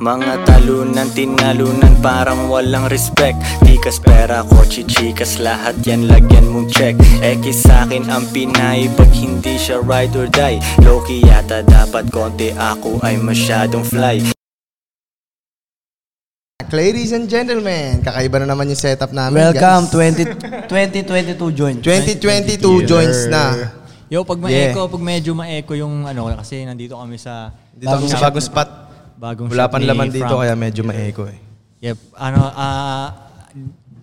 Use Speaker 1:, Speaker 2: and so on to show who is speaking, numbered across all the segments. Speaker 1: Mga talunan, tinalunan, parang walang respect Tikas, pera, kotse, chikas, lahat yan lagyan mong check X sa'kin ang Pinay, pag hindi siya ride or die Loki yata dapat konti, ako ay masyadong fly
Speaker 2: Ladies and gentlemen, kakaiba na naman yung setup namin.
Speaker 3: Welcome,
Speaker 2: guys.
Speaker 3: 20, 2022 joint.
Speaker 2: 2022 joins na.
Speaker 4: Yo, pag
Speaker 2: Yeah.
Speaker 4: ma-echo, pag medyo ma-echo yung ano, kasi nandito kami sa
Speaker 2: Dito kami sa bagong spot.
Speaker 4: bagong
Speaker 2: Wala
Speaker 4: shop
Speaker 2: pang
Speaker 4: ni
Speaker 2: laman dito
Speaker 4: Frank.
Speaker 2: kaya medyo ma-echo eh.
Speaker 4: Yep. Ano, ah,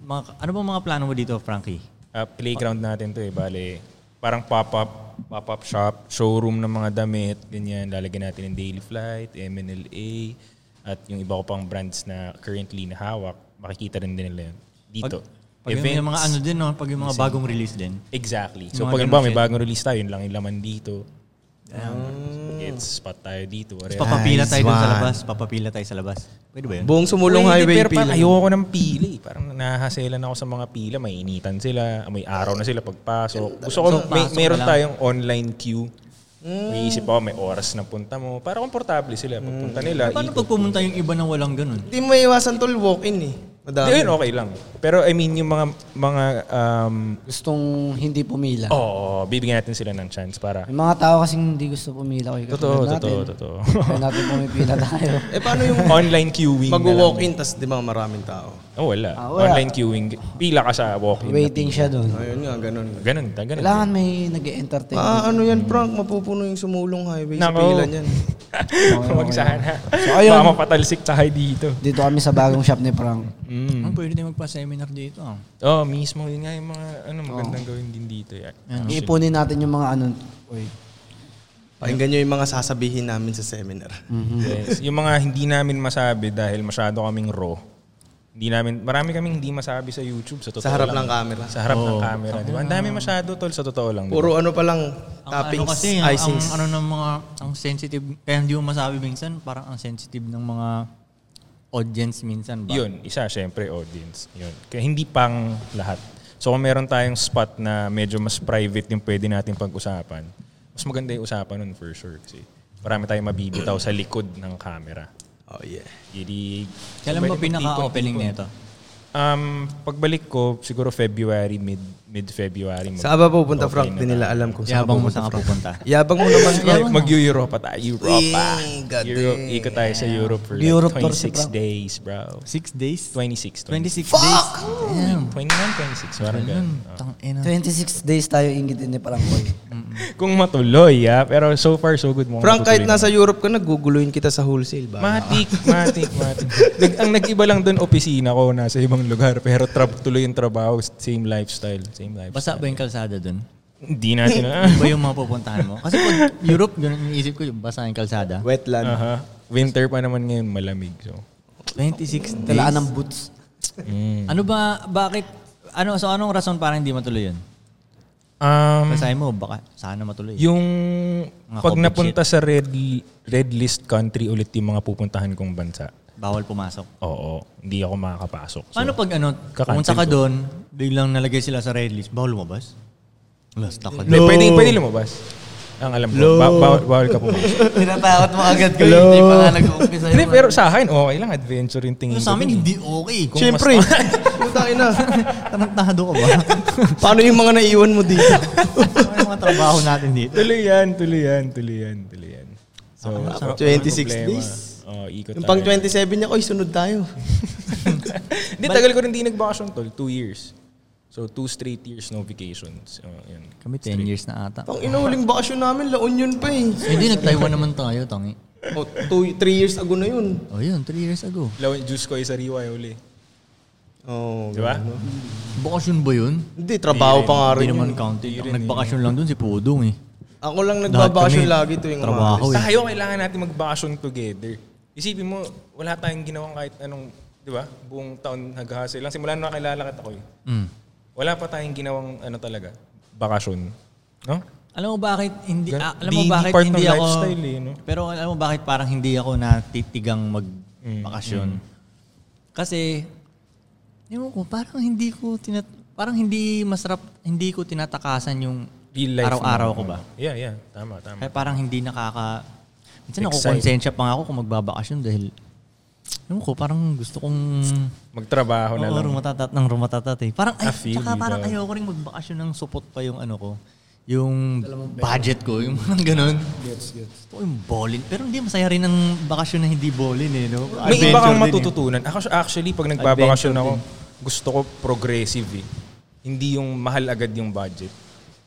Speaker 4: mga, ano ba mga plano mo dito, Frankie?
Speaker 5: Ah, playground natin to eh. Bale, parang pop-up pop-up shop, showroom ng mga damit, ganyan. Lalagyan natin ng Daily Flight, MNLA, at yung iba ko pang brands na currently na hawak. Makikita rin din nila yun dito.
Speaker 4: Pag yung, yung mga ano din, no? pag yung mga bagong release din.
Speaker 5: Exactly. So
Speaker 4: Yung
Speaker 5: pag
Speaker 4: mga ganun
Speaker 5: ba, may
Speaker 4: shit.
Speaker 5: bagong release tayo, yun lang yung laman dito.
Speaker 4: Mm.
Speaker 5: It's spot tayo dito.
Speaker 4: Tapos
Speaker 5: whatever.
Speaker 4: papapila tayo dun sa
Speaker 2: one.
Speaker 4: labas. Papapila tayo sa labas. Pwede ba yun?
Speaker 2: Buong sumulong
Speaker 5: Uy, hindi,
Speaker 2: highway
Speaker 5: pero
Speaker 2: pila.
Speaker 5: parang ayoko ng pili. Parang nahaselan ako sa mga pila. Mainitan sila. May araw na sila pagpasok. Gusto ko, may,
Speaker 4: pasok
Speaker 5: meron
Speaker 4: na lang.
Speaker 5: tayong online queue. May isip ako, may oras na punta mo. Para komportable sila. Pagpunta nila,
Speaker 4: Paano
Speaker 5: ikot.
Speaker 4: pag pumunta yung iba na walang ganun?
Speaker 2: Hindi mo iwasan tol walk-in eh. Madami.
Speaker 5: Di, yun, okay lang. Pero I mean, yung mga, mga, um,
Speaker 3: Gustong hindi pumila.
Speaker 2: Oh.
Speaker 5: oo, bibigyan natin sila ng chance para.
Speaker 3: May mga tao kasing hindi gusto pumila. Okay,
Speaker 5: Totoo,
Speaker 3: katulad
Speaker 5: totoo,
Speaker 3: natin.
Speaker 5: totoo.
Speaker 3: Kaya natin pumipila tayo.
Speaker 2: Eh paano yung
Speaker 5: online queuing na lang.
Speaker 2: mag-walk-in tas di ba maraming tao?
Speaker 5: Oh, wala.
Speaker 3: Ah, wala.
Speaker 5: Online queuing. Pila ka
Speaker 2: Eh,
Speaker 5: sa walk-in.
Speaker 3: Waiting siya doon.
Speaker 2: Ayun nga, ganun.
Speaker 5: Ganun, ta, ganun.
Speaker 3: Kailangan may nag entertain
Speaker 2: Ah, ano yan Frank? Mapupuno yung sumulong highway sa
Speaker 5: Nako.
Speaker 2: pila niyan.
Speaker 5: Huwag sana.
Speaker 3: So, ayun.
Speaker 5: Baka mapatalsik tayo dito.
Speaker 3: Dito kami sa bagong shop ni Frank.
Speaker 5: Mm.
Speaker 4: Ah, pwede tayo magpa-seminar dito. ah.
Speaker 5: Oh, mismo. Yun nga yung mga ano, magandang gawin din dito. Yeah.
Speaker 3: Iipunin natin yung mga ano. Uy.
Speaker 2: Pakinggan nyo yung mga sasabihin namin sa seminar.
Speaker 4: Mm,
Speaker 5: Yes. Yung mga hindi namin masabi dahil masyado kaming raw. Hindi namin, marami kaming hindi masabi sa YouTube. Sa, totoo
Speaker 2: Sa harap
Speaker 5: lang.
Speaker 2: ng camera.
Speaker 5: Sa harap ng camera. Di ba? Ang dami masyado, tol. Sa totoo lang. di ba?
Speaker 2: Puro ano palang
Speaker 4: Ang
Speaker 2: toppings,
Speaker 4: ano kasi, ang-
Speaker 2: icings.
Speaker 4: ang ano ng mga, ang sensitive, kaya hindi mo masabi minsan, parang ang sensitive ng mga audience minsan ba?
Speaker 5: Yun, isa syempre audience. Yun. Kaya hindi pang lahat. So kung meron tayong spot na medyo mas private yung pwede natin pag-usapan, mas maganda yung usapan nun for sure kasi marami tayong mabibitaw sa likod ng camera.
Speaker 2: Oh yeah.
Speaker 5: Hindi...
Speaker 4: Kailan ba
Speaker 5: pwede
Speaker 4: pinaka-opening nito?
Speaker 5: Um, pagbalik ko, siguro February, mid, mid-February. Mag-
Speaker 2: Saan ba pupunta Frank? Di nila alam kung saan
Speaker 4: Yabang mo
Speaker 2: pupunta.
Speaker 4: saan ka pupunta.
Speaker 2: Yabang mo naman Frank.
Speaker 5: Mag-Europa tayo. Europa.
Speaker 2: Eh, galing.
Speaker 5: Europe, ikot tayo sa Europe for
Speaker 3: Europe
Speaker 5: like
Speaker 3: tour
Speaker 5: 26
Speaker 3: si Frank.
Speaker 5: days, bro.
Speaker 4: Six days?
Speaker 5: 26.
Speaker 4: 26 days? Damn.
Speaker 5: 29, 26. Parang
Speaker 4: Ganun.
Speaker 5: ganun.
Speaker 4: Tang ina.
Speaker 3: 26 days tayo ingitin ni Frank. Uy.
Speaker 2: Mm.
Speaker 5: Kung matuloy, ah. Pero so far, so good. Mukhang
Speaker 2: Frank, kahit
Speaker 5: matutuloy
Speaker 2: nasa Europe ka, naguguluhin kita sa wholesale
Speaker 5: na.
Speaker 2: ba?
Speaker 5: Matik, matik, matik. Nag, ang nag-iba lang doon, opisina ko, nasa ibang lugar. Pero trab, tuloy yung trabaho, same lifestyle, same lifestyle.
Speaker 4: Basa ba yung kalsada dun?
Speaker 5: Hindi natin na.
Speaker 4: Ano ba yung mga pupuntahan mo? Kasi pag Europe, ganun yung isip ko, yung basa yung kalsada.
Speaker 2: Wetland.
Speaker 5: Aha. Winter pa naman ngayon, malamig. So.
Speaker 4: 26 days.
Speaker 3: Talaan ng boots.
Speaker 5: Mm.
Speaker 4: Ano ba, bakit, ano, so anong rason para hindi matuloy yun?
Speaker 5: Um,
Speaker 4: Basahin mo, baka sana matuloy.
Speaker 5: yung
Speaker 4: Mga
Speaker 5: pag
Speaker 4: COVID
Speaker 5: napunta sa red, red list country ulit yung mga pupuntahan kong bansa,
Speaker 4: Bawal pumasok.
Speaker 5: oo, hindi ako makakapasok. So,
Speaker 4: Paano pag ano,
Speaker 5: Kakancel
Speaker 4: pumunta ka
Speaker 5: ko.
Speaker 4: doon, biglang nalagay sila sa red list, bawal lumabas? Lasta ka
Speaker 5: Hindi, pwede, pwede lumabas. Ang alam ko, ba- bawal, bawal ka pumasok.
Speaker 3: Tinatakot mo agad ko. Hindi pa nga nag-uumpisa
Speaker 5: Hindi, pero sa akin, okay lang. Adventure yung tingin
Speaker 4: Yung
Speaker 5: ko.
Speaker 4: sa amin,
Speaker 5: dun eh.
Speaker 4: hindi okay. Kung
Speaker 2: Siyempre. Putang ina.
Speaker 4: mas- Tarantado ka ba?
Speaker 2: Paano yung mga naiwan mo dito?
Speaker 4: ano yung mga trabaho natin dito?
Speaker 5: Tuloy yan, tuloy yan, tuloy yan, tuloy yan. So,
Speaker 2: sarap.
Speaker 5: walang
Speaker 2: 26
Speaker 5: problema.
Speaker 2: days.
Speaker 5: Oo, ikot
Speaker 2: yung pang
Speaker 5: tayo.
Speaker 2: 27 niya, oy, sunod tayo.
Speaker 5: Hindi, tagal ko rin hindi nagbakasyon, tol. Two years. So, two straight years, no vacations. Oo, yun.
Speaker 4: Kami 10 years na ata.
Speaker 2: Pang inuuling bakasyon namin, La Union pa eh.
Speaker 4: Hindi, nag-Taiwan naman tayo, tangi.
Speaker 2: O, two, three years ago na yun.
Speaker 4: Oh yun, 3 years ago.
Speaker 5: Lawan juice ko isa riwa yung uli.
Speaker 2: Oh,
Speaker 5: Di ba?
Speaker 4: Bakasyon ba yun?
Speaker 2: Hindi, trabaho pa nga
Speaker 4: Hindi
Speaker 2: rin. yun.
Speaker 4: naman counted. Ang nagbakasyon lang doon si Pudong eh.
Speaker 2: Ako lang nagbabakasyon
Speaker 4: Lahat kami,
Speaker 2: lagi tuwing
Speaker 4: Trabaho eh.
Speaker 5: Tayo, kailangan natin magbakasyon together. Isipin mo, wala tayong ginawang kahit anong, di ba? Buong taon nag-hustle lang. Simula nung nakilala kita ko eh.
Speaker 4: Mm.
Speaker 5: Wala pa tayong ginawang ano talaga, bakasyon. No?
Speaker 4: Alam mo bakit hindi
Speaker 5: Gan-
Speaker 4: ah, alam
Speaker 5: di-
Speaker 4: mo
Speaker 5: di
Speaker 4: bakit
Speaker 5: part
Speaker 4: hindi
Speaker 5: ng
Speaker 4: ako
Speaker 5: lifestyle eh, no?
Speaker 4: Pero alam mo bakit parang hindi ako natitigang magbakasyon.
Speaker 5: Mm,
Speaker 4: Kasi yun ko parang hindi ko tinat parang hindi masarap hindi ko tinatakasan yung
Speaker 5: Real life
Speaker 4: araw-araw
Speaker 5: mo.
Speaker 4: ko ba.
Speaker 5: Yeah, yeah. Tama, tama.
Speaker 4: Kaya parang hindi nakaka
Speaker 5: Excite.
Speaker 4: Minsan nakukonsensya pa nga ako kung magbabakasyon dahil Ewan ko, parang gusto kong...
Speaker 5: Magtrabaho na
Speaker 4: Oo,
Speaker 5: lang.
Speaker 4: rumatatat ng rumatatat eh. Parang, ay,
Speaker 5: I feel
Speaker 4: tsaka
Speaker 5: you,
Speaker 4: parang
Speaker 5: dog.
Speaker 4: ayoko rin magbakasyon ng support pa yung ano ko. Yung budget ko, yung mga ganun. Gets, gets. Gusto ko yung ballin. Pero hindi, masaya rin ng bakasyon na hindi ballin eh, no?
Speaker 5: May iba
Speaker 4: Adventure
Speaker 5: kang
Speaker 4: din eh.
Speaker 5: matututunan. Ako actually, pag nagbabakasyon ako, gusto ko progressive eh. Hindi yung mahal agad yung budget.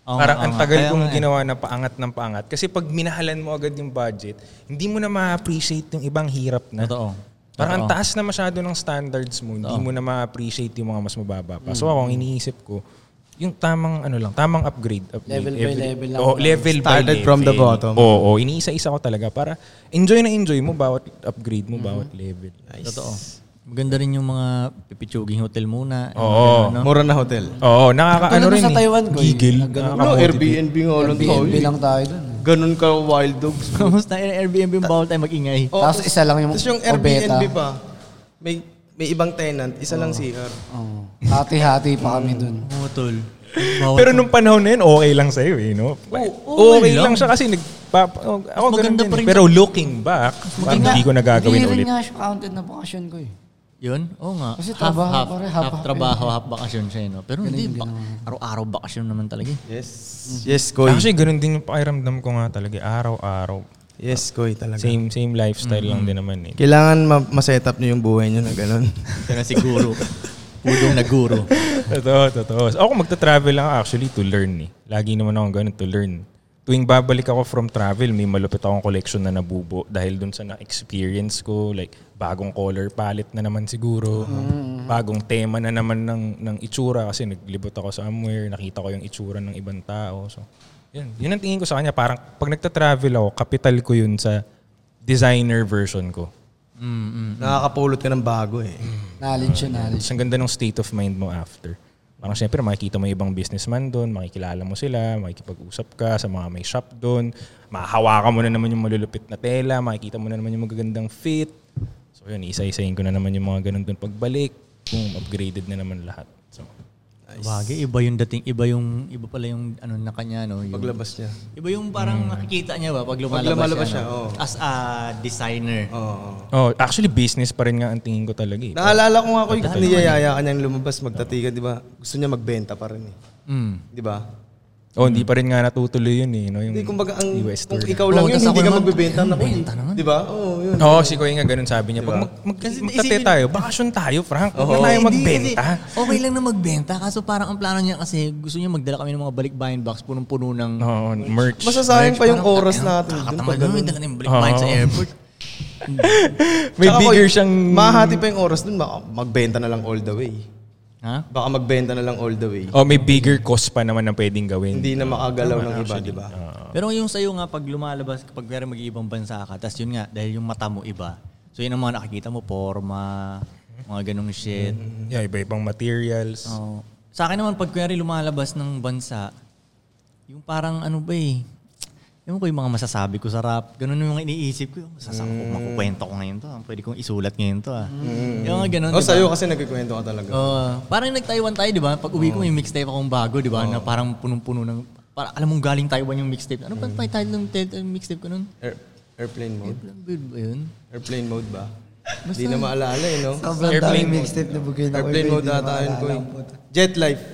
Speaker 4: Oo nga,
Speaker 5: Parang
Speaker 4: oo
Speaker 5: ang
Speaker 4: nga.
Speaker 5: tagal
Speaker 4: Kaya
Speaker 5: kong
Speaker 4: nga eh.
Speaker 5: ginawa na paangat ng paangat. Kasi pag minahalan mo agad yung budget, hindi mo na ma-appreciate yung ibang hirap na.
Speaker 4: Totoo.
Speaker 5: Parang ang
Speaker 4: Totoo.
Speaker 5: taas na masyado ng standards mo, hindi mo na ma-appreciate yung mga mas mababa pa.
Speaker 2: Mm.
Speaker 5: So ako, ang iniisip ko, yung tamang ano lang, tamang upgrade. upgrade
Speaker 3: Level by level lang.
Speaker 5: Oh, level by
Speaker 2: Started from the
Speaker 5: level.
Speaker 2: bottom.
Speaker 5: Oo, oo, iniisa-isa ko talaga para enjoy na enjoy mo bawat upgrade
Speaker 2: Mm-hmm.
Speaker 5: mo, bawat level.
Speaker 4: Totoo. Maganda rin yung mga pipitsuging hotel muna. yung
Speaker 5: Oo.
Speaker 4: mga ganun, no?
Speaker 2: Mura na hotel. Ano,
Speaker 5: Oo, nakaka
Speaker 3: Tulad
Speaker 5: ano
Speaker 3: nung
Speaker 5: rin.
Speaker 3: sa
Speaker 5: eh.
Speaker 3: Taiwan ko eh.
Speaker 5: Gigil.
Speaker 3: Nagganun.
Speaker 5: Nakaka-
Speaker 2: Airbnb nga lang tao
Speaker 3: Airbnb
Speaker 2: yun.
Speaker 3: lang tayo dun.
Speaker 2: Ganun ka wild dogs.
Speaker 4: Kamusta? Airbnb yung bawal tayo mag-ingay.
Speaker 2: Oo,
Speaker 3: Tapos isa lang yung
Speaker 2: Oh, Tapos yung
Speaker 3: o beta.
Speaker 2: Airbnb pa, may may ibang tenant, isa lang CR.
Speaker 3: Oo. Oh, Hati-hati pa kami dun.
Speaker 2: Mm.
Speaker 4: Oo, tol. Bawal
Speaker 5: Pero nung panahon na yun, okay lang sa'yo eh, no?
Speaker 4: oo,
Speaker 5: okay
Speaker 4: lang.
Speaker 5: lang siya kasi nagpa... oh, Ako ganun
Speaker 4: maganda
Speaker 5: din
Speaker 4: pa
Speaker 5: eh.
Speaker 4: rin
Speaker 5: Pero looking back, parang hindi ko nagagawin
Speaker 3: Hindi
Speaker 5: ulit.
Speaker 3: rin nga siya counted na bakasyon ko eh.
Speaker 4: Yun? Oo nga.
Speaker 3: Kasi
Speaker 4: Half,
Speaker 3: trabaho,
Speaker 4: half,
Speaker 3: pare, half,
Speaker 4: half,
Speaker 3: half
Speaker 4: trabaho, half bakasyon siya, eh, no? Pero hindi, bak- araw-araw bakasyon naman talaga. eh.
Speaker 2: Yes. Yes, Koy.
Speaker 5: Actually, ganun din yung pakiramdam ko nga talaga. eh. Araw-araw.
Speaker 2: Yes, Koy talaga.
Speaker 5: Same same lifestyle lang din naman eh.
Speaker 2: Kailangan ma- ma-set up nyo yung buhay nyo na ganun.
Speaker 4: Siya na siguro. Pudong na guro.
Speaker 5: totoo, totoo. So, ako magta-travel lang actually to learn eh. Lagi naman ako ganun to learn. Tuwing babalik ako from travel, may malupit akong collection na nabubo dahil dun sa na-experience ko. Like, bagong color palette na naman siguro. Bagong tema na naman ng, ng itsura kasi naglibot ako somewhere. Nakita ko yung itsura ng ibang tao. So, yun. Yun ang tingin ko sa kanya. Parang pag nagta-travel ako, kapital ko yun sa designer version ko.
Speaker 2: Nakakapulot ka ng bago eh.
Speaker 3: Knowledge yun, knowledge.
Speaker 5: Tapos ang ganda ng state of mind mo after. Parang syempre makikita mo yung ibang businessman doon, makikilala mo sila, makikipag-usap ka sa mga may shop doon, mahahawakan mo na naman yung malulupit na tela, makikita mo na naman yung magagandang fit. So yun, isa-isayin ko na naman yung mga ganun doon pagbalik, kung upgraded na naman lahat. So,
Speaker 4: Bagay, iba yung dating, iba yung, iba pala yung ano na kanya, no? Yung,
Speaker 2: Paglabas niya.
Speaker 4: iba yung parang nakikita niya ba pag lumalabas,
Speaker 2: Mm. lumalabas siya,
Speaker 4: no?
Speaker 2: oo.
Speaker 4: As a designer.
Speaker 2: Oo.
Speaker 5: oh, actually business pa rin nga ang tingin ko talaga eh.
Speaker 2: Naalala ko nga ko yung niyayaya ka niyang lumabas, magtatigan, di ba? Gusto niya magbenta pa rin eh.
Speaker 4: Mm.
Speaker 2: Di ba?
Speaker 5: Oh, hindi pa rin nga natutuloy yun eh. No? Yung
Speaker 2: Hindi, kumbaga, ang,
Speaker 5: US
Speaker 2: kung
Speaker 5: tour.
Speaker 2: ikaw lang
Speaker 4: Oo,
Speaker 2: yun,
Speaker 4: tas
Speaker 2: hindi ka
Speaker 4: ako naman,
Speaker 2: magbebenta na ko.
Speaker 4: benta naman.
Speaker 2: Di ba? Oo, yun.
Speaker 5: Oo, si Koy nga ganun sabi niya. Pag mag, mag, magtate tayo, bakasyon tayo, Frank. Huwag na tayo magbenta.
Speaker 4: okay lang na magbenta. Kaso parang ang plano niya kasi gusto niya magdala kami ng mga balikbayan box punong-puno ng...
Speaker 5: Oo, merch.
Speaker 2: Masasayang Ano pa yung oras natin. dun
Speaker 4: Kakatamal
Speaker 2: pag
Speaker 4: naman,
Speaker 2: ganun.
Speaker 4: dala ng balikbayan sa
Speaker 5: Oo.
Speaker 4: airport.
Speaker 5: May
Speaker 2: Tsaka,
Speaker 5: bigger
Speaker 2: Koy,
Speaker 5: siyang...
Speaker 2: Mahati pa yung oras dun, baka magbenta na lang all the way.
Speaker 4: ha?
Speaker 2: Baka magbenta na lang all the way.
Speaker 5: Oh, may bigger cost pa naman ang pwedeng gawin.
Speaker 2: Hindi na makagalaw ng iba, di ba?
Speaker 4: Pero yung sa'yo nga, pag lumalabas, kapag meron mag-ibang bansa ka, tapos yun nga, dahil yung mata mo iba. So yun ang mga nakikita mo, forma, mga ganong shit.
Speaker 5: Yeah, iba-ibang materials.
Speaker 2: Oh.
Speaker 4: Oo. Sa akin naman, pag kunyari lumalabas ng bansa, yung parang ano ba eh, ewan ko yung mga masasabi ko sa rap, ganun yung mga iniisip ko. Masasama
Speaker 2: Mm.
Speaker 4: ko, makukwento ko ngayon to. ah. Pwede kong isulat ngayon to ah. Yung mga ganun,
Speaker 2: O
Speaker 4: di ba?
Speaker 2: Oh, sa'yo kasi nagkikwento ka talaga.
Speaker 4: Oo. parang nag-Taiwan tayo, di ba? Pag uwi
Speaker 2: Mm.
Speaker 4: ko, may mixtape akong bago, di ba? Na parang punong-puno ng... Para, alam mong galing Taiwan yung mixtape. Ano
Speaker 2: Mm.
Speaker 4: ba yung title ng tel- ng mixtape ko nun?
Speaker 2: Air- airplane mode?
Speaker 4: Ano ba yun?
Speaker 2: Airplane mode ba? Hindi na maalala eh, no?
Speaker 3: Sobrang dami mixtape na bugay na ko.
Speaker 2: Airplane mode ata yun ko. eh. Jet life.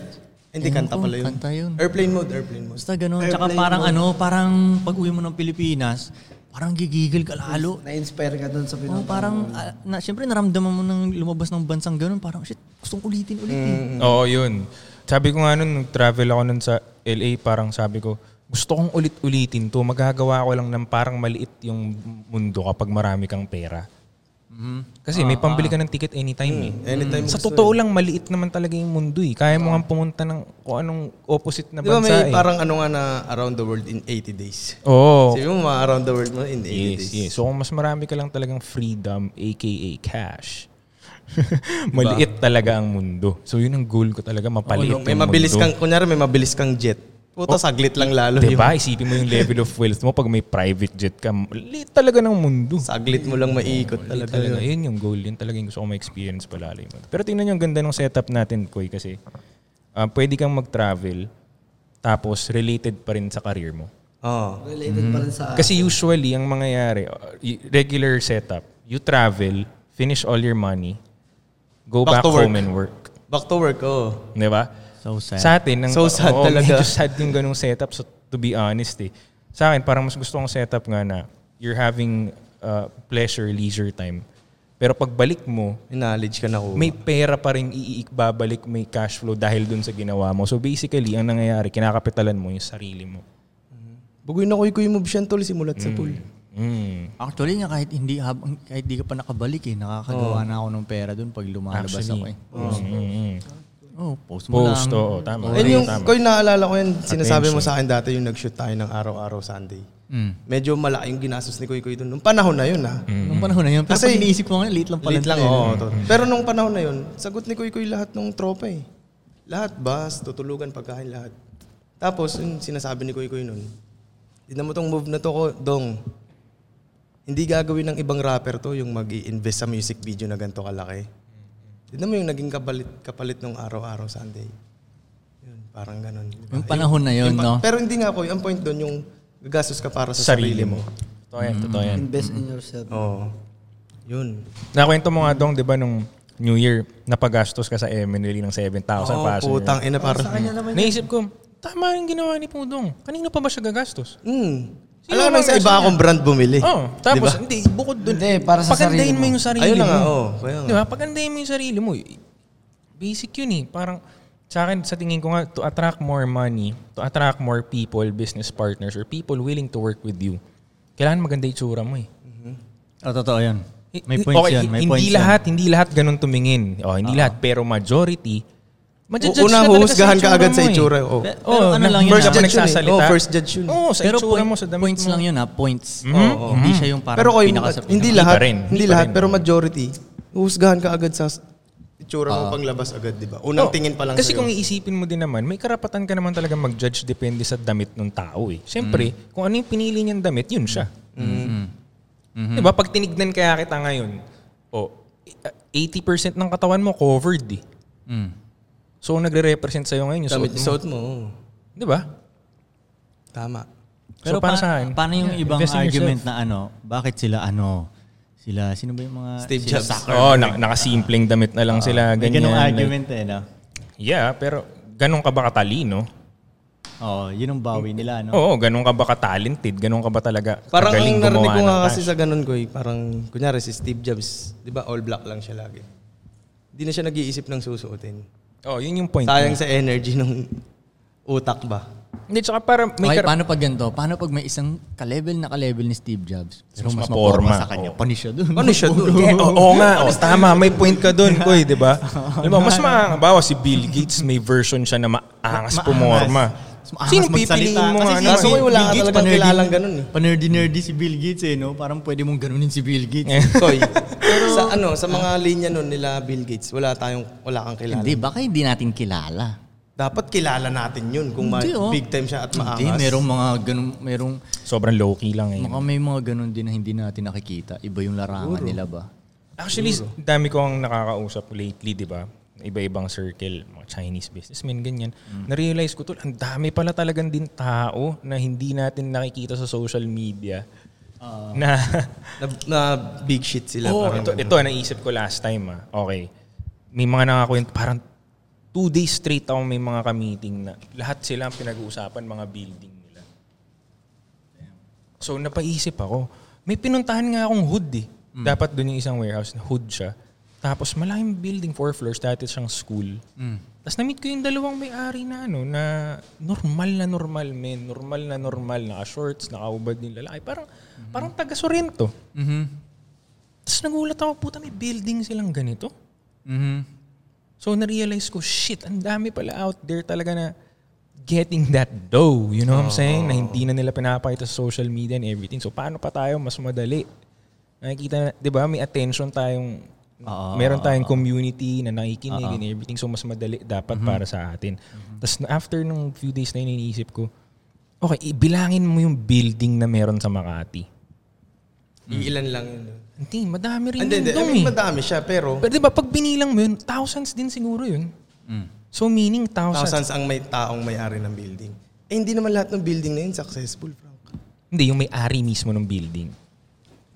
Speaker 2: Hindi,
Speaker 4: Ewan
Speaker 2: kanta
Speaker 4: ko,
Speaker 2: pala yun.
Speaker 4: kanta yun.
Speaker 2: Airplane mode, airplane mode.
Speaker 4: Basta ganun. Tsaka parang ano, parang pag uwi mo ng Pilipinas, parang gigigil ka lalo.
Speaker 3: Na-inspire ka dun sa
Speaker 4: Oo,
Speaker 5: Mm.
Speaker 3: pinag
Speaker 4: parang, ah, na, syempre naramdaman mo nang lumabas ng bansang ganun, parang shit, gustong ulitin ulit eh.
Speaker 5: Oo, yun. Sabi ko nga nun, nag-travel ako nun sa LA, parang sabi ko, gusto kong ulit-ulitin to. Magagawa ko lang ng parang maliit yung mundo kapag marami kang pera. Kasi
Speaker 2: Ah.
Speaker 5: may pambili ka ng ticket anytime eh.
Speaker 2: Anytime
Speaker 5: Sa totoo lang, maliit naman talaga yung mundo eh. Kaya mo nga pumunta ng kung anong opposite na
Speaker 2: Di ba
Speaker 5: bansa
Speaker 2: may
Speaker 5: eh.
Speaker 2: parang ano nga na around the world in 80 days?
Speaker 5: Oo,
Speaker 2: Sabi mo, mga around the world mo in 80 days.
Speaker 5: Oh. Yes, yes. So kung mas marami ka lang talagang freedom, aka cash,
Speaker 2: Diba?
Speaker 5: maliit talaga ang mundo. So yun ang goal ko talaga, mapaliit
Speaker 2: May
Speaker 5: yung
Speaker 2: mabilis
Speaker 5: mundo. Oh.
Speaker 2: kang, kunyari may mabilis kang jet. Puta, saglit lang lalo yun.
Speaker 5: Diba? Isipin mo yung level of wealth mo pag may private jet ka. Maliit talaga ng mundo.
Speaker 2: Saglit mo lang maiikot talaga.
Speaker 5: Talaga, yun yung goal. Yun talaga yung gusto ko ma-experience palalim. Pero tingnan nyo ang ganda ng setup natin, Koy, kasi ah, pwede kang mag-travel tapos related pa rin sa career mo.
Speaker 2: Oo.
Speaker 3: Related pa rin sa...
Speaker 5: Kasi usually, ang mangyayari, uh, y- regular setup, you travel, finish all your money, go
Speaker 2: Back to
Speaker 5: back,
Speaker 2: work.
Speaker 5: home and work.
Speaker 2: Back to work, oh.
Speaker 5: Di ba?
Speaker 4: So sad.
Speaker 5: Sa atin, ang,
Speaker 2: So sad
Speaker 5: oo,
Speaker 2: talaga.
Speaker 5: Medyo sad yung ganung setup, so, to be honest eh. Sa akin, parang mas gusto kong setup nga na you're having uh, pleasure, leisure time. Pero pagbalik mo,
Speaker 2: May knowledge ka na ko.
Speaker 5: may pera pa rin iibabalik, may cash flow dahil dun sa ginawa mo. So basically, ang nangyayari, kinakapitalan mo yung sarili mo.
Speaker 2: Bagoy na ko yung move siya, tol, simulat sa pool.
Speaker 5: Mm.
Speaker 4: Actually nga kahit hindi habang kahit di ka pa nakabalik eh, nakakagawa na ako ng pera doon pag
Speaker 3: Ano
Speaker 4: lumalabas ako eh.
Speaker 5: Mm.
Speaker 4: Oh, post mo
Speaker 5: Post,
Speaker 4: lang.
Speaker 5: oo, tama.
Speaker 2: And yung,
Speaker 5: tama.
Speaker 2: ko yung naalala ko yan, sinasabi mo sa akin dati yung nag-shoot tayo ng araw-araw Sunday.
Speaker 4: Mm.
Speaker 2: Medyo malaking ginastos ni Kuy Kuy doon. Nung panahon na yun, ha?
Speaker 4: Nung panahon na yun, pero
Speaker 2: Kasi-
Speaker 4: pag iniisip ko ngayon, Mm. late lang pala.
Speaker 2: Late lang,
Speaker 4: to eh.
Speaker 2: oo. tol. Pero nung panahon na yun, sagot ni Kuy Kuy lahat ng tropa eh. Lahat, bus, tutulugan, pagkain, lahat. Tapos, yun, sinasabi ni Kuy Kuy nun, tignan mo tong move na to, ko, Dong. Hindi gagawin ng ibang rapper to yung mag invest sa music video na ganito kalaki. Tignan mo yung naging kapalit, kapalit nung araw-araw Sunday. Yun, parang ganun. di ba?
Speaker 4: Yung panahon na yun,
Speaker 2: Yung pa-
Speaker 4: no?
Speaker 2: Pero hindi nga, Kuy, ang point doon yung gagastos ka para sa
Speaker 5: sarili
Speaker 2: sarili,
Speaker 5: mo.
Speaker 2: mo.
Speaker 5: Totoo yan, totoo yan.
Speaker 3: Invest in yourself.
Speaker 5: Mm.
Speaker 2: Oo. Yun.
Speaker 5: Nakwento mo nga dong, di ba, nung New Year, napagastos ka sa MNL ng 7,000
Speaker 2: Oo,
Speaker 5: pa.
Speaker 2: putang ina para.
Speaker 5: Naisip ko, tama yung ginawa ni Pudong. Kanino pa ba siya gagastos?
Speaker 2: Mm.
Speaker 5: Sino
Speaker 2: Alam mo
Speaker 5: ang
Speaker 2: sa iba
Speaker 5: nasa
Speaker 2: akong brand bumili.
Speaker 5: Oh, tapos hindi, bukod doon.
Speaker 3: Hindi, para sa
Speaker 5: pagandahin mo
Speaker 3: sarili mo.
Speaker 5: yung sarili
Speaker 2: Ayun
Speaker 5: mo.
Speaker 2: na nga, oo. Kaya nga.
Speaker 5: Di ba? Pagandahin mo yung sarili mo. Basic yun eh. Parang, sa akin, sa tingin ko nga, to attract more money, to attract more people, business partners, or people willing to work with you, kailangan maganda yung tsura mo eh.
Speaker 4: Oh, totoo yun.
Speaker 5: Hi-
Speaker 4: May points
Speaker 5: okay,
Speaker 4: yun, may
Speaker 5: hindi
Speaker 4: points Ah.
Speaker 5: lahat, hindi lahat ganun tumingin. Oh, hindi lahat, pero majority,
Speaker 2: U-
Speaker 5: maja-judge
Speaker 2: Una,
Speaker 5: ka talaga
Speaker 2: huhusgahan ka
Speaker 5: itsura
Speaker 2: agad
Speaker 5: mo
Speaker 2: sa
Speaker 5: eh.
Speaker 2: itsura. Oh.
Speaker 4: Pero,
Speaker 5: Oo,
Speaker 4: ano
Speaker 5: na-
Speaker 4: lang yun.
Speaker 5: first judge
Speaker 4: ah.
Speaker 5: yun eh.
Speaker 2: nagsasalita.
Speaker 5: Oo,
Speaker 2: Oh, first judge yun.
Speaker 5: Oo, sa
Speaker 4: pero
Speaker 5: itsura
Speaker 4: point-
Speaker 5: mo, sa damit
Speaker 4: points
Speaker 5: mo.
Speaker 4: lang yun ha, points.
Speaker 5: Mhm.
Speaker 4: Oo, Mm-hmm. eh, Hindi siya yung parang
Speaker 2: pero kayo,
Speaker 4: pinaka sa
Speaker 2: hindi
Speaker 5: Iba
Speaker 2: lahat,
Speaker 5: rin,
Speaker 2: hindi
Speaker 5: iba
Speaker 2: lahat,
Speaker 5: rin.
Speaker 2: pero majority, huhusgahan ka agad sa itsura mo panglabas agad, di ba? Unang
Speaker 5: Oo,
Speaker 2: tingin pa lang
Speaker 5: Kasi
Speaker 2: sa'yo.
Speaker 5: kung iisipin mo din naman, may karapatan ka naman talaga mag-judge depende sa damit ng tao eh.
Speaker 4: Mm.
Speaker 5: Siyempre, kung ano yung pinili niyang damit, yun siya.
Speaker 2: Mm-hmm.
Speaker 4: Mm-hmm.
Speaker 5: Diba? Pag tinignan kaya kita ngayon, oh, i- uh, 80% ng katawan mo covered eh.
Speaker 4: Mm.
Speaker 5: So, ang nagre-represent sa'yo ngayon yung
Speaker 2: Damit,
Speaker 5: suot mo.
Speaker 2: suot mo. oo.
Speaker 5: Di ba?
Speaker 2: Tama.
Speaker 5: So,
Speaker 4: Pero
Speaker 5: para
Speaker 4: para
Speaker 5: sa akin,
Speaker 4: paano yung
Speaker 5: yeah,
Speaker 4: ibang
Speaker 5: invest in
Speaker 4: argument na ano, bakit sila ano, sila, sino ba yung mga...
Speaker 2: Steve
Speaker 4: sila
Speaker 2: Jobs.
Speaker 4: sa-
Speaker 5: Oo, oh, na- nakasimpleng damit na lang sila.
Speaker 4: Ah, May
Speaker 5: Ganyan.
Speaker 4: ganung
Speaker 5: like-
Speaker 4: argument eh, no?
Speaker 5: yeah, pero ganun ka ba katalino?
Speaker 4: Oo, yun ang bawi nila, no?
Speaker 5: Oo, ganun ka ba ka-talented? Ganun ka ba talaga
Speaker 2: Parang ang
Speaker 5: kagaling
Speaker 2: narinig
Speaker 5: gumawa
Speaker 2: ko nga
Speaker 5: ng
Speaker 2: kasi
Speaker 5: cash?
Speaker 2: sa ganun ko, eh, parang kunyari si Steve Jobs, di ba, all black lang siya lagi. Hindi na siya nag-iisip ng susuotin.
Speaker 5: Oo, yun yung point.
Speaker 2: Sayang sa energy ng utak ba?
Speaker 5: Hindi, tsaka para may
Speaker 4: okay,
Speaker 5: kar-
Speaker 4: paano pag ganito? Paano pag may isang ka-level na ka-level ni Steve Jobs? Pero
Speaker 5: Mas maporma,
Speaker 4: mas
Speaker 5: Oh.
Speaker 4: maporma sa kanya.
Speaker 5: oo.
Speaker 4: Paano siya dun?
Speaker 2: Ano siya doon?
Speaker 5: Eh, oo nga, oo, tama, may point ka doon, koy, di ba? Alam mo, mas maangabawa si Bill Gates, may version siya na maangas pumorma.
Speaker 4: Mas maangas
Speaker 5: Sino
Speaker 4: magsalita.
Speaker 5: pipiliin mo ano?
Speaker 4: Kasi
Speaker 5: nga
Speaker 4: si
Speaker 5: naman?
Speaker 2: Kaso
Speaker 4: Bill-
Speaker 2: ngayon wala
Speaker 4: Bill
Speaker 2: ka
Speaker 4: Gates,
Speaker 2: talagang
Speaker 4: panerdy-
Speaker 2: kilalang ganun eh.
Speaker 4: Panerdy-nerdy si Bill Gates eh, no? Parang pwede mong ganunin si Bill Gates.
Speaker 2: Koy, sa ano, sa mga linya nun nila Bill Gates, wala tayong wala kang kilala.
Speaker 4: Hindi, baka hindi natin kilala.
Speaker 2: Dapat kilala natin 'yun kung ma-
Speaker 4: Hindi, oh.
Speaker 2: big time siya at maangas.
Speaker 4: Hindi, merong mga ganun, merong,
Speaker 5: Sobrang low-key lang eh. ngayon.
Speaker 4: mga may mga ganun din na hindi natin nakikita. Iba yung larangan nila ba?
Speaker 5: Actually, dami ko ang nakakausap lately, di ba? Iba-ibang circle, mga Chinese businessmen, ganyan. Na-realize ko, tol, ang dami pala talagang din tao na hindi natin nakikita sa social media. na,
Speaker 2: Na, na big shit sila
Speaker 5: oh,
Speaker 2: parang
Speaker 5: ito,
Speaker 2: ganun.
Speaker 5: ito, naisip ko last time, ah. Okay. May mga nakakwento, parang two days straight ako may mga ka-meeting na lahat sila ang pinag-uusapan, mga building nila. So, napaisip ako. May pinuntahan nga akong hood eh.
Speaker 2: Hmm.
Speaker 5: Dapat doon yung isang warehouse na hood siya. Tapos malaking building, four floors, dati siyang school.
Speaker 2: Hmm.
Speaker 5: Tapos na-meet ko yung dalawang may-ari na ano, na normal na normal men, normal na normal, naka-shorts, naka-ubad yung lalaki. Parang,
Speaker 2: Hmm.
Speaker 5: parang taga Sorrento.
Speaker 4: Mm-hmm.
Speaker 5: Tapos nagulat ako, puta may building silang ganito.
Speaker 4: Mm-hmm.
Speaker 5: So na-realize ko, shit, ang dami pala out there talaga na getting that dough. You know what I'm saying? Na hindi na nila pinapakita sa social media and everything. So paano pa tayo mas madali? Nakikita na, di ba, may attention tayong,
Speaker 2: Ah.
Speaker 5: meron tayong community na nakikinig and everything. So mas madali dapat
Speaker 2: Mm-hmm.
Speaker 5: para sa atin. Tapos after nung few days na yun, iniisip ko, okay, ibilangin mo yung building na meron sa Makati.
Speaker 2: Iilan lang 'yun.
Speaker 5: Hindi, madami rin
Speaker 2: Hindi,
Speaker 5: yung
Speaker 2: hindi. I
Speaker 5: dong
Speaker 2: mean,
Speaker 5: eh.
Speaker 2: madami siya pero
Speaker 5: Pero di ba, pag binilang mo yun, thousands din siguro yun.
Speaker 4: Mm.
Speaker 5: So meaning thousands.
Speaker 2: thousands ang may taong may-ari ng building. Eh hindi naman lahat ng building na 'yun successful, Frank.
Speaker 5: Hindi, yung may-ari mismo ng building.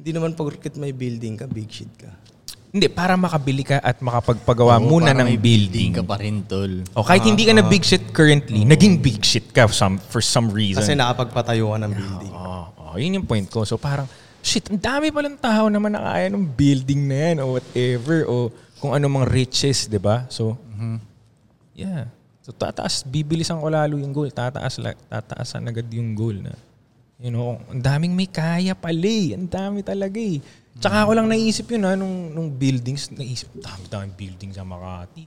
Speaker 2: Hindi naman porket may building ka, big shit ka.
Speaker 5: Hindi, para makabili ka at makapagpagawa
Speaker 4: Oo,
Speaker 5: muna
Speaker 4: para
Speaker 5: ng
Speaker 4: may Ah,
Speaker 5: building.
Speaker 4: ka pa rin, tol.
Speaker 5: O kahit hindi ka na big shit currently, naging big shit ka some, for some reason.
Speaker 2: Kasi nakapagpatayo ka ng building.
Speaker 5: Oo, oo, yun yung point ko. So parang, shit, ang dami palang tao naman na kaya ng building na yan o whatever o kung ano mga riches, di ba? So,
Speaker 4: Mhm.
Speaker 5: yeah. So tataas, bibilisan ko lalo yung goal. Tataas, la- tataasan agad yung goal na. You know, ang daming may kaya pala eh. Ang dami talaga eh. Tsaka ako lang naisip yun ha, nung, nung buildings, naisip, dami daming building sa Makati.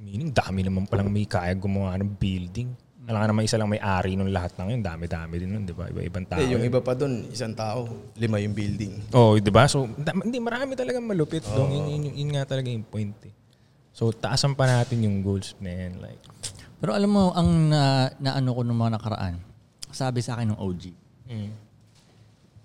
Speaker 5: Meaning, dami naman palang may kaya gumawa ng building. Alam ka naman, isa lang may ari nung lahat ng yun. Dami-dami din nun, di ba? Iba-ibang tao.
Speaker 2: Eh, yung iba pa doon, isang tao, lima yung building.
Speaker 5: Oo, oh, 'di ba? So, da- hindi marami talaga malupit
Speaker 2: Oh.
Speaker 5: dong. Yun, yun, yun, nga talaga yung point. Eh. So, taasan pa natin yung goals na yan. Like,
Speaker 4: Pero alam mo, ang na, naano ko nung mga nakaraan, sabi sa akin ng OG,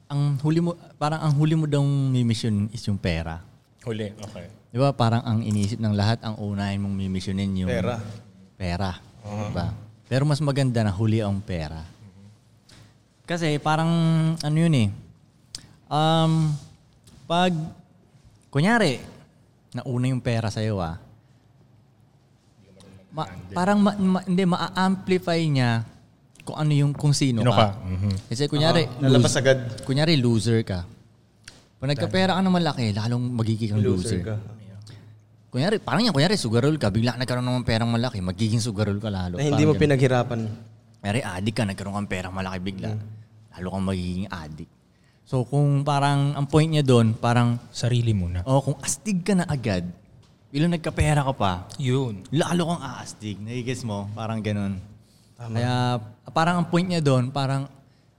Speaker 4: ang huli mo, parang ang huli mo daw mimission is yung pera.
Speaker 5: huli. Okay.
Speaker 4: Di ba? Parang ang iniisip ng lahat, ang unahin mong mimisyonin yung
Speaker 2: Pera. Uh-huh.
Speaker 4: Pera. Di ba? Pero mas maganda na huli ang pera. Kasi parang ano yun eh. Um, pag, kunyari, nauna yung pera sa'yo ah, ma- parang ma- ma- hindi, ma-amplify niya kung ano yung, kung sino
Speaker 5: Sino
Speaker 4: ka.
Speaker 5: ka? Mhm.
Speaker 4: Kasi kunyari,
Speaker 2: Mm-hmm. Uh-huh. Nalabas
Speaker 4: lose-
Speaker 2: agad.
Speaker 4: kunyari loser ka. Pag nagkapera ka ng malaki, lalong magiging kang
Speaker 2: Loser
Speaker 4: loser.
Speaker 2: ka.
Speaker 4: Kunyari, parang yan, kunyari sugarol ka, bigla nagkaroon naman perang malaki, magiging sugarol ka lalo.
Speaker 2: Na hindi mo
Speaker 4: Parang ganun.
Speaker 2: pinaghirapan.
Speaker 4: Kunyari, adik ka, nagkaroon kang perang malaki bigla, lalo kang magiging adik. So kung parang, ang point niya doon, parang,
Speaker 5: Sarili muna.
Speaker 4: oh, kung astig ka na agad, bilang nagkapera ka pa,
Speaker 5: Yun.
Speaker 4: lalo kang aastig. Nagigets mo? Parang ganun. Kaya parang ang point niya doon, parang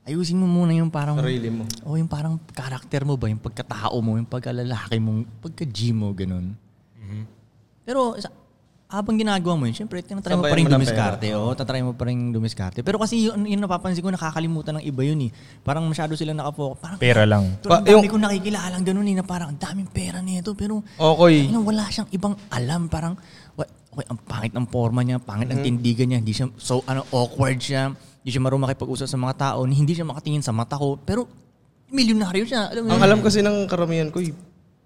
Speaker 4: ayusin mo muna yung parang...
Speaker 2: Sarili mo.
Speaker 4: O yung parang karakter mo ba, yung pagkatao mo, yung pagkalalaki mo, pagka-G mo, ganun.
Speaker 2: Mm-hmm.
Speaker 4: Pero sa- habang ginagawa mo yun, syempre, tinatry mo
Speaker 2: Sabayan
Speaker 4: pa rin
Speaker 2: mo ng
Speaker 4: dumiskarte. Oo, tatry mo pa rin dumiskarte. Pero kasi yun, yun napapansin ko, nakakalimutan ng iba yun eh. Parang masyado sila nakapokus. Parang,
Speaker 5: Pera lang.
Speaker 4: Ito, ang
Speaker 2: Pa- yung-
Speaker 4: dami kong nakikilalang ganun eh, na parang ang daming pera nito, pero
Speaker 2: Okay.
Speaker 4: ano, wala siyang ibang alam, parang wa- okay, ang pangit ng forma niya, pangit
Speaker 5: Mm-hmm.
Speaker 4: ng tindigan niya, hindi siya so ano awkward siya, hindi siya marunong makipag-usap sa mga tao, hindi siya makatingin sa mata ko, pero milyonaryo siya. Alam mo
Speaker 2: Ang
Speaker 5: Ah,
Speaker 4: yun?
Speaker 2: alam kasi ng karamihan ko, y-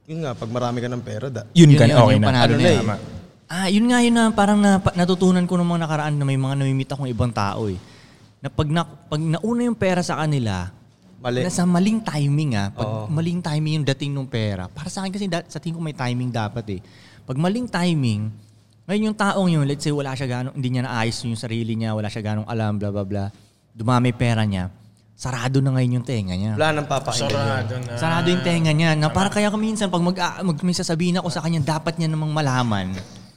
Speaker 2: yun nga, pag marami ka ng pera, da.
Speaker 5: Yun, ka
Speaker 4: yun,
Speaker 5: na. Okay
Speaker 4: yung
Speaker 5: na.
Speaker 4: panalo
Speaker 2: Ano na eh.
Speaker 5: Tama.
Speaker 4: Ah, yun nga yun na parang na, pa- natutunan ko ng mga nakaraan na may mga namimit akong ibang tao eh. Na pag, na, pag nauna yung pera sa kanila,
Speaker 2: Mali.
Speaker 4: nasa maling timing ah. Pag
Speaker 2: Oo.
Speaker 4: maling timing yung dating ng pera. Para sa akin kasi da- sa tingin ko may timing dapat eh. Pag maling timing, ngayon yung taong yun, let's say wala siya ganong, hindi niya naayos yung sarili niya, wala siya ganong alam, bla bla bla. Dumami pera niya. Sarado na ngayon yung tenga niya.
Speaker 2: Wala nang papakinggan.
Speaker 5: Sarado na.
Speaker 4: Sarado yung tenga niya. Na para kaya minsan pag mag, ah, mag may sasabihin ako sa kanya, dapat niya namang malaman.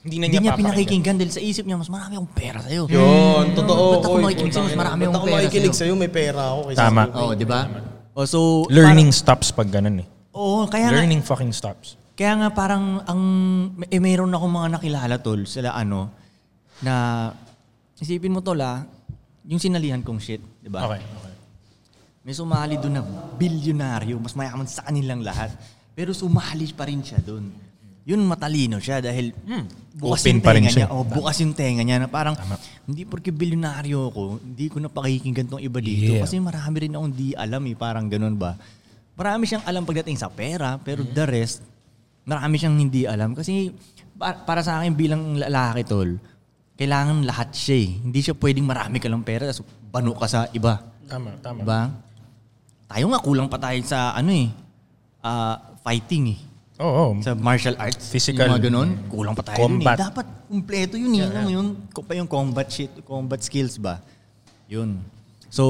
Speaker 5: Hindi na niya
Speaker 4: Hindi niya
Speaker 5: papakinggan.
Speaker 4: pinakikinggan dahil sa isip niya, mas marami akong pera sa'yo.
Speaker 2: Yun, totoo.
Speaker 4: Mm. Ba't ako
Speaker 2: oy,
Speaker 4: makikinig sa'yo? Mas
Speaker 2: putang
Speaker 4: marami
Speaker 2: ina.
Speaker 4: akong
Speaker 2: Ba't ako
Speaker 4: pera
Speaker 2: makikinig
Speaker 4: sa'yo.
Speaker 2: sa'yo? May pera ako. Kaysa
Speaker 5: Tama.
Speaker 2: sa'yo.
Speaker 4: Oo, di ba? O so,
Speaker 5: Learning stops pag ganun eh.
Speaker 4: parang- Oo, kaya nga,
Speaker 5: Learning fucking stops.
Speaker 4: kaya nga parang ang eh, mayroon akong mga nakilala tol sila ano na isipin mo tol ah, yung sinalihan kong shit, di ba?
Speaker 5: Okay. okay.
Speaker 4: May sumali doon na bilyonaryo, mas mayaman sa kanilang lahat. Pero sumali pa rin siya doon. Yun matalino siya dahil hmm, bukas
Speaker 5: Open
Speaker 4: yung
Speaker 5: pa rin
Speaker 4: tenga
Speaker 5: siya.
Speaker 4: niya. O, bukas yung tenga niya na parang hindi porke bilyonaryo ako, hindi ko na pakikinggan tong iba dito.
Speaker 5: Yeah.
Speaker 4: Kasi marami rin akong di alam eh, parang ganun ba. Marami siyang alam pagdating sa pera, pero
Speaker 5: Mm.
Speaker 4: the rest, marami siyang hindi alam. Kasi pa- para sa akin bilang lalaki tol, kailangan lahat siya eh. Hindi siya pwedeng marami ka lang pera tapos banu ka sa iba.
Speaker 5: Tama, tama.
Speaker 4: Diba? Tayo nga kulang pa tayo sa ano eh, ah, fighting eh.
Speaker 5: Oo. oo.
Speaker 4: Sa martial arts,
Speaker 5: Physical.
Speaker 4: yung mga ganun, kulang pa tayo dun
Speaker 5: Combat.
Speaker 4: eh. Dapat kumpleto yun eh. Alam mo yun, ko- pa yung combat shit, combat skills ba? Yun. So,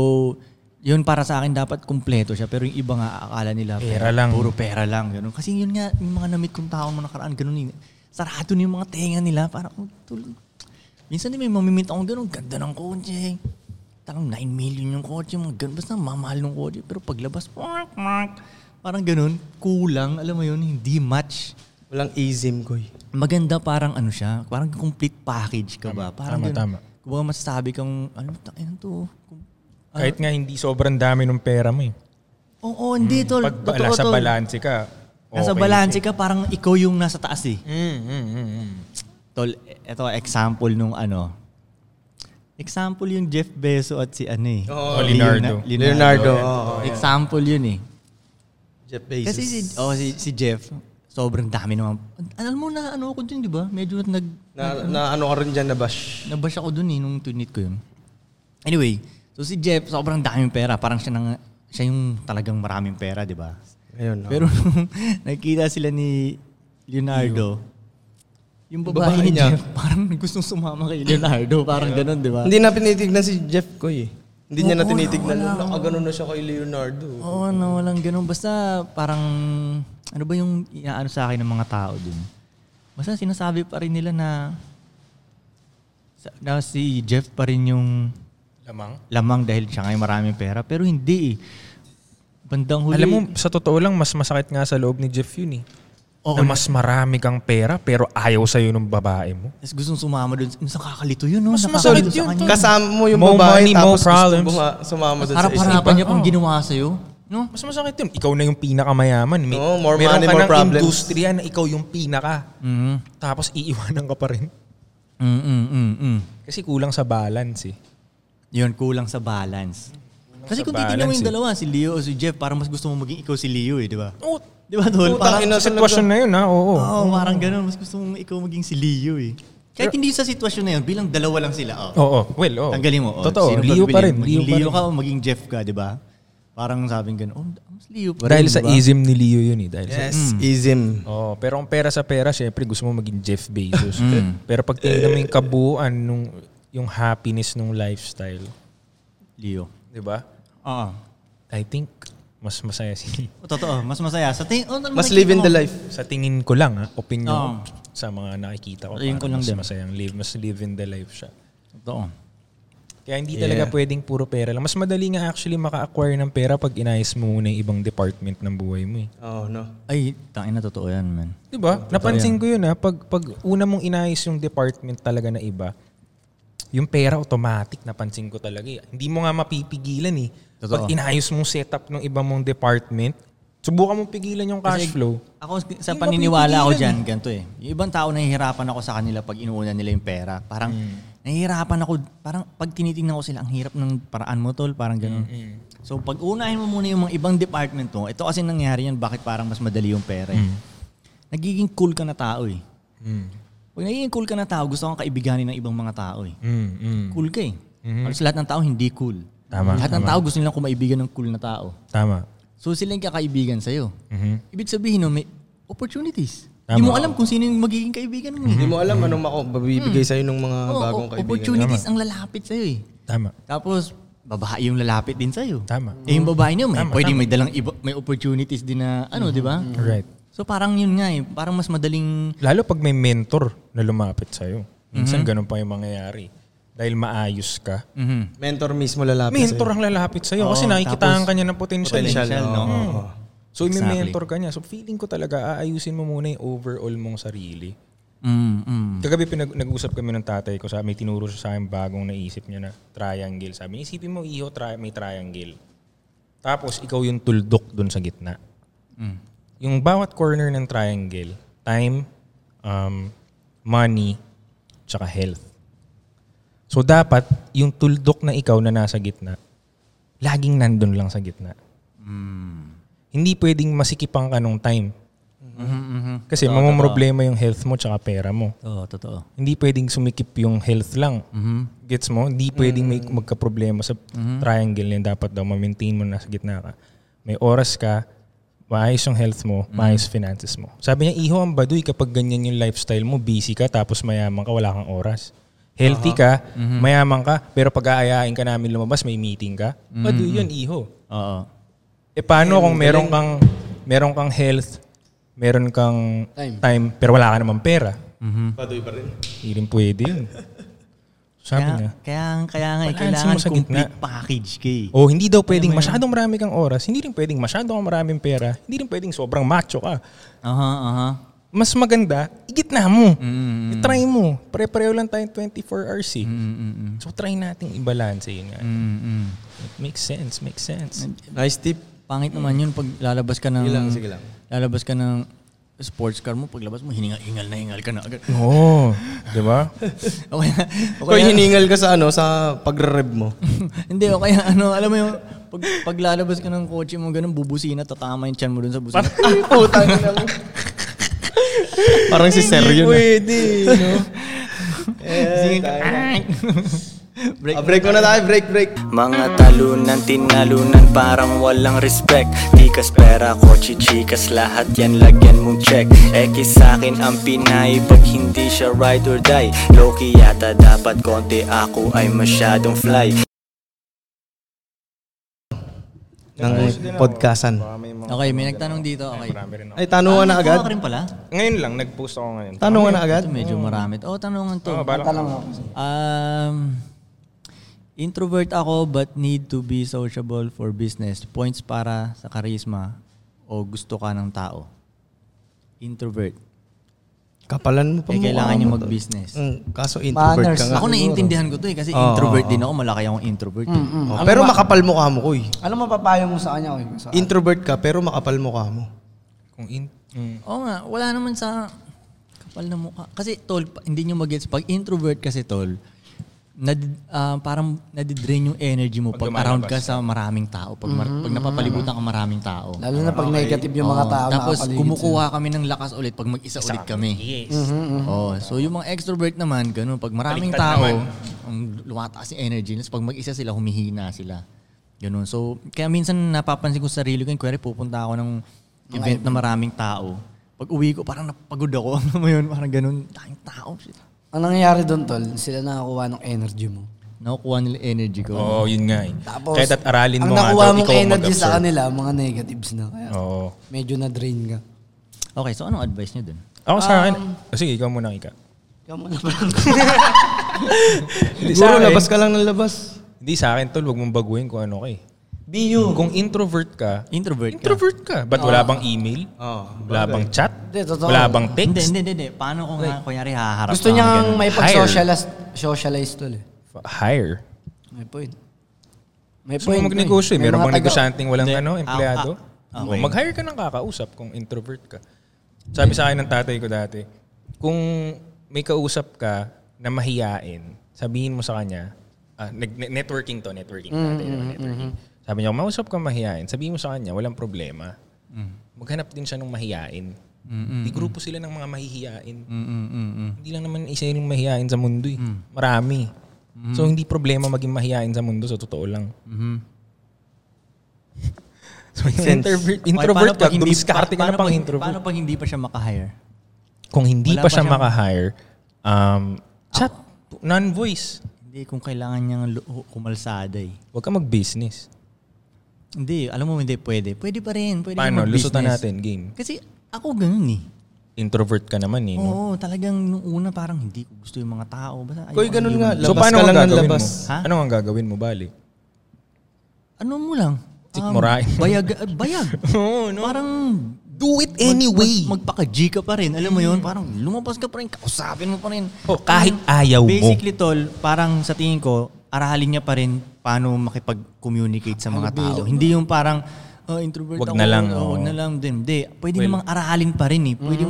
Speaker 4: yun para sa akin dapat kumpleto siya pero yung iba nga akala nila
Speaker 5: Pera lang.
Speaker 4: puro pera lang ganun. Kasi yun nga yung mga namit kong tao mo nakaraan ganun eh. Sarado na yung mga tenga nila para oh, tul- Minsan din may mamimit akong ganun, ganda ng kotse. Tangang 9 million yung kotse mo. Ganun, basta mamahal ng kotse. Pero paglabas, "Mwak, mwak." parang ganun, kulang. Alam mo yun, hindi match
Speaker 2: Walang AZIM, koy.
Speaker 4: maganda parang ano siya, parang complete package ka ba? Parang
Speaker 5: tama,
Speaker 4: ganun.
Speaker 5: tama.
Speaker 4: Kung baka masasabi kang, ano, takin to. Kung-
Speaker 5: Kahit nga hindi sobrang dami ng pera mo eh.
Speaker 4: Oo, hindi tol.
Speaker 5: Mm, Pag
Speaker 4: Totoo,
Speaker 5: bala, sa
Speaker 4: tol.
Speaker 5: balanse ka, okay.
Speaker 4: Nasa balanse ka, parang ikaw yung nasa taas eh.
Speaker 5: Mm, mm, mm, mm.
Speaker 4: Tol, ito example nung ano. Example yung Jeff Bezos at si ano eh.
Speaker 5: Oh, Leonardo.
Speaker 4: Leonardo.
Speaker 2: Leonardo. oo.
Speaker 4: Example yun eh.
Speaker 2: Jeff Bezos.
Speaker 4: Kasi si, oh, si, si Jeff, sobrang dami naman. Alam mo na ano ako dun, di ba? Medyo nag,
Speaker 2: Na, na ano ka rin dyan, nabash.
Speaker 4: nabash ako dun eh, nung tunit ko yun. Anyway, so si Jeff, sobrang daming pera. Parang siya, nang, siya yung talagang maraming pera, di ba?
Speaker 2: Ayun. oh.
Speaker 4: Pero nung nakita sila ni Leonardo, yung babae,
Speaker 2: Babae
Speaker 4: ni
Speaker 2: niya.
Speaker 4: Jeff, parang gustong sumama kay Leonardo. Parang ganun, di ba?
Speaker 2: Hindi na pinitignan si Jeff Koy eh. Hindi niya na
Speaker 4: Oo,
Speaker 2: tinitignan.
Speaker 4: wala. Oh,
Speaker 2: Nakaganon na siya kay Leonardo.
Speaker 4: Oo, no, walang ganun. Basta parang, ano ba yung inaano sa akin ng mga tao dun? Basta sinasabi pa rin nila na, sa- na si Jeff pa rin yung
Speaker 5: Lamang.
Speaker 4: lamang dahil siya ngayon maraming pera. Pero hindi eh. Bandang huli.
Speaker 5: Alam mo, sa totoo lang, mas masakit nga sa loob ni Jeff yun eh. na
Speaker 4: Oo,
Speaker 5: mas marami kang pera pero ayaw sa'yo ng babae mo.
Speaker 4: Tapos gustong sumama doon. Isang kakalito yun, no?
Speaker 5: Mas masakit
Speaker 4: Nakakalito sa
Speaker 5: yun,
Speaker 4: kanya.
Speaker 5: tol.
Speaker 2: Kasama mo yung
Speaker 5: More
Speaker 2: babae
Speaker 5: money, more
Speaker 2: tapos gusto
Speaker 5: problems.
Speaker 2: buma- sumama doon sa isip.
Speaker 4: Harap-harapan niya pang ginawa sa'yo. No?
Speaker 5: Mas masakit yun. Ikaw na yung pinakamayaman. May,
Speaker 2: Oo, more
Speaker 5: meron
Speaker 2: money,
Speaker 5: ka
Speaker 2: more
Speaker 5: ng
Speaker 2: problems.
Speaker 5: industriya na ikaw yung pinaka.
Speaker 4: Mm.
Speaker 5: Tapos iiwanan ka pa rin.
Speaker 4: Mm, mm, mm, mm.
Speaker 5: Kasi kulang sa balance eh.
Speaker 4: Yun, kulang sa balance. Kasi
Speaker 5: sa
Speaker 4: kung titignan mo
Speaker 5: balance,
Speaker 4: yung
Speaker 5: eh.
Speaker 4: dalawa, si Leo o si Jeff, parang mas gusto mo maging ikaw si Leo eh, di ba?
Speaker 5: Oh,
Speaker 4: Di ba, Tol? Parang,
Speaker 2: ina-
Speaker 5: sa sitwasyon na yun ha, oo.
Speaker 4: oh, parang ganun. Mas gusto mong ikaw maging si Leo eh. Kahit hindi sa sitwasyon na yun, bilang dalawa lang sila. Oh.
Speaker 5: Oo, well, oo.
Speaker 4: Tanggalin mo. Oh,
Speaker 5: Totoo,
Speaker 4: Sino
Speaker 5: Leo pa rin.
Speaker 4: pipiliin? Maging Leo,
Speaker 5: Leo pa
Speaker 4: ka o maging Jeff ka, di ba? Parang sabing ganun, oh, mas Leo
Speaker 5: rin.
Speaker 4: pa
Speaker 5: Dahil
Speaker 4: rin,
Speaker 5: sa
Speaker 4: di ba?
Speaker 5: ism ni Leo yun eh. Dahil sa
Speaker 2: Yes, ism.
Speaker 5: Oh, pero ang pera sa pera, syempre gusto mo maging Jeff Bezos.
Speaker 4: Mm.
Speaker 5: Pero pag tingnan mo yung kabuuan nung yung happiness nung lifestyle,
Speaker 4: Leo.
Speaker 5: 'di ba?
Speaker 4: Oo.
Speaker 5: I think mas masaya si
Speaker 4: O, Totoo, mas masaya. Sa ting- oh,
Speaker 2: Mas live in the life.
Speaker 5: sa tingin ko lang, ha, opinion
Speaker 4: Oo.
Speaker 5: ko, sa mga nakikita ko.
Speaker 4: Tingin Oh. ko
Speaker 5: parang
Speaker 4: lang
Speaker 5: mas
Speaker 4: din.
Speaker 5: masayang live, mas live in the life siya.
Speaker 4: Totoo.
Speaker 5: Kaya hindi talaga pwedeng puro pera lang. Mas madali nga actually maka-acquire ng pera pag inayos mo muna yung ibang department ng buhay mo eh.
Speaker 2: Oo, no.
Speaker 4: Ay, tangin na totoo yan, man.
Speaker 5: Di ba? Diba? Napansin ko yun ha. Pag, pag una mong inayos yung department talaga na iba, yung pera automatic, napansin ko talaga. eh. Hindi mo nga mapipigilan eh. Pag inayos mong setup ng iba mong department, subukan mong pigilan yung cash flow.
Speaker 4: Ako sa paniniwala ko diyan ganito eh. Yung ibang tao nahihirapan ako sa kanila pag inuuna nila yung pera. Parang
Speaker 5: Mm.
Speaker 4: nahihirapan ako, parang pag tinitingnan ko sila ang hirap ng paraan mo tol, parang ganoon.
Speaker 5: Mm,
Speaker 4: So pag unahin mo muna yung mga ibang department mo, ito kasi nangyari yan bakit parang mas madali yung pera. Eh. Nagiging cool ka na tao eh.
Speaker 5: Mm.
Speaker 4: Pag nagiging cool ka na tao, gusto kang kaibiganin ng ibang mga tao eh.
Speaker 5: Mm, mm.
Speaker 4: Cool ka eh. Halos lahat ng tao hindi cool.
Speaker 5: Tama,
Speaker 4: lahat ng tao gusto nilang kumaibigan ng cool na tao.
Speaker 5: Tama.
Speaker 4: So sila yung kakaibigan sa'yo.
Speaker 5: Mhm.
Speaker 4: Ibig sabihin no, may
Speaker 5: Tama.
Speaker 4: opportunities.
Speaker 5: Mm-hmm.
Speaker 4: Hindi mo alam kung sino yung magiging kaibigan mo. eh.
Speaker 2: Hindi mo alam anong mako babibigay sa'yo ng mga
Speaker 4: Mm. Oo,
Speaker 2: bagong
Speaker 4: o-
Speaker 2: kaibigan.
Speaker 4: Opportunities ang lalapit sa'yo eh.
Speaker 5: Tama.
Speaker 4: Tapos, babae yung lalapit din sa'yo.
Speaker 5: Tama.
Speaker 4: Eh, yung babae niyo, may,
Speaker 5: Tama, Mm-hmm.
Speaker 4: pwede may dalang iba, may opportunities din na ano, di ba?
Speaker 5: Right.
Speaker 4: So parang yun nga eh, parang mas madaling
Speaker 5: Lalo pag may mentor na lumapit sa'yo. Minsan ganun pa yung mangyayari. Dahil maayos ka.
Speaker 4: mhm,
Speaker 2: Mentor mismo lalapit
Speaker 5: Mentor ang lalapit sa'yo kasi nakikitaan ka niya ng potential. eh.
Speaker 2: eh. Potential, no? Oo.
Speaker 5: So, may mentor ka niya. So, feeling ko talaga, aayusin mo muna yung overall mong sarili.
Speaker 4: mm, mm.
Speaker 5: Kagabi, pinag- nag-usap kami ng tatay ko. Sa, may tinuro siya sa akin bagong naisip niya na triangle. Sabi niya, isipin mo, iho, tri- may triangle. Tapos, ikaw yung tuldok dun sa gitna. Yung bawat corner ng triangle, time, um, money, tsaka health. So, dapat, yung tuldok na ikaw na nasa gitna, laging nandun lang sa gitna. Hindi pwedeng masikipang ka nung time. Kasi mamumroblema yung health mo tsaka pera mo.
Speaker 4: Oo, totoo.
Speaker 5: Hindi pwedeng sumikip yung health lang. Gets mo? Hindi pwedeng may magka-problema sa triangle niyan. Dapat daw ma-maintain mo na sa gitna ka. May oras ka, maayos yung health mo, maayos finances mo. Sabi niya, iho ang baduy kapag ganyan yung lifestyle mo, busy ka, tapos mayaman ka, wala kang oras. Healthy ka, mayaman ka, pero pag aayain ka namin lumabas, may meeting ka. Baduy yun, iho.
Speaker 4: Oo.
Speaker 5: E paano kung meron kang meron kang health, meron kang time,
Speaker 3: Time.
Speaker 5: pero wala ka naman pera?
Speaker 2: Patuloy pa rin.
Speaker 5: Hindi rin pwede yun. Sabi niya.
Speaker 4: Kaya, kaya, kaya nga eh,
Speaker 5: Balansin
Speaker 4: kailangan
Speaker 5: mo sa
Speaker 4: complete
Speaker 5: gitna.
Speaker 4: package kay.
Speaker 5: O hindi daw pwedeng masyadong marami kang oras, hindi rin pwedeng masyadong maraming pera, hindi rin pwedeng sobrang macho ka.
Speaker 4: Aha, aha.
Speaker 5: Mas maganda, igit na mo. Try mo. Pare-pareho lang tayong 24 hours eh. So try nating i-balance eh, yun nga.
Speaker 4: Mm, mm.
Speaker 5: It makes sense, makes sense.
Speaker 2: Nice tip.
Speaker 4: Pangit naman yun pag lalabas ka ng...
Speaker 2: Sige lang, sige lang.
Speaker 4: Lalabas ka ng sports car mo, paglabas mo, hininga, hingal na hingal ka na agad.
Speaker 5: Oo. di ba?
Speaker 4: O kaya, o
Speaker 2: Koy,
Speaker 4: kaya,
Speaker 2: hiningal ka sa ano, sa pagre-rev mo.
Speaker 4: hindi, o kaya ano, alam mo yung, pag, pag lalabas ka ng kotse mo, ganun, bubusina, tatama yung tiyan mo dun sa busina.
Speaker 2: Putang ina mo.
Speaker 5: Parang si Sir yun. ah.
Speaker 2: Pwede, no? Eh, tayo. Ah, break muna tayo, break, break.
Speaker 1: Mga talunan, tinalunan, parang walang respect Tikas, pera, kotse, chikas, lahat yan lagyan mong check X sa'kin ang Pinay, pag hindi siya ride or die Loki yata dapat konti, ako ay masyadong fly
Speaker 2: Ng podcastan.
Speaker 4: Okay, may nagtanong dito. Okay.
Speaker 5: Marami rin ako.
Speaker 2: Ay, tanungan na agad.
Speaker 4: Ka rin pala?
Speaker 5: Ngayon lang, nag-post ako ngayon.
Speaker 2: Tanungan na agad. Ah,
Speaker 4: Ito medyo marami. Oh, tanungan to.
Speaker 5: Oh, balak.
Speaker 3: Alam mo.
Speaker 4: Um, introvert ako but need to be sociable for business. Points para sa charisma o gusto ka ng tao. Introvert.
Speaker 2: Kapalan mo pa
Speaker 4: Eh,
Speaker 2: mukha
Speaker 4: kailangan niyo
Speaker 2: mo to.
Speaker 4: mag-business.
Speaker 2: Mm, kaso introvert
Speaker 3: Manners.
Speaker 2: ka nga.
Speaker 4: Ako naiintindihan ko to eh
Speaker 2: Oo,
Speaker 4: kasi introvert
Speaker 2: oo,
Speaker 4: din ako. Malaki akong introvert. eh.
Speaker 3: Mm-mm.
Speaker 2: Oh, pero makapal mukha mo, kuy.
Speaker 3: Ano mapapayo mo sa kanya? Koy? Sa-
Speaker 2: Introvert ka, pero makapal mukha mo.
Speaker 5: Kung in, mm,
Speaker 4: Oo nga, wala naman sa kapal na mukha. Kasi tol, pa- hindi nyo magets Pag introvert kasi tol, nad, ah, parang nadidrain yung energy mo pag, around ka Mm-hmm. sa maraming tao. Pag, mar- pag napapalibutan ka maraming tao.
Speaker 3: Lalo na pag negative yung mga
Speaker 4: Oo.
Speaker 3: tao na
Speaker 4: Tapos
Speaker 3: kapaligid
Speaker 4: kumukuha kami ng lakas ulit pag mag-isa ulit kami.
Speaker 5: yes.
Speaker 3: Mm-hmm,
Speaker 4: Oh, so yung mga extrovert naman, ganun, pag maraming
Speaker 5: Baliktad
Speaker 4: tao,
Speaker 5: naman.
Speaker 4: ang lumataas yung energy. Tapos pag mag-isa sila, humihina sila. Ganun. So, kaya minsan napapansin ko sa sarili ko, kaya pupunta ako ng event na maraming tao. Pag uwi ko, parang napagod ako. Alam mo yun, parang ganun, daming tao. Shit.
Speaker 3: Ang nangyayari doon, tol, sila nakakuha ng energy mo.
Speaker 4: Nakukuha nila energy ko.
Speaker 5: Oo, yun nga eh.
Speaker 3: Tapos,
Speaker 5: Kahit at aralin
Speaker 3: ang
Speaker 5: mo nga
Speaker 3: nakuha
Speaker 5: daw,
Speaker 3: mong
Speaker 5: ikaw ang
Speaker 3: energy sa ano
Speaker 5: mag-absorb.
Speaker 3: kanila, mga negatives na. Kaya
Speaker 5: Oo.
Speaker 3: medyo na-drain ka.
Speaker 4: Okay, so anong advice niyo dun?
Speaker 5: Ako sa akin,
Speaker 3: Um,
Speaker 5: oh, sige, ikaw muna, Ika.
Speaker 3: Ikaw muna parang
Speaker 2: Siguro
Speaker 5: akin-
Speaker 2: labas ka lang ng labas.
Speaker 5: Hindi sa akin, tol, huwag mong baguhin kung ano ka eh.
Speaker 3: Be you. Ah.
Speaker 5: Kung introvert ka,
Speaker 4: Introvert ka?
Speaker 5: introvert ka. Ba't wala bang email?
Speaker 2: Oo,
Speaker 5: wala bang chat?
Speaker 3: Hindi, totoo.
Speaker 5: Wala bang
Speaker 4: Hindi,
Speaker 5: text?
Speaker 4: hindi, hindi, hindi. Paano kung nga, kunyari, haharap
Speaker 3: Gusto
Speaker 4: ka ng
Speaker 3: niyang
Speaker 4: ganun?
Speaker 3: may pag-socialize socialize, tol eh.
Speaker 5: F- Hire.
Speaker 3: May point. May
Speaker 5: Gusto mo
Speaker 3: ko eh.
Speaker 5: magnegosyo eh.
Speaker 3: May
Speaker 5: Meron
Speaker 3: mga
Speaker 5: bang
Speaker 3: taga-
Speaker 5: negosyanteng walang
Speaker 4: Hindi.
Speaker 5: ano, empleyado?
Speaker 4: Ah, ah, okay.
Speaker 5: Mag-hire ka ng kakausap kung introvert ka. Sabi sa akin ng tatay ko dati, kung may kausap ka na mahiyain, sabihin mo sa kanya, ah, nag- ne- networking to, networking.
Speaker 3: Mm,
Speaker 5: tatay naman, networking. Sabi niya, kung mausap ka mahiyain, sabihin mo sa kanya, walang problema.
Speaker 4: Mm.
Speaker 5: Maghanap din siya ng mahiyain. Di grupo sila ng mga mahihiyain.
Speaker 4: Mm.
Speaker 5: Hindi lang naman isa yung mahihain sa mundo eh. Marami.
Speaker 4: Mm.
Speaker 5: So hindi problema maging mahihain sa mundo sa totoo lang. so yung introvert,
Speaker 4: Why,
Speaker 5: introvert
Speaker 4: paano
Speaker 5: ka,
Speaker 4: pag hindi-
Speaker 5: dumiskarte ka na
Speaker 4: paano
Speaker 5: pang
Speaker 4: pag-
Speaker 5: introvert.
Speaker 4: Paano pag hindi pa siya makahire?
Speaker 5: Kung hindi
Speaker 4: wala
Speaker 5: pa
Speaker 4: pa
Speaker 5: siya
Speaker 4: siyang-
Speaker 5: makahire, um, chat, non-voice.
Speaker 4: Hindi, kung kailangan niyang lu- hu- kumalsada eh.
Speaker 5: Huwag ka mag-business.
Speaker 4: Hindi, alam mo hindi pwede. Pwede pa rin. Pwede
Speaker 5: Paano?
Speaker 4: kang
Speaker 5: Lusutan
Speaker 4: mag-business.
Speaker 5: natin, game.
Speaker 4: Kasi ako ganun eh.
Speaker 5: Introvert ka naman eh. no?
Speaker 4: Oo, talagang nung una parang hindi ko gusto yung mga tao. Basta
Speaker 2: Kuy,
Speaker 4: ayoko
Speaker 2: ganun
Speaker 4: yung-
Speaker 2: nga.
Speaker 5: So
Speaker 2: Labas
Speaker 5: paano
Speaker 2: ka
Speaker 5: ang
Speaker 2: lang ng
Speaker 5: gagawin
Speaker 2: labas.
Speaker 5: mo?
Speaker 4: Ha?
Speaker 5: Ano ang gagawin mo, bali?
Speaker 4: Ano mo lang?
Speaker 5: Sikmurain.
Speaker 4: bayag. ah, Bayag. Oo, no? Parang
Speaker 5: Do it Mm.
Speaker 4: Mag, mag, magpaka-G ka pa rin. Alam mo yun? Parang lumabas ka pa rin. Kausapin mo pa rin.
Speaker 5: Oh, kahit ayaw mo.
Speaker 4: Basically, tol, parang sa tingin ko, aralin niya pa rin paano makipag-communicate sa mga tao. Hindi yung parang, "Ah, introvert
Speaker 5: Wag
Speaker 4: ako.
Speaker 5: na lang,
Speaker 4: oh,
Speaker 5: oo.
Speaker 4: wag na lang din. Hindi, pwede namang aralin pa rin eh. Pwede,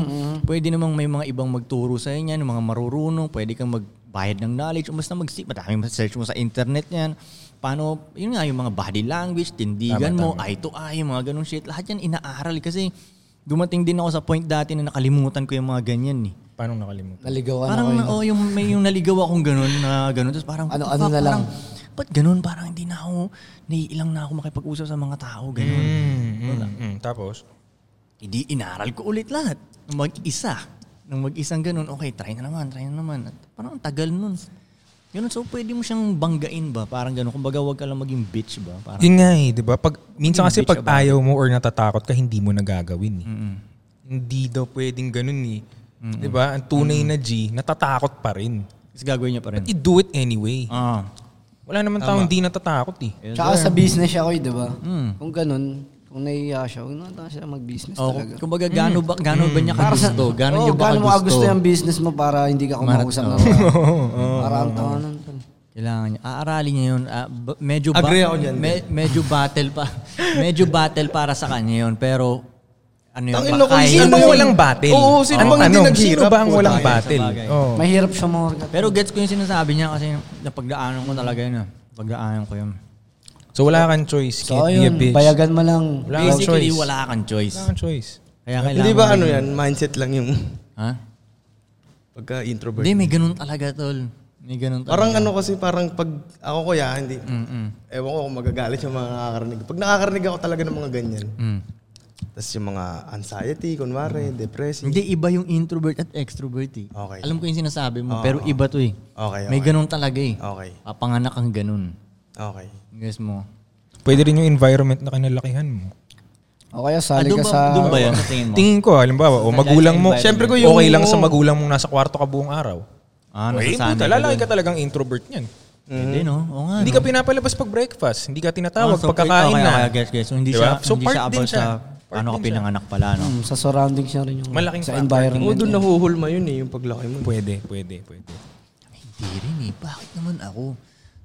Speaker 4: pwede namang may mga ibang magturo sa inyo, yung mga marurunong, pwede kang magbayad ng knowledge, o basta mag-seek, madaming search mo sa internet yan. Paano, yun nga, yung mga body language, tindigan mo, eye to eye, mga ganung shit. Lahat yan inaaral eh. kasi dumating din ako sa point dati na nakalimutan ko yung mga ganyan eh.
Speaker 5: Paano nakalimutan?
Speaker 3: Naligawan ako
Speaker 4: Parang
Speaker 3: eh.
Speaker 4: na, oh, yung may yung naligaw akong ganun na ganun tapos parang
Speaker 3: Ano-
Speaker 4: what the
Speaker 3: ano na lang?
Speaker 4: parang ba't ganun parang hindi na ako naiilang na ako makipag-usap sa mga tao ganun.
Speaker 5: Mm, mm, tapos?
Speaker 4: Hindi inaral ko ulit lahat nung mag-isa. Nung mag-isang ganun, okay, try na naman, try na naman. At parang ang tagal nun. Ganun, so pwede mo siyang banggain ba? Parang ganun. Kumbaga, wag ka lang maging bitch ba? Parang,
Speaker 5: Yun nga eh, di ba? Pag, minsan kasi
Speaker 4: bitch
Speaker 5: pag ayaw mo or natatakot ka, hindi mo nagagawin eh. Hindi daw pwedeng ganun eh. Di ba? Ang tunay na G, natatakot pa rin.
Speaker 4: tapos gagawin niya pa rin.
Speaker 5: You do it anyway.
Speaker 4: Ah.
Speaker 5: Wala naman taong hindi natatakot eh.
Speaker 3: Tsaka sa business siya, koy, di ba?
Speaker 5: Mm.
Speaker 3: Kung ganun, kung nahihiya siya, huwag na lang siya mag-business
Speaker 4: Oh,
Speaker 3: talaga.
Speaker 4: kumbaga, gaano ba, gaano ba niya ka gusto? Gaano
Speaker 3: Mm. Oo,
Speaker 4: niya ba
Speaker 3: gaano mo
Speaker 4: ka gusto?
Speaker 3: gusto yung business mo para hindi ka kumakusap ng Para ang tao nun. tol.
Speaker 4: Kailangan niya. Aaralin niya yun. Ah, ba- medyo
Speaker 2: Agree ako dyan.
Speaker 4: me- medyo battle pa. medyo battle para sa kanya yun. Pero, ano yun?
Speaker 2: Tangin na kung
Speaker 4: kaya-
Speaker 5: Sino
Speaker 2: Sino
Speaker 5: bang
Speaker 2: yun?
Speaker 5: walang battle?
Speaker 2: Oo, sino bang hindi
Speaker 5: tanong,
Speaker 2: naghirap?
Speaker 5: Sino ba ang walang
Speaker 2: Puta,
Speaker 5: battle?
Speaker 4: sabagay.
Speaker 5: Oo.
Speaker 3: Mahirap siya mahorgat.
Speaker 4: Pero gets ko yung sinasabi niya kasi napagdaanan ko talaga yun. ah. Napagdaanan ko yun.
Speaker 5: So wala kang choice. Can't be
Speaker 3: So,
Speaker 5: a
Speaker 3: yun,
Speaker 5: bitch.
Speaker 3: bayagan mo lang.
Speaker 5: Wala kang
Speaker 4: Basically,
Speaker 5: choice.
Speaker 4: wala kang choice.
Speaker 5: Wala kang choice.
Speaker 4: Kaya kailangan
Speaker 2: Hindi ba ano yan? Mindset lang yung...
Speaker 4: Ha?
Speaker 2: Pagka introvert.
Speaker 4: Hindi, may ganun talaga, tol. May ganun talaga.
Speaker 2: Parang ano kasi, parang pag ako kuya, hindi,
Speaker 4: Mm-mm.
Speaker 2: ewan ko kung magagalit yung mga nakakarinig. Pag nakakarinig ako talaga ng mga ganyan,
Speaker 4: Mm.
Speaker 2: tapos yung mga anxiety, kunwari, depressive.
Speaker 4: Hindi, iba yung introvert at extrovert eh.
Speaker 2: Okay. Ah,
Speaker 4: Alam ko yung sinasabi mo, pero iba to eh.
Speaker 2: Okay,
Speaker 4: May
Speaker 2: okay.
Speaker 4: ganun talaga eh.
Speaker 2: Okay,
Speaker 4: Papanganak ang ganun.
Speaker 2: okay.
Speaker 4: Yes mo.
Speaker 5: Pwede rin yung environment na kinalakihan mo.
Speaker 3: O kaya sali
Speaker 4: doon
Speaker 3: ka
Speaker 4: ba-
Speaker 3: sa...
Speaker 4: doon ba yan? Sa tingin mo?
Speaker 5: Tingin ko, halimbawa, o magulang mo,
Speaker 4: Siyempre
Speaker 5: ko yung... Okay lang sa magulang mong nasa kwarto ka buong araw.
Speaker 4: Ah,
Speaker 5: Ay,
Speaker 4: nasasanay
Speaker 5: puta,
Speaker 4: ka
Speaker 5: lalaki
Speaker 4: dun.
Speaker 5: ka talagang introvert niyan.
Speaker 4: Hindi, no? Oo nga.
Speaker 5: Hindi
Speaker 4: no?
Speaker 5: ka pinapalabas pag breakfast, hindi ka tinatawag
Speaker 4: Ah, so,
Speaker 5: pagkakain
Speaker 4: okay,
Speaker 5: na.
Speaker 4: okay, guess, guess. So, hindi
Speaker 5: Diba?
Speaker 4: siya,
Speaker 5: So,
Speaker 4: hindi
Speaker 5: part
Speaker 4: siya
Speaker 5: din
Speaker 4: about
Speaker 5: siya.
Speaker 4: sa
Speaker 5: Part
Speaker 4: paano ka
Speaker 5: din siya.
Speaker 4: pinanganak pala, no?
Speaker 3: Hmm, sa surroundings niya rin yung...
Speaker 5: Malaking
Speaker 3: sa
Speaker 5: factor.
Speaker 2: Oo,
Speaker 3: environment.
Speaker 2: doon nahuhulma yun eh, yung paglaki mo.
Speaker 5: Pwede, pwede, pwede.
Speaker 4: Ay, Hindi rin eh. Bakit naman ako?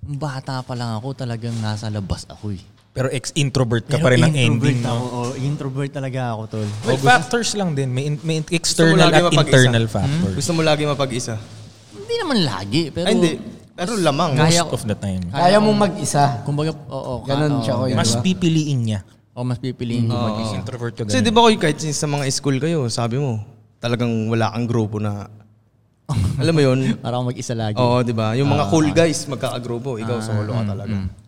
Speaker 4: Nung bata pa lang ako, talagang nasa labas ako eh.
Speaker 5: Pero ex-introvert ka pa rin ang
Speaker 4: introvert
Speaker 5: ending.
Speaker 4: ako.
Speaker 5: No?
Speaker 4: oo. introvert talaga ako, tol.
Speaker 5: Well, factors lang din. May, in- may
Speaker 2: Gusto mo
Speaker 5: external
Speaker 2: lagi
Speaker 5: at
Speaker 2: mapag-isa.
Speaker 5: internal factors.
Speaker 2: Gusto mo lagi mapag-isa.
Speaker 4: Hindi naman lagi, pero...
Speaker 2: Ay, hindi. Pero lamang.
Speaker 4: Kaya
Speaker 5: Most of the time.
Speaker 3: Kaya mong mag-isa.
Speaker 4: Kumbaga, oo. ka-
Speaker 3: Ganun
Speaker 5: Ah,
Speaker 4: oo.
Speaker 3: siya ko yun,
Speaker 5: Mas
Speaker 3: diba?
Speaker 5: pipiliin niya.
Speaker 4: O mas pipiliin ko mag-isa.
Speaker 5: Introvert ka
Speaker 2: Kasi
Speaker 5: ganun.
Speaker 2: di ba kayo, kahit sa mga school kayo, sabi mo, talagang wala kang grupo na, alam mo yun?
Speaker 4: Para ako mag-isa lagi.
Speaker 2: Oo, di ba? Yung mga cool guys, magkakagrupo. Ikaw, solo ka talaga. Yung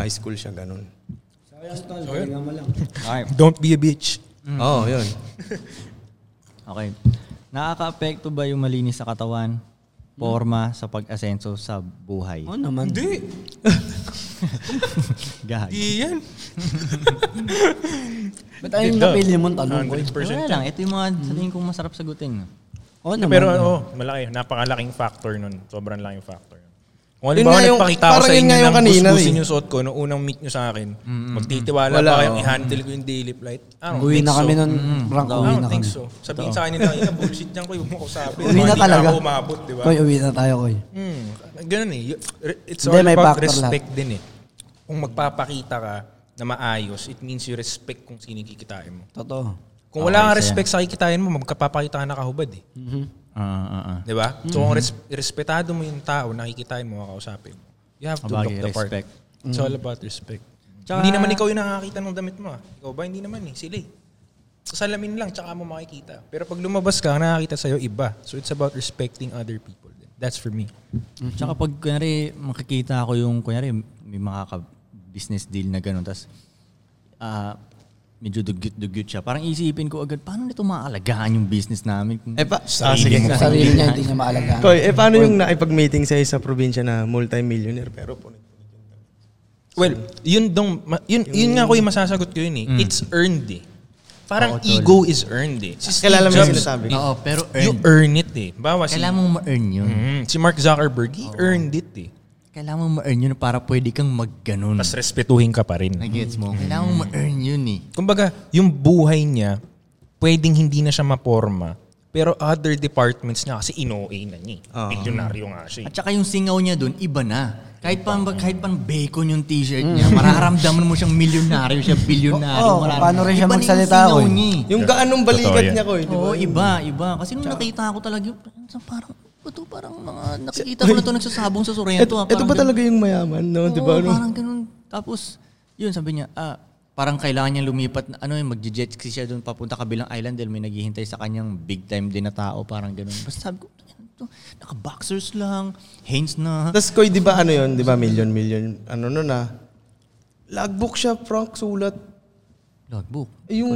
Speaker 2: High school siya, ganun.
Speaker 5: Don't be a bitch.
Speaker 2: Oo, yun.
Speaker 4: Okay. Nakaka-apekto ba yung malinis sa katawan, forma sa pag-asenso sa buhay?
Speaker 3: Oo naman.
Speaker 5: Hindi.
Speaker 4: Gahag.
Speaker 5: yan.
Speaker 3: Ba't ayun napili mong tanong ko?
Speaker 4: Wala lang. Ito yung mga sa tingin kong masarap sagutin.
Speaker 3: Oo naman.
Speaker 5: Pero oo, malaki. Napakalaking factor nun. Sobrang laking factor. nun. Kung
Speaker 2: Yun
Speaker 5: halimbawa
Speaker 2: nga yung-
Speaker 5: nagpakita ko
Speaker 2: parang
Speaker 5: sa
Speaker 2: yun
Speaker 5: inyo
Speaker 2: nga yung
Speaker 5: ng
Speaker 2: kanina,
Speaker 5: busbusin
Speaker 2: eh.
Speaker 5: yung suot ko nung unang meet nyo sa akin, magtitiwala
Speaker 2: Wala,
Speaker 5: pa kayong
Speaker 2: oo.
Speaker 5: i-handle ko yung daily flight. I don't
Speaker 3: Uwi
Speaker 5: think
Speaker 3: na
Speaker 5: so.
Speaker 3: kami nun. Frank,
Speaker 5: I
Speaker 3: uwi na
Speaker 5: don't think
Speaker 3: kami.
Speaker 5: so. Sabihin sa akin nila, ina bullshit niyan ko yung kumakusapin.
Speaker 3: Uwi na talaga.
Speaker 5: Hindi na ako umabot, di ba?
Speaker 3: Koy, uwi na tayo, Koy.
Speaker 5: Hmm. Ganun eh. You- re- It's
Speaker 3: Hindi,
Speaker 5: all
Speaker 3: may
Speaker 5: about
Speaker 3: factor
Speaker 5: respect din eh. Kung magpapakita ka na maayos, it means you respect kung sino yung kikitain mo.
Speaker 3: Totoo.
Speaker 5: Kung wala kang respect sa kikitain mo, magkapapakita ka nakahubad eh.
Speaker 3: Hmm.
Speaker 4: Ah, ah, ah.
Speaker 5: Di ba? So
Speaker 3: Mm-hmm.
Speaker 5: kung res- respetado mo yung tao, nakikitain mo, makakausapin mo. You have to look
Speaker 4: Kabagay,
Speaker 5: the
Speaker 4: respect.
Speaker 5: part. It's
Speaker 3: Mm.
Speaker 5: all about respect. hindi naman ikaw yung nakakita ng damit mo. ah. Ikaw ba? Hindi naman eh. Sila eh. Sa salamin lang, tsaka mo makikita. Pero pag lumabas ka, ang nakakita sa'yo iba. So it's about respecting other people. din. That's for me.
Speaker 3: Mm-hmm.
Speaker 4: Tsaka pag kunyari makikita ko yung kunyari may makaka-business deal na gano'n tapos ah medyo dugyot-dugyot siya. Parang isipin ko agad, paano nito maaalagaan yung business namin?
Speaker 2: Eh, pa- ah, sige.
Speaker 3: Sa sarili niya, hindi niya maalagaan.
Speaker 2: Koy, eh paano yung naipag-meeting sa'yo sa probinsya na multi-millionaire pero punit?
Speaker 5: Well, yun dong, ma- yun, yun nga ko yung masasagot ko yun eh.
Speaker 4: Mm.
Speaker 5: It's earned eh. Parang ego is earned eh. Si Steve
Speaker 2: Ah, Kilala mo yung
Speaker 5: Jobs,
Speaker 2: sinasabi ko?
Speaker 4: Oo, pero
Speaker 5: You
Speaker 4: earn.
Speaker 5: earn it eh. Bawa si,
Speaker 4: Kailangan mong ma-earn yun.
Speaker 5: Mm, si Mark Zuckerberg, he earned it eh.
Speaker 3: Mm-hmm.
Speaker 4: Kailangan mong ma-earn yun para pwede kang mag-ganun.
Speaker 5: Tapos respetuhin ka pa rin.
Speaker 4: Nag-gets
Speaker 3: Mm-hmm.
Speaker 4: mo? Kailangan mong ma-earn yun eh.
Speaker 5: Kumbaga, yung buhay niya, pwedeng hindi na siya maporma. Pero other departments niya, kasi ino-OA na niya. eh. Milyonaryo nga siya. eh.
Speaker 4: At saka yung singaw niya doon, iba na. Kahit pa kahit pang bacon yung t-shirt niya, mararamdaman mo siyang milyonaryo siya, bilyonaryo.
Speaker 3: Mm-hmm. Oo,
Speaker 4: mararamdaman-
Speaker 3: paano rin siya
Speaker 4: Iba na yung
Speaker 3: magsalita,
Speaker 4: singaw
Speaker 3: oy.
Speaker 4: niya eh.
Speaker 2: Yung gaanong
Speaker 5: Totoo
Speaker 2: balikat
Speaker 5: yan.
Speaker 2: niya, Koy, di ba?
Speaker 4: Oo, iba, iba. Kasi nung nakita ko talaga yun, sa parang, ito parang mga, nakikita ko na ito nagsasabong sa Sorrento.
Speaker 2: Ito,
Speaker 4: ah,
Speaker 2: ito
Speaker 4: parang
Speaker 2: ba
Speaker 4: ganun.
Speaker 2: talaga yung mayaman, no? Di
Speaker 4: Oo,
Speaker 2: ba? No?
Speaker 4: parang ganun. Tapos, yun, sabi niya, ah, parang kailangan niya lumipat, na, ano yun, mag-jet ski siya doon papunta kabilang island dahil may naghihintay sa kanyang big time din na tao, parang ganun. Basta sabi ko, "Ano to? naka-boxers lang, Hanes na.
Speaker 2: Tapos, Koy, di ba ano yun? Di ba million-million? Ano no na? Logbook siya, Frank, sulat.
Speaker 4: Logbook.
Speaker 2: Eh, yung,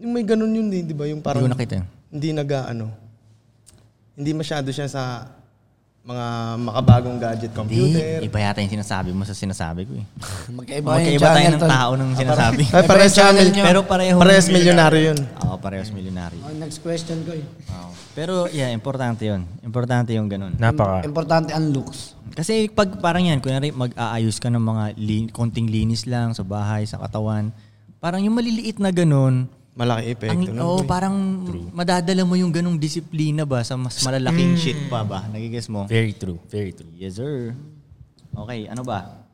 Speaker 2: yung may ganun yun, eh, di, di ba? Yung
Speaker 4: Hindi
Speaker 2: parang
Speaker 4: ko nakita yun.
Speaker 2: hindi nag-ano. Hindi masyado siya sa mga makabagong gadget
Speaker 4: Hindi,
Speaker 2: computer.
Speaker 4: iba yata yung sinasabi mo sa sinasabi ko eh.
Speaker 3: Magkaiba, yung
Speaker 4: Magkaiba tayo
Speaker 3: channel,
Speaker 4: ng
Speaker 3: tol.
Speaker 4: tao
Speaker 2: Ah,
Speaker 4: ng sinasabi.
Speaker 2: Ay, parehas channel
Speaker 4: niyo. Pero pareho.
Speaker 2: Parehas milyonaryo yun.
Speaker 4: Oo, parehas milyonary.
Speaker 3: Oh, next question, Koy.
Speaker 4: Pero yeah, importante yun. Importante yung ganun.
Speaker 5: Napaka.
Speaker 3: Importante ang looks.
Speaker 4: Kasi pag parang yan, kunyari mag-aayos ka ng mga lin- konting linis lang sa bahay, sa katawan, parang yung maliliit na ganun,
Speaker 2: Malaki epekto.
Speaker 4: ang,
Speaker 2: nun,
Speaker 4: oh,
Speaker 2: eh.
Speaker 4: parang madadala mo yung ganung disiplina ba sa mas malalaking shit pa ba? Nagigis mo?
Speaker 5: Very true. Very true.
Speaker 4: Yes, sir. Okay, ano ba?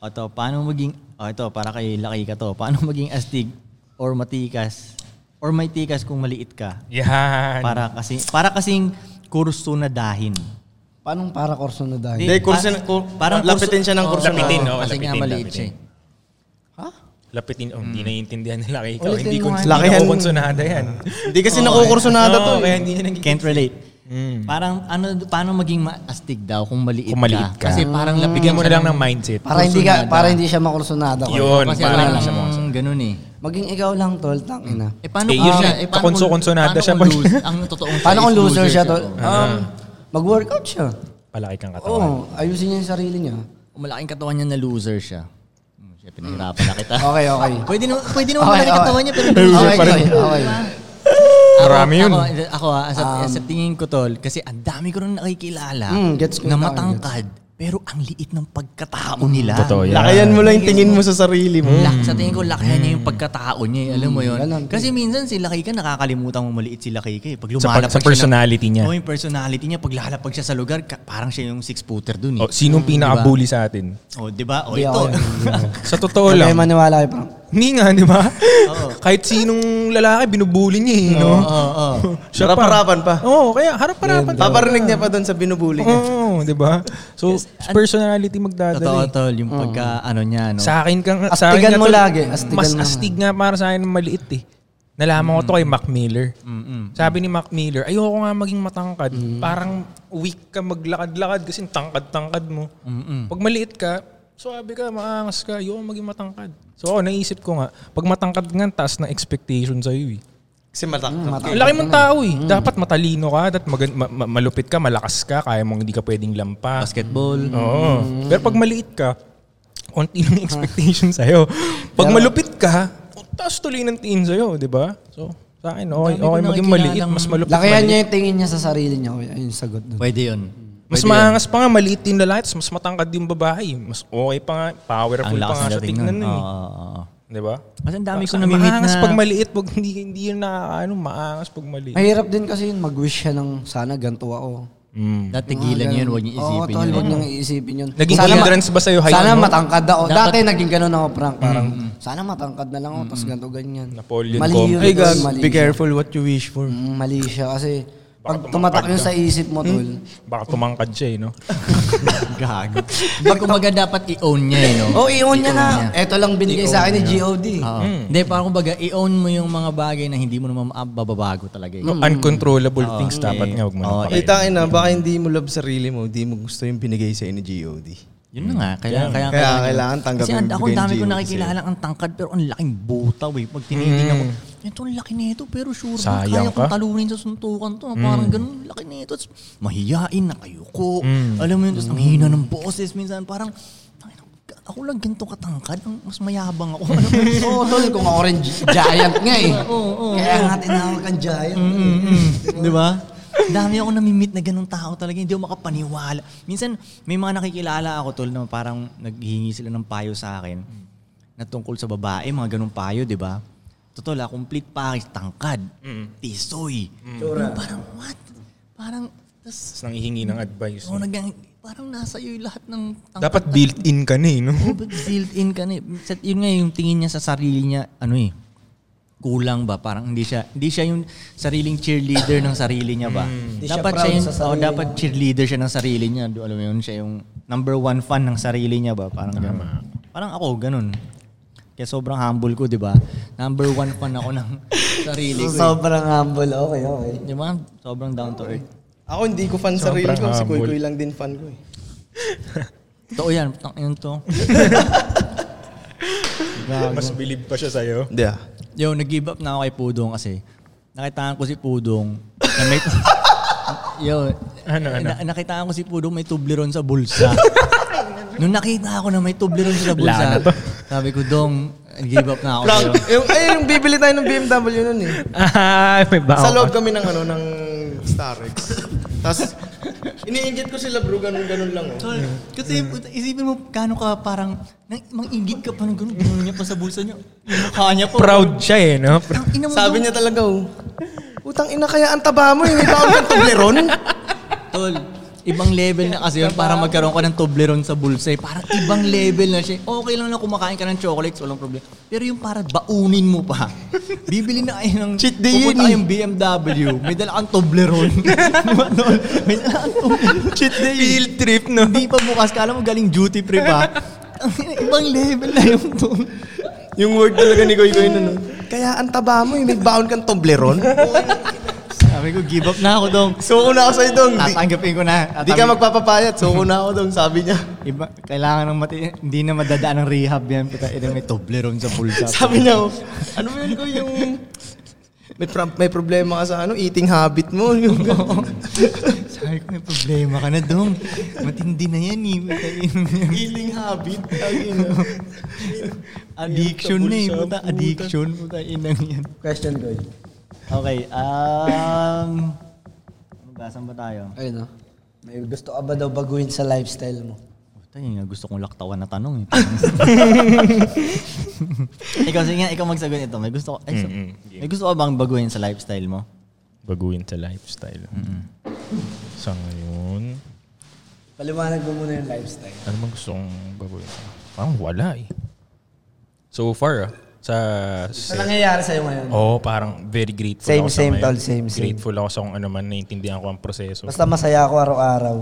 Speaker 4: O to, paano maging, o ito, para kay Laki ka to, paano maging astig or matikas or may tikas kung maliit ka?
Speaker 5: Yan.
Speaker 4: Para kasi para kasing kurso na dahin.
Speaker 3: Paano para korso na dahil?
Speaker 2: Hindi, kurso na- kur- lapitin siya ng kurso na-
Speaker 5: Oh, Lapitin,
Speaker 4: na.
Speaker 5: oo,
Speaker 4: kasi nga
Speaker 5: lapitin,
Speaker 4: maliit
Speaker 5: lapitin.
Speaker 4: siya. eh.
Speaker 3: Ha?
Speaker 5: lapitin. Oh, hindi naiintindihan nila kay ikaw.
Speaker 3: Ulitin
Speaker 5: Hindi
Speaker 3: mo
Speaker 5: ko
Speaker 3: nga.
Speaker 5: hindi
Speaker 2: Laki yan.
Speaker 5: nakukonsonada yan.
Speaker 2: Hindi kasi nakukursonada to
Speaker 5: Oo,
Speaker 2: eh.
Speaker 5: Kaya hindi niya naging...
Speaker 4: Can't relate.
Speaker 5: Mm.
Speaker 4: Parang ano paano maging maastig daw kung maliit,
Speaker 5: Kung maliit ka. Mm.
Speaker 4: Kasi parang
Speaker 5: Bigyan
Speaker 4: labigyan
Speaker 5: mo na lang ng mindset.
Speaker 3: Para hindi ka para hindi siya makursunada ko.
Speaker 5: Yun,
Speaker 4: Kasi
Speaker 5: para
Speaker 4: wala
Speaker 5: lang siya mga
Speaker 4: lang ganun eh.
Speaker 3: Maging ikaw lang tol, tangina.
Speaker 4: Eh paano
Speaker 5: Eh,
Speaker 4: kung
Speaker 5: yun nga,
Speaker 4: siya? Eh, paano kung-
Speaker 5: kakonsonsonada
Speaker 4: paano
Speaker 5: siya
Speaker 4: kung
Speaker 5: pag-
Speaker 4: loser? ang totoong siya
Speaker 3: Paano
Speaker 4: is
Speaker 3: kung loser siya tol?
Speaker 4: tol?
Speaker 3: Um, mag-workout siya.
Speaker 5: Palaki kang katawan.
Speaker 3: Oo, ayusin niya yung sarili niya.
Speaker 4: Kung malaking katawan niya na loser siya. Hmm, Siya pinahirapan na kita.
Speaker 3: Okay, okay.
Speaker 4: Pwede naman, pwede naman
Speaker 3: Okay,
Speaker 4: malaking
Speaker 3: okay.
Speaker 4: katawan niya pero
Speaker 3: Okay,
Speaker 4: loser
Speaker 3: okay, okay.
Speaker 4: Ako-
Speaker 5: Marami yun.
Speaker 4: Ako, ako ah, sa, sa tingin ko tol, kasi ang dami ko rin nakikilala
Speaker 3: Um, Mm, gets ko
Speaker 4: na
Speaker 3: yun,
Speaker 4: matangkad, pero ang liit ng pagkatao nila.
Speaker 5: Mm, Totoo yan.
Speaker 2: Lakayan mo lang yung tingin mo sa sarili mo.
Speaker 4: Lak,
Speaker 5: Hmm.
Speaker 4: sa tingin ko, lakihan niya yung pagkatao niya. eh. Alam mo yun?
Speaker 3: ganun.
Speaker 4: Kasi minsan si Laki ka, nakakalimutan mo maliit si Laki ka. eh. Pag
Speaker 5: Sa, pag-
Speaker 4: lumalapag
Speaker 5: sa personality niya.
Speaker 4: niya. Oo, Oh, yung personality niya. Pag lalapag siya sa lugar, ka- parang siya yung six-footer dun eh.
Speaker 5: Oh, sinong pinaka-bully sa atin?
Speaker 4: Oh, di ba? Oh,
Speaker 3: Hindi
Speaker 4: ito.
Speaker 3: ako yun.
Speaker 5: Sa totoo lang.
Speaker 3: Kaya maniwala kay Frank.
Speaker 5: Hindi nga, di ba? Kahit sinong lalaki, binubully niya eh, no?
Speaker 4: Oo, oo.
Speaker 5: Siya pa.
Speaker 2: Harap-harapan pa.
Speaker 5: Oo, kaya harap-harapan pa.
Speaker 2: Paparinig niya pa doon sa binubuli niya.
Speaker 5: Oo, di ba? So, personality
Speaker 4: Totoo,
Speaker 5: magdadala. eh.
Speaker 4: tol. Yung pagka, ano niya, no?
Speaker 5: Sa akin kang... sa akin
Speaker 3: Astigan
Speaker 5: nga
Speaker 3: mo
Speaker 5: to,
Speaker 3: lagi, astigan
Speaker 5: Mas
Speaker 3: mo.
Speaker 5: astig nga para sa akin ng maliit eh. Nalaman ko to kay Mac Miller. Sabi ni Mac Miller, ayoko nga maging matangkad.
Speaker 3: Mm.
Speaker 5: Parang weak ka maglakad-lakad kasi tangkad-tangkad mo. Pag maliit ka, suabe ka, maangas ka, ayoko maging matangkad. So ako, naisip ko nga, pag matangkad nga, ang taas ng expectation sa'yo eh.
Speaker 2: Kasi matakot.
Speaker 5: Ang laki mong tao
Speaker 4: Mm.
Speaker 5: eh. Dapat matalino ka, dapat magan- ma- ma- malupit ka, malakas ka, kaya mong hindi ka pwedeng lampa.
Speaker 4: Basketball. Mm.
Speaker 5: Oo. Pero pag maliit ka, konti lang yung expectation sa'yo. Pag malupit ka, taas tuloy ng tingin sa'yo, di ba? So, sa akin, okay,
Speaker 4: Dami
Speaker 5: okay
Speaker 4: ko
Speaker 5: maging
Speaker 4: nakikilalang-
Speaker 5: maliit, mas malupit.
Speaker 3: Lakihan
Speaker 5: maliit.
Speaker 3: niya yung tingin niya sa sarili niya. kuya. Ayun, sagot doon.
Speaker 4: Pwede yun.
Speaker 5: Mas
Speaker 4: Pwede yun.
Speaker 5: maangas pa nga, maliit yung lalaki, tas mas matangkad yung babae. Mas okay pa nga,
Speaker 4: Ang
Speaker 5: powerful pa
Speaker 4: lakas
Speaker 5: nga
Speaker 4: ng
Speaker 5: siya
Speaker 4: dating
Speaker 5: tignan
Speaker 4: nun.
Speaker 5: nun.
Speaker 4: Oo,
Speaker 5: eh.
Speaker 4: oo, oo.
Speaker 5: Di ba?
Speaker 4: Mas ang dami ko
Speaker 5: Sa-
Speaker 4: namimit
Speaker 5: Maangas
Speaker 4: na...
Speaker 5: pag maliit, wag hindi, hindi yun nakakaano, maangas pag maliit.
Speaker 3: Mahirap din kasi yun, mag-wish siya ng sana ganto ako.
Speaker 5: Mm.
Speaker 4: Dati tigilan yun, huwag niyo isipin
Speaker 3: Oo, tol,
Speaker 4: yun.
Speaker 3: huwag niyang iisipin yun.
Speaker 5: Naging
Speaker 3: ma-
Speaker 5: hindrance ba sa'yo, Hayon,
Speaker 3: Sana
Speaker 5: no?
Speaker 3: matangkad ako.
Speaker 4: Dapat-
Speaker 3: Dati naging ganun ako, Frank. Parang,
Speaker 2: Mm,
Speaker 3: sana matangkad na lang ako, tapos ganito, ganyan.
Speaker 5: Napoleon
Speaker 3: mali
Speaker 5: complex.
Speaker 2: Ay,
Speaker 3: yun, tol,
Speaker 2: gag,
Speaker 3: mali
Speaker 2: be
Speaker 3: siya.
Speaker 2: careful what you wish for.
Speaker 3: Mm, mali siya kasi pag tumatak yun sa isip mo,
Speaker 2: Hmm?
Speaker 3: tol.
Speaker 5: Baka tumangkad siya eh, no?
Speaker 4: Gago. Hindi, kumbaga dapat i-own niya eh, no?
Speaker 3: Oh, i-on niya na. Ito lang binigay sa akin ni GOD.
Speaker 4: Oo.
Speaker 5: Hmm.
Speaker 4: Hindi, parang kumbaga i-own mo yung mga bagay na hindi mo naman mababago talaga eh.
Speaker 5: Mm. Uncontrollable things dapat nga, wag mo
Speaker 4: Oo,
Speaker 5: nang
Speaker 2: Ay, tangin na, baka hindi mo love sarili mo, hindi mo gusto yung binigay sa ni GOD.
Speaker 4: Yun na nga, kaya kaya,
Speaker 2: Kaya kailangan tanggapin
Speaker 4: Kasi ang-
Speaker 2: yung
Speaker 4: ako
Speaker 2: bigay ng
Speaker 4: dami ko
Speaker 2: GOD
Speaker 4: nakikilala ang tangkad pero ang laking butaw eh. Pag tinitingnan ko, ito ang laki nito pero sure
Speaker 5: Sayang
Speaker 4: kaya kong
Speaker 5: ka.
Speaker 4: talunin sa suntukan to. ah, Parang ganun laki nito. Tapos Mahiyain na kayo ko. Alam mo yun, tapos ang hina ng boses minsan parang "Tangina, ako lang ganito katangkad, ang mas mayabang ako. Ano ba yun?
Speaker 3: Oo, tol, kung ako rin gi- giant nga eh. Kaya nga tinawag kang giant.
Speaker 4: Mm, Di ba? Dami ako namimit na ganung tao talaga, hindi ako makapaniwala. Minsan, may mga nakikilala ako, tol, na parang naghihingi sila ng payo sa akin na tungkol sa babae, mga ganung payo, di ba? Totoo la, complete package, tangkad, tisoy. Yung Parang, what? Parang, tas,
Speaker 5: Tapos nanghihingi ng advice.
Speaker 4: oh, nagang, parang nasa iyo lahat ng tangkad.
Speaker 5: Dapat built-in ka na eh, no?
Speaker 4: Oh, but built-in ka na eh. Sa- Yun nga yung tingin niya sa sarili niya, ano eh, kulang ba? Parang hindi siya, hindi siya yung sariling cheerleader ng sarili niya ba?
Speaker 3: Hmm. siya
Speaker 4: Dapat
Speaker 3: proud
Speaker 4: siya, yung,
Speaker 3: sa sarili
Speaker 4: oh, dapat cheerleader siya ng sarili niya. Do- Alam mo yun, siya yung number one fan ng sarili niya ba? Parang ganun. Parang ako, ganun. Kaya sobrang humble ko, di ba? Number one fan ako ng sarili ko. eh.
Speaker 3: Sobrang humble. Okay, okay.
Speaker 4: Di ba? Sobrang down to earth.
Speaker 2: Ako hindi ko fan sarili ko, si
Speaker 5: humble.
Speaker 2: Kuy Kuy lang din fan ko eh.
Speaker 4: Totoo yan. Putang ina to.
Speaker 5: Mas believe pa siya sa'yo.
Speaker 2: Hindi ah.
Speaker 4: Yo, nag-give up na ako kay Pudong kasi nakitaan ko si Pudong na may... Yo,
Speaker 5: Ano, ano?
Speaker 4: na- nakitaan ko si Pudong may Toblerone sa bulsa. Nung nakita ko na may Toblerone siya sa bulsa,
Speaker 5: Wala na to.
Speaker 4: sabi ko, Dong, give up na ako
Speaker 2: Frank,
Speaker 4: sa'yo.
Speaker 2: yung, ay, yung bibili tayo ng BMW nun eh.
Speaker 5: Ah, may baon
Speaker 2: Sa loob kami ng ano, ng Starex. Tapos, iniinggit ko sila bro, ganun-ganun lang oh.
Speaker 4: Tol, kasi puta, isipin mo, kano ka parang, nang, manginggit ka pa ng ganun, ganun niya pa sa bulsa niya. Yung Mukha niya pa.
Speaker 5: Proud siya eh, no? Pr-
Speaker 4: Ang ina mo,
Speaker 2: Sabi
Speaker 4: Dong.
Speaker 2: niya talaga oh, utang ina kaya ang taba mo, eh. yung taon ng Toblerone.
Speaker 4: Tol, ibang level na kasi yun para magkaroon ka ng Toblerone sa bulsa. eh. Parang ibang level na siya. eh. Okay lang na kumakain ka ng chocolates, walang problema. Pero yung para baunin mo pa. Bibili na kayo ng...
Speaker 2: Cheat day yun
Speaker 4: pupunta
Speaker 2: eh.
Speaker 4: kayong BMW. May dala kang Toblerone. Di ba, Tol? May dala kang Toblerone. Cheat day. Field trip, no? Hindi pa bukas. Kala mo galing duty free pa. Ibang level na yung tol.
Speaker 2: Yung word talaga ni Koy Koy nun. no? Kaya ang taba mo, eh, may baon kang Toblerone.
Speaker 4: Sabi ko, give up na ako dong.
Speaker 2: Suko na ako sa'yo dong. Di,
Speaker 4: Tatanggapin ko na.
Speaker 2: di ka magpapapayat. Suko na ako dong, sabi niya.
Speaker 4: Iba, kailangan ng mati, hindi na madadaan ng rehab yan. Puta, ina may Toblerone sa bulsa.
Speaker 2: Sabi niya, oh, ano ba yun ko yung... May, pro- may problema ka sa ano, eating habit mo. Yung
Speaker 4: Sabi ko, may problema ka na dong. Matindi na yan eh. Puta, yun-
Speaker 2: eating habit.
Speaker 4: addiction na eh. Puta, addiction. Puta, inang yan.
Speaker 6: Question ko.
Speaker 4: Okay, um... Basan ba tayo?
Speaker 6: Ayun oh. May gusto ka ba daw baguhin sa lifestyle mo?
Speaker 4: Puta, yun nga gusto kong laktawan na tanong eh. ikaw, sige nga, ikaw magsagot ito. May gusto, ko- ay, so- may gusto ka bang baguhin sa lifestyle mo?
Speaker 5: Baguhin sa lifestyle. Sa ngayon,
Speaker 6: Paliwanag mo muna yung lifestyle.
Speaker 5: ano bang gusto kong baguhin? Parang wala eh. So far ah, sa...
Speaker 6: Ano nangyayari sa'yo ngayon?
Speaker 5: Oo, oh, parang very grateful
Speaker 6: Same,
Speaker 5: ako sa
Speaker 6: same,
Speaker 5: ngayon.
Speaker 6: tol, same, same.
Speaker 5: Grateful ako sa kung ano man, naiintindihan ko ang proseso.
Speaker 6: Basta masaya ako araw-araw.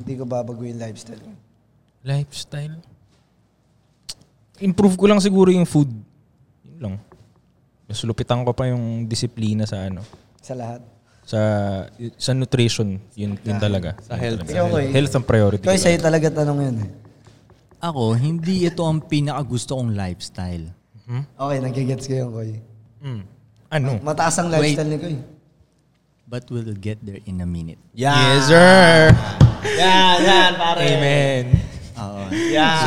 Speaker 6: Hindi ko babaguhin yung lifestyle ko.
Speaker 5: Lifestyle? Improve ko lang siguro yung food. Yun lang. Mas lupitan ko pa yung disiplina sa ano.
Speaker 6: Sa lahat.
Speaker 5: Sa sa nutrition. Yun, yun talaga. Sa health.
Speaker 6: Ikaw, Koy.
Speaker 5: Health ang priority.
Speaker 6: Koy,
Speaker 5: ko
Speaker 6: sa'yo talaga tanong yun eh.
Speaker 4: Ako, hindi ito ang pinakagusto kong lifestyle.
Speaker 6: Okay, nagigets ko yun, Koy.
Speaker 5: talaga. Mm. Ano?
Speaker 6: Mataas ang lifestyle ni Koy.
Speaker 4: But we'll get there in a minute.
Speaker 5: Yes, sir!
Speaker 6: Yan, yan, pare.
Speaker 5: Amen.
Speaker 4: Oo.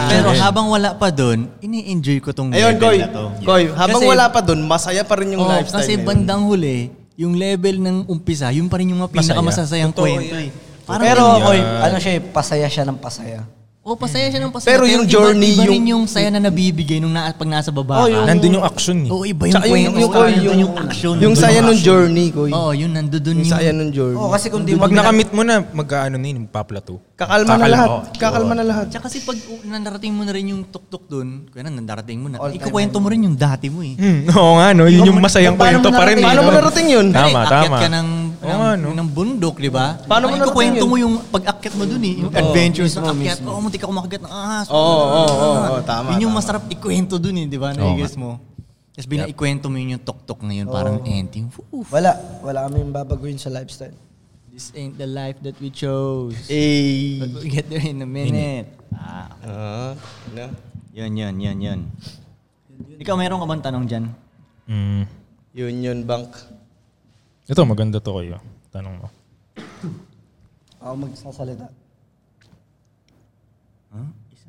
Speaker 4: Pero habang wala pa doon, ini-enjoy ko tong
Speaker 2: Ayun,
Speaker 4: level
Speaker 2: Koy.
Speaker 4: na to.
Speaker 2: Koy, habang
Speaker 4: Kasi-
Speaker 2: wala pa dun, masaya pa rin yung
Speaker 4: Oo,
Speaker 2: lifestyle.
Speaker 4: Kasi
Speaker 2: na yun.
Speaker 4: bandang huli, yung level ng umpisa, yun pa rin yung mga pinakamasasayang kwento eh. Parang
Speaker 6: Pero,
Speaker 4: ganun.
Speaker 6: Koy, ano siya eh, pasaya siya ng pasaya.
Speaker 4: Oo, pasaya siya ng pasaya.
Speaker 2: Pero yung
Speaker 4: iba-
Speaker 2: journey,
Speaker 4: iba, rin
Speaker 2: yung- Oh,
Speaker 4: yung saya na nabibigay nung na, pag nasa baba ka.
Speaker 5: Nandun yung action eh.
Speaker 4: Oo, iba yung
Speaker 2: Tsaka yung-
Speaker 4: kwento.
Speaker 2: yung-
Speaker 4: tsaka
Speaker 2: yung-
Speaker 4: nandun yung
Speaker 2: yung-
Speaker 4: action.
Speaker 2: Yung
Speaker 4: nandun
Speaker 2: saya
Speaker 4: yung
Speaker 2: nung
Speaker 4: action.
Speaker 2: journey, Koy.
Speaker 4: Oo, yun, nandun dun
Speaker 2: Yung
Speaker 4: yung...
Speaker 2: saya nung journey.
Speaker 6: Oo, kasi kung di mo...
Speaker 5: Pag nakamit mo na, mag-ano na yun, magpaplato.
Speaker 2: Kakalma na lahat.
Speaker 5: oo.
Speaker 2: Kakalma na lahat.
Speaker 4: Tsaka kasi pag u- nandarating mo na rin yung tuktok dun, kaya na nandarating mo na, ikukwento mo rin yung dati mo eh.
Speaker 5: Hmm, oo nga, no? Yun yung masayang
Speaker 6: Paano
Speaker 5: kwento
Speaker 6: mo
Speaker 5: pa
Speaker 6: narating-
Speaker 5: rin. eh,
Speaker 2: Paano mo
Speaker 5: no?
Speaker 2: narating yun?
Speaker 5: Tama,
Speaker 4: Kaya
Speaker 5: tama.
Speaker 4: Akyat ka ng,
Speaker 5: Oo ano?
Speaker 4: ng,
Speaker 5: nga, no?
Speaker 4: ng bundok, di ba?
Speaker 2: Paano mo
Speaker 4: Ay, ikukwento
Speaker 2: narating yun?
Speaker 4: mo yung pag-akyat mo dun eh. Yung adventures mo akyat. Oo, munti ka kumakagat ng ahas. Oo,
Speaker 2: oo, oo, oo, tama,
Speaker 4: Yun yung masarap ikwento dun eh, di ba? Nagigis mo. Tapos binaikwento mo yun yung tok-tok ngayon, parang ending. Oof,
Speaker 6: Wala. Wala kami yung babaguhin sa lifestyle.
Speaker 4: this ain't the life that we chose.
Speaker 2: Eh.
Speaker 4: But we'll get there in a minute. Ah,
Speaker 2: Ah, na.
Speaker 4: yun, yun, yun, yun. Ikaw, meron ka bang tanong dyan?
Speaker 5: Mm.
Speaker 2: Union Bank.
Speaker 5: Ito, maganda to kayo. Tanong mo.
Speaker 6: Ako magsasalita.
Speaker 4: Huh? Isa?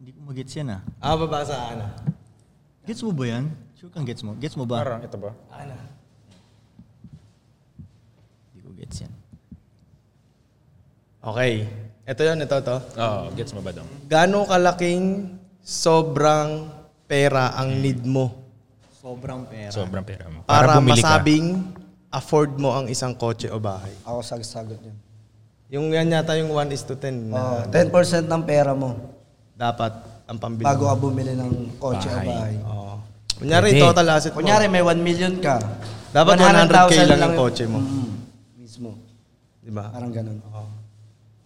Speaker 4: Hindi ko magets yan ah.
Speaker 2: Ah, babasa ka na.
Speaker 4: Gets mo ba yan? Sure kang gets mo. Gets mo ba?
Speaker 5: Parang ito ba?
Speaker 4: Hindi ko gets yan.
Speaker 2: Okay. Ito yun, ito, to.
Speaker 5: Oo, gets mo ba daw?
Speaker 2: Gano'ng kalaking sobrang pera ang need mo
Speaker 4: Sobrang pera.
Speaker 5: Sobrang pera mo.
Speaker 2: para
Speaker 5: bumili ka.
Speaker 2: masabing afford mo ang isang kotse o bahay?
Speaker 6: Ako sagot yun.
Speaker 2: Yung yan yata yung 1 is to 10
Speaker 6: Oh,
Speaker 2: na
Speaker 6: 10% ng pera mo
Speaker 2: dapat ang pambili.
Speaker 6: bago
Speaker 2: mo.
Speaker 6: ka bumili ng kotse o bahay.
Speaker 2: Oo. Kunyari, total asset mo.
Speaker 6: Kunyari, may 1 million ka.
Speaker 2: Dapat
Speaker 6: 100,000
Speaker 2: 100K lang yung kotse mo.
Speaker 6: Mm, mismo.
Speaker 2: Di ba?
Speaker 6: Parang ganun.
Speaker 2: diba?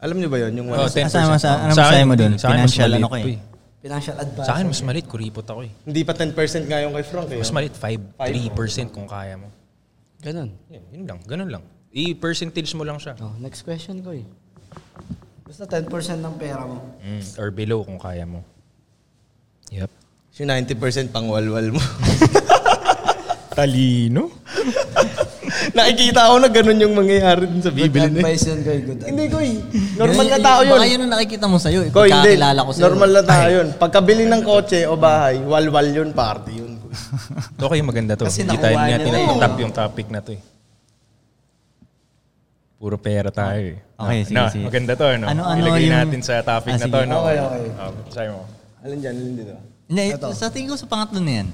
Speaker 2: Alam niyo ba yun? Yung 1
Speaker 5: Oo,
Speaker 2: is
Speaker 5: 10%.
Speaker 4: Asama sa- ano
Speaker 5: Oh. Sa akin,
Speaker 4: masaya mo dun?
Speaker 5: hindi. Sa akin, mas
Speaker 4: Financial
Speaker 5: maliit
Speaker 4: ano ko eh.
Speaker 5: to eh.
Speaker 6: Financial advice.
Speaker 5: Sa akin, mas malit. Kuripot ako eh.
Speaker 2: Hindi pa 10% nga yung kay Frank. Eh.
Speaker 5: Mas malit, 5, 3% kung kaya mo.
Speaker 3: Ganun.
Speaker 5: Yun, yun lang, ganun lang. I-percentage mo lang siya.
Speaker 3: Oh, next question ko eh.
Speaker 6: Basta 10% ng pera mo.
Speaker 5: Mm, or below kung kaya mo. Yep.
Speaker 2: Yung 90% pang walwal mo.
Speaker 5: Talino?
Speaker 2: Nakikita ko na ganun yung mangyayari dun sa
Speaker 6: Good
Speaker 2: bibili niya.
Speaker 6: advice yun, Koy. Good advice.
Speaker 2: Hindi ko eh. Normal na tao yun.
Speaker 4: Baka yun ang nakikita mo sa'yo. Eh.
Speaker 2: Koy, hindi.
Speaker 4: Pagkakilala ko sa'yo.
Speaker 2: Normal na tao yun. Pagkabili ng kotse o bahay, walwal yun, party yun.
Speaker 5: Okay, maganda to.
Speaker 6: Kasi
Speaker 5: Hindi tayo
Speaker 6: nakuha
Speaker 5: natin
Speaker 6: nila eh.
Speaker 5: natap yung topic na to eh. Puro pera tayo eh. No,
Speaker 4: Okay, sige,
Speaker 5: no,
Speaker 4: sige.
Speaker 5: Maganda to, no?
Speaker 4: Ano, ano
Speaker 5: Ilagay
Speaker 4: yung-
Speaker 5: natin sa topic
Speaker 4: Ah,
Speaker 5: na
Speaker 4: sige.
Speaker 5: to, no?
Speaker 6: Okay, okay.
Speaker 5: Oh, sabi mo.
Speaker 2: Alin dyan, alin dito.
Speaker 4: Hindi, sa tingin ko sa pangatlo na yan.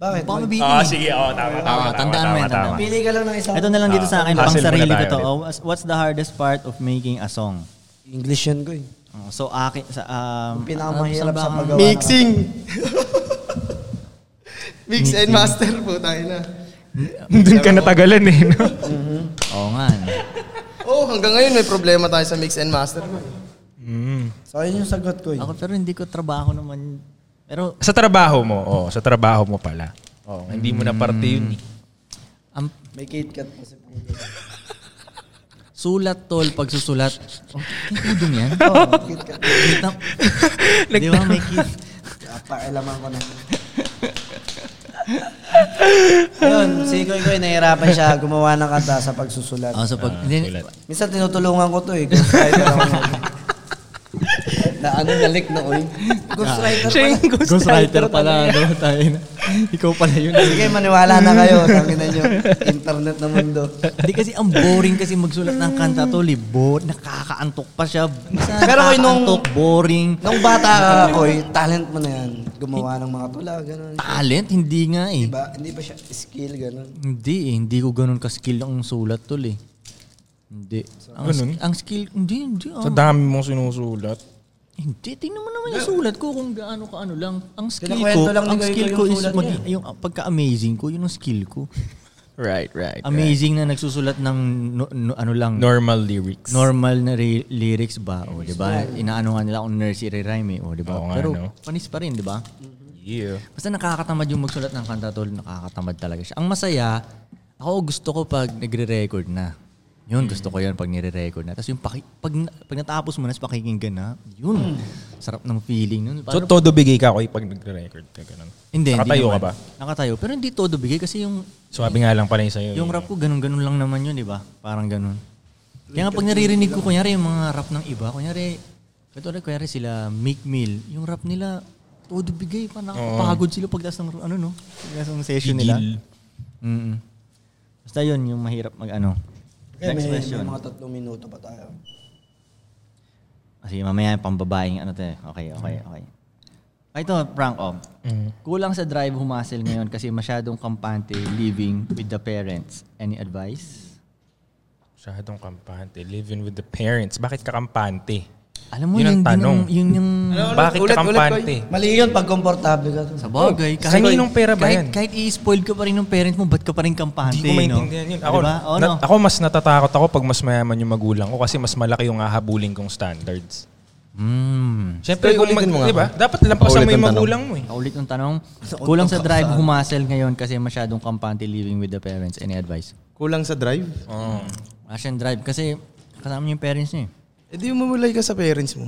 Speaker 6: Bakit?
Speaker 4: Baka mabitin
Speaker 5: Ah,
Speaker 4: eh.
Speaker 5: sige, oh, tama, tama,
Speaker 4: Oo,
Speaker 5: tama,
Speaker 4: tandaan mo
Speaker 5: tama,
Speaker 4: yan, tandaan
Speaker 5: tama.
Speaker 4: mo.
Speaker 6: Pili ka lang ng isang...
Speaker 4: Ito na lang dito sa akin,
Speaker 5: Ah,
Speaker 4: pang
Speaker 5: hassle
Speaker 4: sarili
Speaker 5: muna
Speaker 4: ko
Speaker 5: tayo
Speaker 4: to.
Speaker 5: ulit.
Speaker 4: Oh, what's- what's the hardest part of making a song?
Speaker 6: English eh. yun, Koy.
Speaker 4: Oh, So, akin, sa, um,
Speaker 6: Yung pinakamahirap sa paggawa.
Speaker 2: Mixing! Mix and master po tayo na.
Speaker 5: Doon ka natagalan eh, no?
Speaker 4: Oo nga. no.
Speaker 2: Oh, hanggang ngayon may problema tayo sa mix and master.
Speaker 6: So, yun yung sagot, eh. Koy.
Speaker 4: Ako, pero hindi ko trabaho naman. Pero
Speaker 5: Sa trabaho mo, oh, sa trabaho mo pala. Oh, hindi mo na parte yun. eh.
Speaker 4: ang
Speaker 6: May Kit Kat pa si Pulo.
Speaker 4: sulat tol, pagsusulat. Oh, may pudong yan.
Speaker 6: Oo, Kit Kat.
Speaker 4: Kita- Di ba may kid?
Speaker 6: Pakialaman ko na.
Speaker 3: Ayun,
Speaker 6: Si Koy Koy, nahihirapan siya gumawa ng kanta sa pagsusulat.
Speaker 4: Oh, sa pag...
Speaker 5: Ah,
Speaker 4: Then-
Speaker 5: sulat.
Speaker 6: Minsan tinutulungan ko to eh. Ghostwriter ako. na ano nalik na oy. Ghostwriter pala.
Speaker 4: Ghostwriter pala, no? Tayo na. Ikaw pala yun.
Speaker 6: Sige, maniwala na kayo. Tangin na nyo. Internet na mundo.
Speaker 4: Hindi kasi ang boring kasi magsulat ng kanta to, libot, nakakaantok pa siya. Minsan
Speaker 6: Pero kayo nung-
Speaker 4: nakakaantok, boring.
Speaker 6: Nung bata ka, Koy, talent mo na yan. Gumawa ng mga tula, gano'n.
Speaker 4: Talent, hindi nga eh.
Speaker 6: Diba? Hindi ba siya skill, gano'n?
Speaker 4: Hindi eh, hindi ko ganun ka-skill ang sulat tol eh. Hindi. Ang,
Speaker 5: ganun?
Speaker 4: ang skill, hindi, hindi. ah.
Speaker 5: Sa dami mong sinusulat.
Speaker 4: Hindi, tingnan mo naman yung sulat ko kung gaano ka ano lang. Ang skill ko,
Speaker 6: Kinakwento lang ni
Speaker 4: ang
Speaker 6: Goy
Speaker 4: skill
Speaker 6: Goy
Speaker 4: ko
Speaker 6: yung
Speaker 4: is
Speaker 6: sulat
Speaker 4: mag,
Speaker 6: niya.
Speaker 4: yung ah, pagka-amazing ko, yun ang skill ko.
Speaker 5: Right, right.
Speaker 4: Amazing na nagsusulat ng no- no- ano lang,
Speaker 5: Normal lyrics.
Speaker 4: normal na ri- lyrics ba? O, di ba? Inaano nga nila kung nursery rhyme eh. O, di ba?
Speaker 5: Oo nga,
Speaker 4: Pero
Speaker 5: no?
Speaker 4: panis pa rin, di ba?
Speaker 5: yeah.
Speaker 4: Basta nakakatamad yung magsulat ng kanta, tol. Nakakatamad talaga siya. Ang masaya, ako gusto ko pag nagre-record na. Yun, gusto ko yun pag nire-record na. Tapos yung paki- pag, pag natapos mo na, tapos pakikinggan na,
Speaker 6: Hmm.
Speaker 4: yun. Sarap ng feeling nun.
Speaker 5: So,
Speaker 4: Parang-
Speaker 5: todo bigay ka ako eh, pag nagre-record ka ganun.
Speaker 4: hindi, hindi
Speaker 5: Nakatayo ka
Speaker 4: naman.
Speaker 5: ba?
Speaker 4: Nakatayo. Pero hindi todo bigay kasi yung
Speaker 5: Swabe nga lang pala yung sa'yo.
Speaker 4: yung
Speaker 5: eh.
Speaker 4: rap ko, ganun-ganun lang naman yun, di ba? Parang ganun. Kaya nga pag naririnig ko, kunyari yung mga rap ng iba, kunyari, katulad kunyari sila, Meek Mill, yung rap nila, todo bigay pa, nakakapagod sila pagdas ng, ano no, pagdas ng session nila.
Speaker 5: Tigil.
Speaker 4: Mm Basta yun, yung mahirap mag ano.
Speaker 6: Eh,
Speaker 4: Next
Speaker 6: may,
Speaker 4: question.
Speaker 6: may mga tatlong minuto pa tayo.
Speaker 4: Kasi mamaya yung pambabaeng ano to eh. Okay, okay, okay. Ay, Ito, prank oh.
Speaker 5: Mm.
Speaker 4: Kulang sa drive humasel ngayon kasi masyadong kampante living with the parents. Any advice?
Speaker 5: Masyadong kampante. Living with the parents. Bakit ka kampante?
Speaker 4: Alam mo,
Speaker 5: Yun ang
Speaker 4: yun, yun,
Speaker 5: tanong.
Speaker 4: yung, yun yung...
Speaker 5: Bakit ka kampante?
Speaker 6: Mali yun pag komportable ka.
Speaker 4: Oh. Sa bagay,
Speaker 5: Sa kaninong pera ba
Speaker 4: kahit,
Speaker 5: yan?
Speaker 4: Kahit i-spoiled ka pa rin ng parents mo, ba't ka pa rin kampante?
Speaker 5: Hindi eh, ko maintindihan
Speaker 4: no?
Speaker 5: yun. Ako,
Speaker 4: Diba? Oo,
Speaker 5: na-
Speaker 4: no?
Speaker 5: ako mas natatakot ako pag mas mayaman yung magulang ko kasi mas malaki yung hahabulin kong standards.
Speaker 4: Mm.
Speaker 5: Siyempre,
Speaker 2: Ito,
Speaker 5: kung
Speaker 2: ulitin
Speaker 5: mag-
Speaker 2: mo nga.
Speaker 5: diba? dapat lampasan
Speaker 2: Paulit
Speaker 5: mo yung
Speaker 2: ang tanong.
Speaker 5: magulang mo eh.
Speaker 4: Ulit yung tanong, kulang sa drive humasel ngayon kasi masyadong kampante living with the parents. Any advice?
Speaker 2: Kulang sa drive?
Speaker 5: Oo.
Speaker 4: Russian drive kasi kasama niya yung parents niya eh.
Speaker 2: Eh di umamulay ka sa parents mo.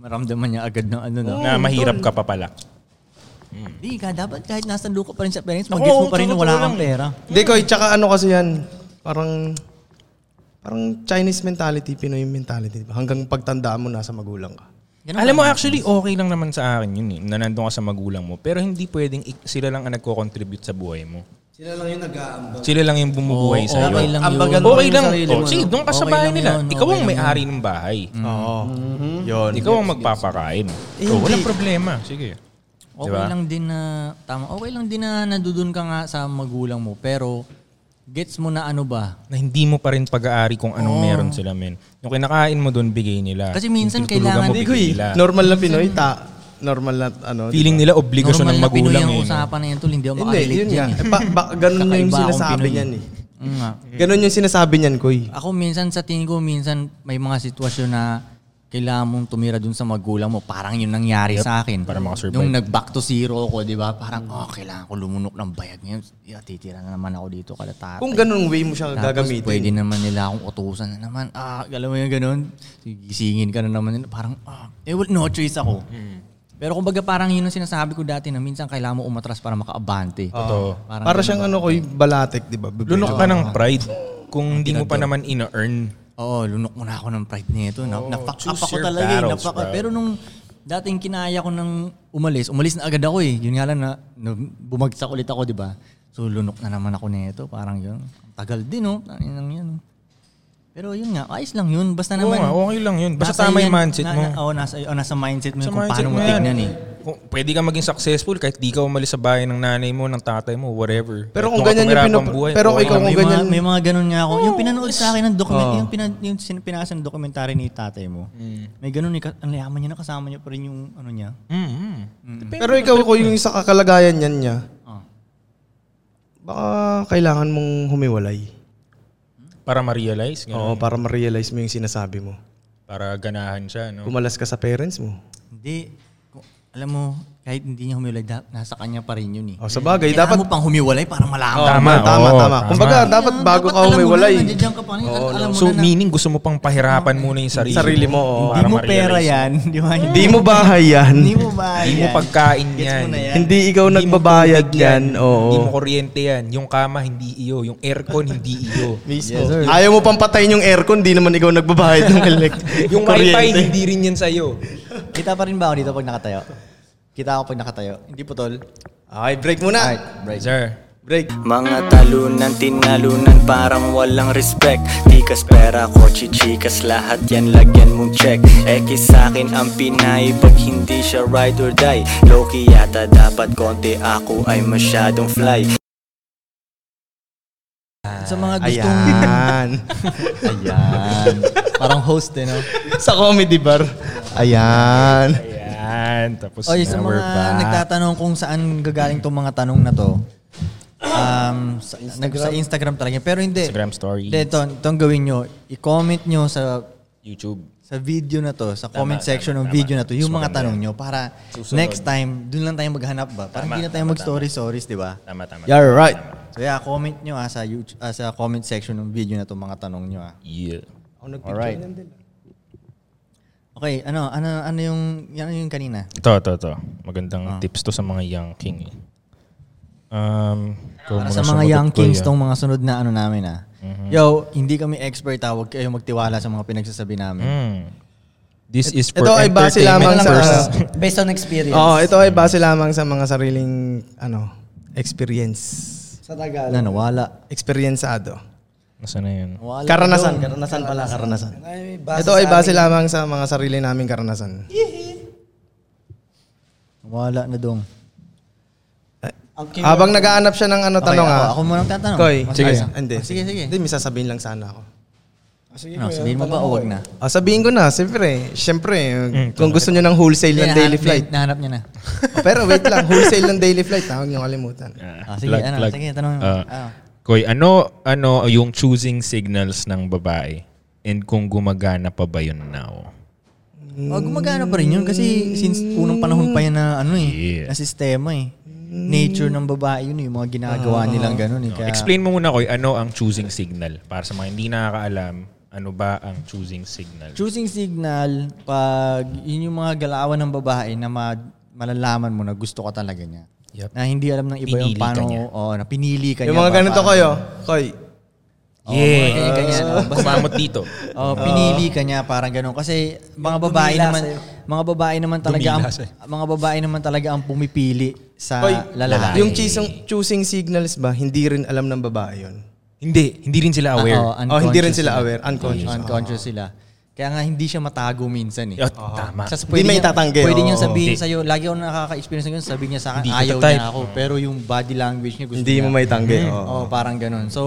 Speaker 4: Maramdaman niya agad ng ano na.
Speaker 5: na mahirap ka pa pala.
Speaker 4: Hindi ka, dapat kahit nasa luka pa rin sa parents,
Speaker 5: Ako,
Speaker 4: mag mo pa rin na
Speaker 5: totoo
Speaker 4: wala
Speaker 5: lang
Speaker 4: kang
Speaker 5: eh.
Speaker 4: pera.
Speaker 2: Hindi ko, tsaka ano kasi yan, parang parang Chinese mentality, Pinoy mentality. diba? Hanggang pagtandaan mo, nasa magulang ka.
Speaker 5: Alam mo, actually, okay lang naman sa akin yun eh. Na nandun ka sa magulang mo. Pero hindi pwedeng ik- sila lang ang nagko-contribute sa buhay mo.
Speaker 6: Sila lang yung nag-aambag.
Speaker 5: Sila lang yung bumubuhay
Speaker 4: Oo,
Speaker 5: sa'yo.
Speaker 4: okay lang yun.
Speaker 6: Ambagan mo
Speaker 5: Okay
Speaker 6: yung
Speaker 5: lang.
Speaker 6: sarili
Speaker 5: Oh,
Speaker 6: mo,
Speaker 5: sige,
Speaker 6: no?
Speaker 5: doon ka sa
Speaker 4: Okay
Speaker 5: bahay
Speaker 4: lang
Speaker 5: nila.
Speaker 4: yun,
Speaker 5: Ikaw
Speaker 4: okay
Speaker 5: ang
Speaker 4: lang
Speaker 5: may-ari ng bahay.
Speaker 6: Mm.
Speaker 2: Oo. Yun.
Speaker 5: Ikaw ang
Speaker 4: Eh,
Speaker 5: magpapakain. Oh, walang problema. Sige.
Speaker 4: Okay lang din na, tama, okay lang din na nandudun ka nga sa magulang mo, pero gets mo na ano ba?
Speaker 5: na hindi mo pa rin pag-aari kung anong meron sila, men. Yung kinakain mo doon, bigay nila.
Speaker 4: Oh. Kasi
Speaker 5: Yung
Speaker 4: minsan
Speaker 5: tinutulugan
Speaker 4: kailangan-
Speaker 5: mo,
Speaker 4: Hindi
Speaker 5: bigay nila.
Speaker 2: Normal na Pinoy, ta. Normal na ano.
Speaker 5: Feeling nila obligasyon
Speaker 4: Normal
Speaker 5: ng
Speaker 4: na Pinoy
Speaker 5: magulang
Speaker 4: ang
Speaker 5: eh. no?
Speaker 4: usapan na yan, tol. Hindi ako
Speaker 2: Hindi,
Speaker 4: makarelate
Speaker 2: yun nga.
Speaker 4: dyan eh.
Speaker 2: Eh, ba, ba, ganun na yung
Speaker 4: Kakaiba akong
Speaker 2: sinasabi
Speaker 4: Pinoy.
Speaker 2: niyan eh.
Speaker 4: Mm nga.
Speaker 2: Ganun yung sinasabi niyan, Koy.
Speaker 4: Ako minsan sa tingin ko, minsan may mga sitwasyon na kailangan mong tumira dun sa magulang mo. Parang yun nangyari sa akin.
Speaker 5: para makasurvive.
Speaker 4: Nung nag-back to zero ako, di ba? Parang, oh, kailangan ko lumunok ng bayag ngayon. Yeah, titira na naman ako dito kada tatay.
Speaker 2: Kung ganun way mo siya
Speaker 4: Tapos pwede
Speaker 2: gagamitin.
Speaker 4: naman nila akong utusan na naman. Ah, alam mo yung ganun? Gisingin ka na naman nila. Parang, ah, eh, well, no choice ako.
Speaker 5: Hmm.
Speaker 4: Pero kumbaga parang yun ang sinasabi ko dati na minsan kailangan mo umatras para makaabante.
Speaker 5: Totoo.
Speaker 4: Parang
Speaker 2: Para siyang ano, Koy, balatek, di ba? Bebe.
Speaker 5: Lunok ka ng pride kung hindi mo pa naman ina-earn.
Speaker 4: Oo, lunok mo na ako ng pride nito. Na,
Speaker 5: Oo,
Speaker 4: nafuck
Speaker 5: Oh,
Speaker 4: up
Speaker 5: choose
Speaker 4: ako
Speaker 5: your
Speaker 4: talaga. eh,
Speaker 5: battles,
Speaker 4: nafuck up.
Speaker 5: bro.
Speaker 4: Pero nung dating kinaya ko nang umalis, umalis na agad ako eh. Yun nga lang na, na bumagsak ulit ako, di ba? So lunok na naman ako nito. Parang yun. Ang tagal din, no? Ang inang yun. oh. Pero yun nga, ayos lang yun. Basta
Speaker 5: Oo
Speaker 4: naman.
Speaker 5: nga, okay lang yun. Basta
Speaker 4: nasa
Speaker 5: tama yung
Speaker 4: yan-
Speaker 5: mindset
Speaker 4: na-
Speaker 5: mo.
Speaker 4: na- Oo, nasa, oh, nasa mindset mo
Speaker 5: Sa
Speaker 4: yun kung
Speaker 5: mindset
Speaker 4: paano mo
Speaker 5: mo yan.
Speaker 4: tignan eh.
Speaker 5: Kung pwede ka maging successful kahit di ka umalis sa bahay ng nanay mo, ng tatay mo, whatever.
Speaker 2: Pero kung
Speaker 5: Doon ka
Speaker 2: ganyan yung
Speaker 5: tumira
Speaker 2: pinap-
Speaker 5: habang buhay,
Speaker 2: pero
Speaker 5: okay
Speaker 2: ikaw
Speaker 5: lang
Speaker 2: kung
Speaker 4: May
Speaker 5: yun.
Speaker 4: mga,
Speaker 2: ganyan-
Speaker 4: may mga ganun nga ako. yung
Speaker 5: Oh,
Speaker 4: pinanood sa akin ng document, yung, pinan, yung sin- pinasa ng documentary ni tatay mo. May ganun, eh, ka- ang layaman niya na kasama niya pa rin yung ano niya.
Speaker 5: Mm, mm.
Speaker 2: Pero ikaw, Koy, yung sa kakalagayan niyan niya,
Speaker 4: Oh.
Speaker 2: baka kailangan mong humiwalay.
Speaker 5: Para ma-realize, ganun.
Speaker 2: Oo, para ma-realize mo yung sinasabi mo.
Speaker 5: para ganahan siya. No?
Speaker 2: Kumalas ka sa parents mo.
Speaker 4: Hindi. Kung- alam mo, kahit hindi niya humiwalay, da- nasa kanya pa rin yun eh.
Speaker 2: Oh, sa bagay,
Speaker 4: Kailangan
Speaker 2: dapat-
Speaker 4: mo pang humiwalay para malaman.
Speaker 5: Tama,
Speaker 2: tama,
Speaker 5: oo,
Speaker 2: tama.
Speaker 5: tama.
Speaker 2: Kumbaga, dapat bago
Speaker 4: Dapat
Speaker 2: ka
Speaker 4: alam mo na,
Speaker 2: umiwalay.
Speaker 4: nandiyan ka pa rin,
Speaker 2: Oo,
Speaker 4: alam mo
Speaker 5: Oh, So,
Speaker 4: na na-
Speaker 5: meaning gusto mo pang pahirapan muna yung sarili,
Speaker 2: Sarili mo, oo.
Speaker 5: Para
Speaker 4: Hindi mo
Speaker 5: ma-realize
Speaker 4: pera yan. Di ba?
Speaker 2: Hindi mo bahay yan.
Speaker 4: Hindi mo ba
Speaker 5: Hindi mo
Speaker 4: yan?
Speaker 5: pagkain
Speaker 4: Gets
Speaker 5: yan.
Speaker 4: mo na yan.
Speaker 2: Hindi ikaw
Speaker 5: Hindi mo
Speaker 2: nagbabayad
Speaker 5: tubig
Speaker 2: yan. Oo.
Speaker 5: Hindi mo kuryente yan. Yung kama, hindi iyo. Yung aircon, hindi iyo.
Speaker 2: Mismo. Ayaw mo pang patayin yung aircon, di naman ikaw nagbabayad ng elect.
Speaker 5: Yung wifi,
Speaker 2: kuryente.
Speaker 5: hindi rin yan sa'yo.
Speaker 4: Kita pa rin ba ako dito pag nakatayo? Kita ako pag nakatayo. Hindi putol.
Speaker 2: Okay, break muna.
Speaker 4: Alright, break.
Speaker 5: Sir.
Speaker 2: Break.
Speaker 1: Mga talunan, tinalunan, parang walang respect Tikas, pera, kotse, chikas, lahat yan lagyan mong check Eh, X sa'kin ang Pinay, pag hindi siya ride or die Loki yata dapat konti, ako ay masyadong fly
Speaker 4: Sa mga gustong...
Speaker 2: Ayan.
Speaker 4: Ayan. Parang host eh, no?
Speaker 2: sa comedy bar. Ayan.
Speaker 5: Ayan. Tapos
Speaker 4: Oy,
Speaker 5: na,
Speaker 4: sa
Speaker 5: we're
Speaker 4: mga
Speaker 5: back.
Speaker 4: nagtatanong kung saan gagaling tong mga tanong na to, um, sa, nag- sa Instagram talaga. Pero hindi.
Speaker 5: Instagram story.
Speaker 4: Hindi, ito, itong gawin nyo. I-comment nyo sa
Speaker 5: YouTube.
Speaker 4: sa video na to, sa comment section ng video na to, yung mga tanong nyo para next time, dun lang tayo maghanap ba? Para hindi na tayo mag-story-stories, di ba?
Speaker 5: Tama, tama.
Speaker 2: You're right.
Speaker 4: So yeah, comment nyo ah, sa, YouTube, ah, sa comment section ng video na to, mga tanong nyo ah.
Speaker 5: Yeah.
Speaker 4: Alright. Okay, ano, ano, ano yung, ano yung kanina?
Speaker 5: Ito, ito, ito. Magandang
Speaker 4: Ah.
Speaker 5: tips to sa mga young king. eh. Um, kung
Speaker 4: Para sa mga
Speaker 5: sumagot
Speaker 4: young
Speaker 5: ko
Speaker 4: kings
Speaker 5: yan.
Speaker 4: tong mga sunod na ano namin ah.
Speaker 5: Mm-hmm.
Speaker 4: Yo, hindi kami expert ah, huwag kayo magtiwala sa mga pinagsasabi namin.
Speaker 5: Hmm. This is for
Speaker 2: Ito ay base lamang
Speaker 5: entertainment
Speaker 2: sa...
Speaker 5: purposes.
Speaker 3: Ah, Based on experience.
Speaker 2: Oo, ito ay base lamang sa mga sariling ano, experience.
Speaker 6: Sa Tagalog.
Speaker 4: Na nawala.
Speaker 2: Experienceado.
Speaker 5: Nasaan na yun?
Speaker 4: Nawala.
Speaker 2: Karanasan. Karanasan pala, karanasan.
Speaker 6: Ay, base
Speaker 2: Ito ay
Speaker 6: sa
Speaker 2: base
Speaker 6: amin.
Speaker 2: lamang sa mga sarili naming karanasan.
Speaker 4: Nawala na dong.
Speaker 2: Habang nagaanap siya ng ano tanong
Speaker 4: ako,
Speaker 2: ah.
Speaker 4: ako muna ang tatanong.
Speaker 2: Koy,
Speaker 4: Mas
Speaker 2: sige.
Speaker 4: ayos.
Speaker 2: Hindi,
Speaker 4: Oh, sige, sige.
Speaker 2: Hindi, may sasabihin lang sana ako.
Speaker 4: Ano, sabihin mo ba o wag na?
Speaker 2: Ah, sabihin ko na, siyempre. Siyempre, kung gusto nyo ng wholesale ng
Speaker 4: ah, Hindi,
Speaker 2: daily
Speaker 4: nahanap
Speaker 2: flight.
Speaker 4: niya- Nahanap niya na.
Speaker 2: Oh, pero wait lang, wholesale ng daily flight, ha? huwag nyo kalimutan.
Speaker 5: Ah,
Speaker 4: Ah, sige, ano, sige, tanong mo.
Speaker 5: Ah,
Speaker 4: Ah.
Speaker 5: Koy, ano, ano yung choosing signals ng babae? And kung gumagana pa ba yun now?
Speaker 4: Oh, gumagana pa rin yun kasi since unang panahon pa yan na ano eh,
Speaker 5: Yeah.
Speaker 4: na sistema eh. Nature ng babae yun eh, yung mga ginagawa
Speaker 5: Ah.
Speaker 4: nilang ganun eh. Kaya,
Speaker 5: Explain mo muna, Koy, ano ang choosing signal? Para sa mga hindi nakakaalam, ano ba ang choosing signal?
Speaker 4: choosing signal pag yun yung mga galawan ng babae na ma- malalaman mo na gusto ka talaga niya.
Speaker 5: Yup.
Speaker 4: Na hindi alam ng iba
Speaker 5: Pinili
Speaker 4: yung
Speaker 5: ka
Speaker 4: paano,
Speaker 5: niya.
Speaker 4: oh, na pinili ka
Speaker 2: Yung
Speaker 4: niya.
Speaker 2: mga
Speaker 4: ba,
Speaker 2: ganito
Speaker 4: parang-
Speaker 2: kayo, koy,
Speaker 4: Oo, mga ganyan, ganyan. Oh, basta-
Speaker 5: Kumamot dito.
Speaker 4: Oh, pinili ka niya parang ganun kasi mga babae naman mga babae naman talaga ang, mga babae naman talaga ang pumipili sa
Speaker 2: koy,
Speaker 4: lalaki.
Speaker 2: yung choosing, choosing signals ba, hindi rin alam ng babae yun.
Speaker 5: Hindi, hindi rin sila aware.
Speaker 2: Oh,
Speaker 4: Ah,
Speaker 2: hindi rin
Speaker 4: unconscious
Speaker 2: sila aware, unconscious.
Speaker 4: Unconscious sila. Kaya nga hindi siya matago minsan eh.
Speaker 5: Ah, Tama.
Speaker 4: Tapos
Speaker 2: Hindi may
Speaker 4: niya-
Speaker 2: itatanggi,
Speaker 4: Pwede
Speaker 2: oo.
Speaker 4: niya sabihin
Speaker 5: Hindi.
Speaker 4: sa'yo, lagi ako nakaka-experience ng ganun, sabihin niya sa akin,
Speaker 5: Hindi kita
Speaker 4: ayaw
Speaker 5: type.
Speaker 4: niya ako. Pero yung body language niya gusto
Speaker 2: Hindi
Speaker 4: niya.
Speaker 2: mo may tanggi.
Speaker 4: Hmm. Oo, parang ganun. So,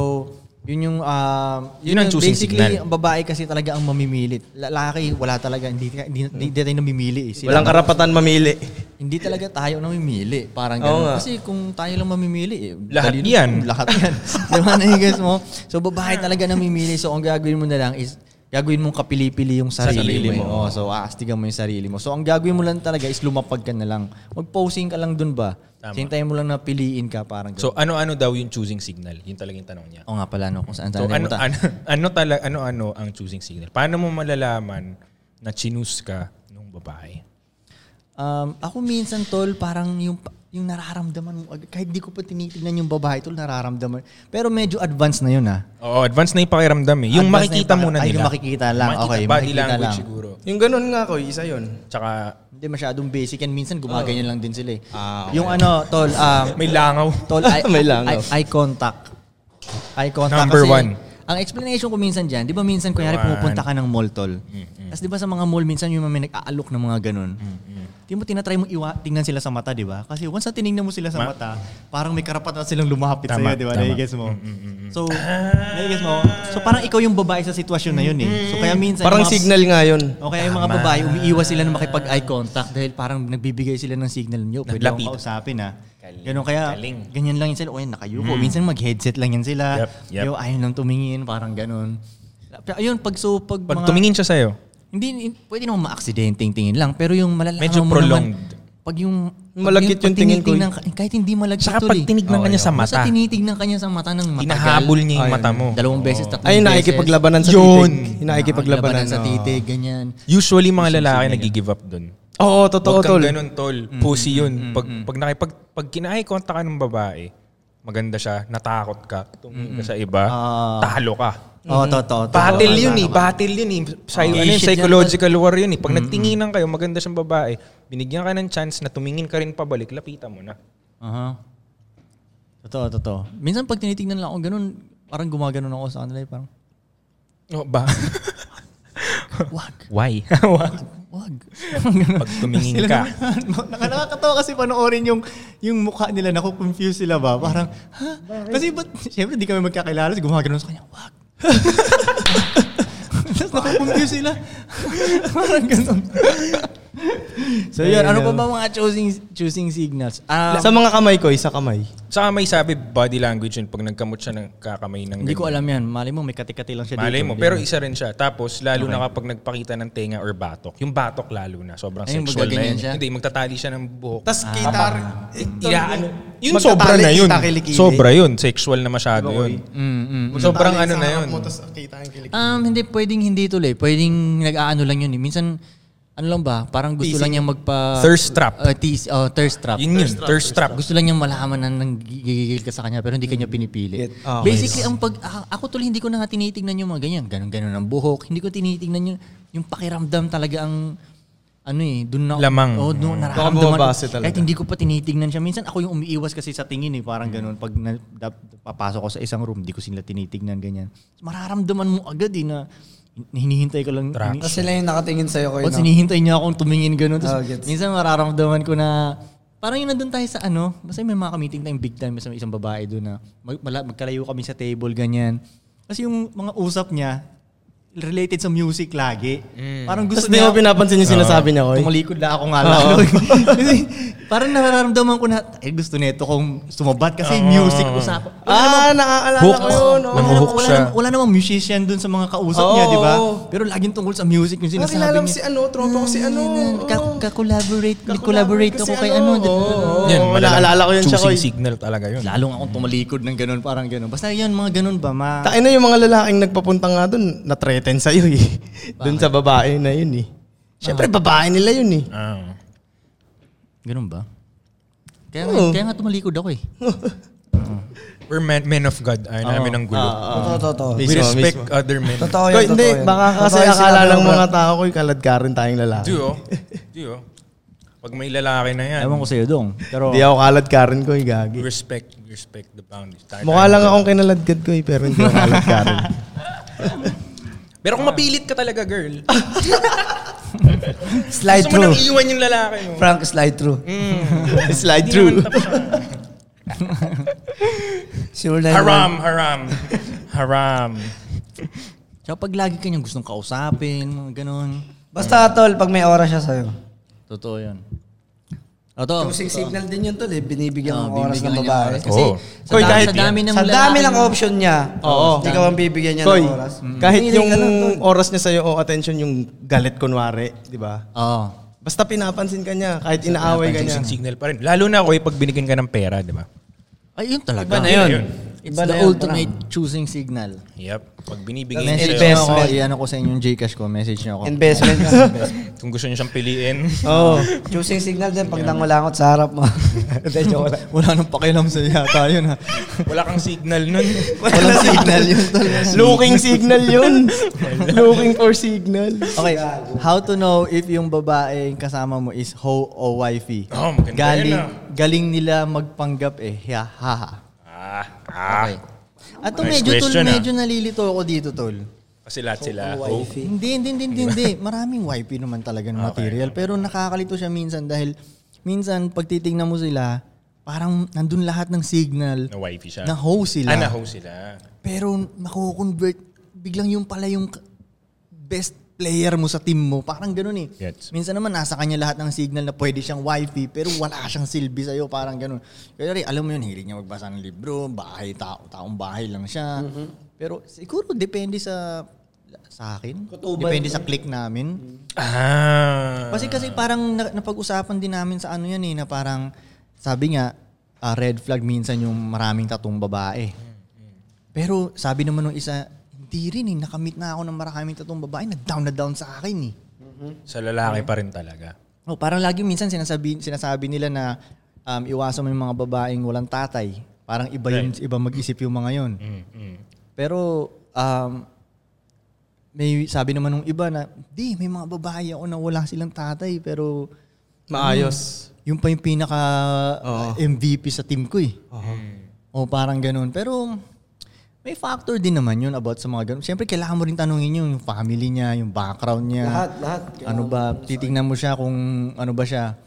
Speaker 4: yun yung, um,
Speaker 5: Yun ang
Speaker 4: yung-
Speaker 5: choosing
Speaker 4: basically,
Speaker 5: signal.
Speaker 4: ang babae kasi talaga ang mamimilit. Lalaki, wala talaga, hindi, hindi, hindi,
Speaker 5: Hmm.
Speaker 4: tayo namimili. Eh. Sila-
Speaker 2: Walang karapatan mamili.
Speaker 4: hindi talaga tayo namimili. Parang
Speaker 2: Oo
Speaker 4: ganun.
Speaker 2: nga.
Speaker 4: Kasi kung tayo lang mamimili, eh,
Speaker 5: Lahat
Speaker 4: dali na-
Speaker 5: yan.
Speaker 4: Lahat yan. diba na guess mo? So babae talaga namimili. So ang gagawin mo na lang is gagawin mong kapili-pili yung sarili, mo. eh. Oo, so aastigan mo yung sarili mo. So ang gagawin mo lang talaga is lumapag ka na lang. Mag-posing ka lang dun ba? Sintayin mo lang na piliin ka parang ganun.
Speaker 5: So ano-ano daw yung choosing signal? Yun talaga yung tanong niya.
Speaker 4: Oo nga pala, no, kung saan
Speaker 5: So
Speaker 4: saan
Speaker 5: ano,
Speaker 4: ano,
Speaker 5: ano, ano talaga ano-ano ang choosing signal? Paano mo malalaman na chinus ka nung babae?
Speaker 4: Um, ako minsan tol, parang yung yung nararamdaman mo, agad. kahit di ko pa tinitignan yung babae tol, nararamdaman. Pero medyo advanced na yun ah.
Speaker 5: Oo, advanced na yung pakiramdam eh. Yung
Speaker 4: Advanced na
Speaker 5: makikita
Speaker 4: yung
Speaker 5: muna
Speaker 4: paki- ay,
Speaker 5: nila.
Speaker 4: yung makikita lang. Okay,
Speaker 5: body
Speaker 4: makikita
Speaker 5: language
Speaker 4: lang.
Speaker 5: siguro.
Speaker 2: Yung ganun nga, koy, isa yun.
Speaker 5: Tsaka
Speaker 4: Hindi masyadong basic and minsan gumaganyan lang din sila eh. Yung ano, tol, um,
Speaker 5: Oh. Ah, may langaw.
Speaker 4: tol, eye,
Speaker 2: May langaw.
Speaker 4: eye- eye contact. Eye contact
Speaker 5: Number
Speaker 4: kasi,
Speaker 5: one.
Speaker 4: Ang explanation ko minsan dyan, di ba minsan kunyari
Speaker 5: One.
Speaker 4: pumupunta ka ng mall, tol. Tapos di ba sa mga mall, minsan yung mga may nag-aalok ng mga ganun. Di mo tinatry mo iwa, tingnan sila sa mata, di ba? Kasi once na tinignan mo sila sa mata, parang may karapatan silang lumapit
Speaker 5: Tama,
Speaker 4: sa'yo, di ba?
Speaker 5: tama.
Speaker 4: Nai-guess mo? So, nai-guess mo? So parang ikaw yung babae sa sitwasyon na yun eh. So kaya minsan...
Speaker 2: Parang
Speaker 4: yung mga-
Speaker 2: signal nga yun.
Speaker 4: o kaya yung mga babae, umiiwas sila na makipag-eye contact dahil parang nagbibigay sila ng signal nyo. Pwede
Speaker 5: Naglapit.
Speaker 4: akong kausapin ha. Ganun kaya,
Speaker 5: Galing. Hmm.
Speaker 4: ganyan lang yun sila. O yan, nakayuko. Minsan mag-headset lang yan sila.
Speaker 5: Yep, yep.
Speaker 4: Yo, ayaw lang tumingin, parang ganun. Pero Ayun, pag so, pag,
Speaker 5: Pag
Speaker 4: mga-
Speaker 5: tumingin siya sa'yo,
Speaker 4: hindi, hindi- pwede naman ma-accidenting tingin lang. Pero yung malalaman
Speaker 5: Medyo
Speaker 4: mo
Speaker 5: prolonged.
Speaker 4: naman, pag yung... pag
Speaker 2: Malagkit yung
Speaker 4: pag
Speaker 2: tingin ko eh.
Speaker 4: tinitingnan ka- Kahit hindi malagkit
Speaker 5: Saka
Speaker 4: tuloy.
Speaker 5: pag tinignan ka niya sa
Speaker 4: Basta
Speaker 5: mata.
Speaker 4: tinitignan ka niya sa mata ng matagal.
Speaker 5: Hinahabol niya yung
Speaker 2: Ayun.
Speaker 5: mata mo.
Speaker 4: Dalawang beses, tatlong
Speaker 2: Ay,
Speaker 4: beses.
Speaker 2: nakikipaglabanan sa
Speaker 5: Yun.
Speaker 2: titig. Yung Nakikipaglabanan.
Speaker 4: Labanan sa
Speaker 2: oo.
Speaker 4: titig, ganyan.
Speaker 5: Usually mga lalaki nagigive up dun.
Speaker 2: Oo, totoo,
Speaker 5: Huwag
Speaker 2: tol.
Speaker 5: kang ganun, tol. Pussy yun. Pag, pag, nakipag, pag kinakikonta ka ng babae, maganda siya, natakot ka, tumingin ka sa iba, talo ka.
Speaker 4: Oo, totoo. totoo.
Speaker 5: Battle yun eh. Battle yun eh. Psy- ano
Speaker 4: Oo.
Speaker 5: yun,
Speaker 4: Shit yan,
Speaker 5: psychological war yun eh. Pag nagtinginan kayo, maganda siyang babae, binigyan ka ng chance na tumingin ka rin pabalik, lapitan mo na.
Speaker 4: Aha. Totoo, totoo. Minsan pag tinitingnan lang ako ganun, parang gumaganon ako sa kanila. eh, Parang,
Speaker 5: Oh, ba?
Speaker 4: wag,
Speaker 5: Why?
Speaker 4: wag. Ganun.
Speaker 5: Pag tumingin ka.
Speaker 4: Naka- Nakakatawa kasi panoorin yung yung mukha nila, naku-confuse sila ba? Parang, ha? Kasi ba't, syempre di kami magkakilala, so gumagano sa kanya, wag. Tapos naku-confuse sila. Parang ganun. so yun, ano pa ba mga choosing choosing signals? Ah,
Speaker 2: Sa mga kamay ko, isa kamay.
Speaker 5: Saka may sabi, body language yun. Pag nagkamot siya ng kakamay ng
Speaker 4: hindi ko alam yan. Mali mo, may katikati lang siya
Speaker 5: Malay
Speaker 4: dito.
Speaker 5: mo. Pero isa rin siya. Tapos, lalo na kapag nagpakita ng tenga or batok. Yung batok lalo na. Sobrang
Speaker 4: Ayun,
Speaker 5: sexual na
Speaker 4: magaganyan
Speaker 5: yun.
Speaker 4: siya?
Speaker 5: Hindi, magtatali siya ng buhok.
Speaker 2: Tapos
Speaker 4: Ah,
Speaker 2: kitar.
Speaker 5: Ilaan. Yun sobra na yun. Sobra yun. Sexual na masyado
Speaker 2: eh.
Speaker 5: yun.
Speaker 4: Mm, mm.
Speaker 5: Sobrang ano na yun.
Speaker 2: Tapos ah, kita yung kilig.
Speaker 4: Um, hindi, pwedeng hindi tuloy. Pwedeng nag-aano lang yun. eh. Minsan, ano lang ba? Parang gusto lang niya
Speaker 5: eh.
Speaker 4: magpa...
Speaker 5: Thirst trap.
Speaker 4: Uh, tease, oh, thirst trap.
Speaker 5: Yun yun. Thirst trap.
Speaker 4: Gusto lang niyang malaman na nanggigigil ka sa kanya pero hindi kanya pinipili.
Speaker 2: Okay.
Speaker 4: Basically, ang pag, a- ako tuloy hindi ko na nga tinitignan yung mga ganyan. Ganon-ganon ang buhok. Hindi ko tinitignan yung, yung pakiramdam talaga ang ano eh, doon na
Speaker 5: Lamang.
Speaker 4: Oh, doon nararamdaman.
Speaker 2: bumabase talaga.
Speaker 4: Kahit hindi ko pa tinitignan siya. Minsan ako yung umiiwas kasi sa tingin eh, parang ganun. Pag na, da- papasok ko sa isang room, hindi ko sila tinitignan ganyan. Mararamdaman mo agad eh na hinihintay ko lang.
Speaker 5: Trap.
Speaker 4: hini-
Speaker 6: Tapos sila yung nakatingin sa'yo ko
Speaker 4: o sinihintay niya akong tumingin gano'n.
Speaker 6: Oh,
Speaker 4: Tapos
Speaker 6: gets.
Speaker 4: minsan mararamdaman ko na parang yun nandun tayo sa ano. Basta may mga meeting tayong big time sa isang babae doon na mag, mala- magkalayo kami sa table, ganyan. Kasi yung mga usap niya, related sa music lagi.
Speaker 6: Mm.
Speaker 4: Parang
Speaker 2: Tapos
Speaker 4: gusto
Speaker 2: di mo
Speaker 4: niya,
Speaker 2: pinapansin yung sinasabi niya, Koy.
Speaker 4: tumalikod na ako nga lalo. kasi parang nararamdaman ko na, eh gusto nito kung sumabat kasi music usapan.
Speaker 2: Ah, nakaalala
Speaker 5: Hook.
Speaker 2: ko yun.
Speaker 5: Nang-
Speaker 2: Oh.
Speaker 4: Wala,
Speaker 5: Nanguhook
Speaker 4: wala,
Speaker 5: siya.
Speaker 4: namang- wala namang musician dun sa mga kausap
Speaker 2: Oo,
Speaker 4: niya, di ba?
Speaker 2: oo.
Speaker 4: Pero laging tungkol sa music yung
Speaker 2: Ah,
Speaker 4: sinasabi
Speaker 2: kilala mo
Speaker 4: niya.
Speaker 2: si ano, tropa ko si ano.
Speaker 4: Hmm, Ka-
Speaker 2: Oo.
Speaker 4: ka-collaborate, collaborate
Speaker 2: ko
Speaker 4: ako
Speaker 2: si
Speaker 4: kay ano. di
Speaker 5: Yun,
Speaker 4: ba?
Speaker 2: Oo,
Speaker 5: malalang
Speaker 2: naalala ko yun siya, Koy.
Speaker 5: Choosing signal talaga yun.
Speaker 4: Lalong akong tumalikod ng ganun, parang ganun. Basta yun, mga ganun ba? Ma-
Speaker 2: Tain na yung mga lalaking nagpapunta nga doon, na-threaten sa'yo eh. Doon sa babae na yun eh. Siyempre,
Speaker 6: Ah.
Speaker 2: babae nila yun eh.
Speaker 5: Ah.
Speaker 4: ganun ba? Kaya,
Speaker 2: Oo.
Speaker 4: nga, kaya nga tumalikod ako eh.
Speaker 5: We're men, men of God. Ayaw namin ng gulo.
Speaker 6: Totoo, totoo.
Speaker 2: Ah,
Speaker 5: We
Speaker 2: Mismo,
Speaker 5: respect
Speaker 2: mismo.
Speaker 5: other men.
Speaker 6: Ah, Totoo
Speaker 2: Koy,
Speaker 6: yun,
Speaker 2: hindi,
Speaker 6: totoo yun.
Speaker 2: baka
Speaker 6: Totoo
Speaker 2: kasi
Speaker 6: yung
Speaker 2: akala
Speaker 6: sinabi
Speaker 2: ng
Speaker 6: mo,
Speaker 2: mga
Speaker 6: bro.
Speaker 2: tao ko, kaladkarin tayong lalaki.
Speaker 5: Duo. Duo. oh. Pag may lalaki na yan,
Speaker 4: Ewan ko sa'yo, Dong. Pero,
Speaker 2: Hindi ako kaladkarin ko, gagi.
Speaker 5: respect, respect the boundaries. Tayo-
Speaker 2: Mukha
Speaker 5: tayo-
Speaker 2: lang akong kinaladkad ko eh, pero hindi ako kaladkarin.
Speaker 5: Pero kung mapilit ka talaga, girl,
Speaker 6: Slide
Speaker 5: gusto mo
Speaker 6: through.
Speaker 5: nang iwan yung lalaki mo. Hmm.
Speaker 6: Frank, slide through.
Speaker 2: Slide through.
Speaker 6: Sure na yun.
Speaker 5: Haram, haram. haram.
Speaker 4: tsaka pag lagi kanyang gustong kausapin, mga ganun.
Speaker 6: Basta tol, pag may oras siya sa'yo.
Speaker 4: Totoo yun. O to.
Speaker 6: Yung signal din yun tol eh, binibigyan
Speaker 4: Oh,
Speaker 6: ng oras
Speaker 4: bibigyan
Speaker 6: ng
Speaker 4: ka niya
Speaker 6: babae.
Speaker 4: oras. Kasi
Speaker 5: Oo.
Speaker 4: sa,
Speaker 2: Koy,
Speaker 4: dami,
Speaker 2: kahit
Speaker 4: sa dami ng
Speaker 6: Sa dami ng
Speaker 4: lalaking-
Speaker 6: option niya,
Speaker 2: Oo.
Speaker 6: ikaw ang bibigyan niya
Speaker 2: Koy,
Speaker 6: ng oras.
Speaker 2: kahit
Speaker 6: Hindi,
Speaker 2: yung
Speaker 4: ano,
Speaker 6: ganun, tol.
Speaker 2: oras niya sa'yo o attention yung galit kunwari, di ba?
Speaker 4: Oo.
Speaker 2: Basta pinapansin ka niya, kahit inaaway ka niya.
Speaker 5: Choosing signal pa rin. Lalo na ako eh, pag binigyan ka ng pera, di ba?
Speaker 4: Ay, yun talaga.
Speaker 5: Iba na yun.
Speaker 4: It's
Speaker 6: Iba na
Speaker 4: the
Speaker 6: yun,
Speaker 4: ultimate choosing signal.
Speaker 5: Yep. Pag binibigyan niya sa'yo,
Speaker 4: Message niyo ako,
Speaker 6: Investment.
Speaker 4: iyan ako sa inyo yung Gcash ko, message niyo ako.
Speaker 6: Investment.
Speaker 5: kung gusto niya siyang piliin,
Speaker 2: Oo.
Speaker 6: Choosing signal din pag nangulangot sa harap mo. Hindi, joke lang.
Speaker 4: Wala nang pakialam sa yata yun ha.
Speaker 5: wala kang signal nun.
Speaker 4: Walang signal yun tol.
Speaker 2: Looking signal yun. Looking for signal.
Speaker 4: Okay, how to know if yung babaeng kasama mo is ho o wifey?
Speaker 5: Oh, maganda yun,
Speaker 4: galing,
Speaker 5: ah.
Speaker 4: galing nila magpanggap eh. Ha, ha, ha.
Speaker 5: ah, ah.
Speaker 4: Okay. At to,
Speaker 5: Nice
Speaker 4: medyo, tol,
Speaker 5: question, ah.
Speaker 4: medyo nalilito ako dito, tol.
Speaker 5: Kasi lahat sila. Oh,
Speaker 6: Wifey.
Speaker 4: Hindi, hindi, hindi, hindi, hindi. Maraming wifey naman talaga ng material. Pero nakakalito siya minsan dahil minsan pag titingnan mo sila, parang nandun lahat ng signal
Speaker 5: na wifey siya.
Speaker 4: na ho sila.
Speaker 5: Ah, na ho sila.
Speaker 4: Pero makukonvert, biglang yung pala yung k- best player mo sa team mo. Parang ganun eh.
Speaker 5: Gets.
Speaker 4: Minsan naman nasa kanya lahat ng signal na pwede siyang wifi pero wala siyang silbi sa'yo. Parang ganun. Kaya rin, alam mo yun, hilig niya magbasa ng libro, bahay, tao, taong bahay lang siya. Pero siguro depende sa sa akin. Depende sa click namin.
Speaker 5: Ah.
Speaker 4: Kasi kasi parang na- napag-usapan din namin sa ano yan eh, na parang sabi nga, ah, red flag minsan yung maraming tatong babae. Pero sabi naman nung isa, hindi rin eh, nakamit na ako ng maraming tatong babae, nag-down na down sa akin eh.
Speaker 5: Sa lalaki pa rin talaga.
Speaker 4: Oh, parang lagi minsan sinasabi sinasabi nila na um, iwasan mo yung mga babaeng walang tatay. Parang iba yun, iba mag-isip yung mga yon.
Speaker 5: Mm,
Speaker 4: Pero um, may sabi naman nung iba na, di, may mga babae ako na wala silang tatay pero
Speaker 2: Maayos.
Speaker 4: yung pa yung pinaka ah,
Speaker 2: Oo.
Speaker 4: MVP sa team ko eh. O parang ganun. Pero may factor din naman yun about sa mga ganun. Siyempre kailangan mo rin tanungin yun, yung family niya, yung background niya.
Speaker 6: Lahat, lahat.
Speaker 4: Ano ba, titingnan mo siya kung ano ba siya,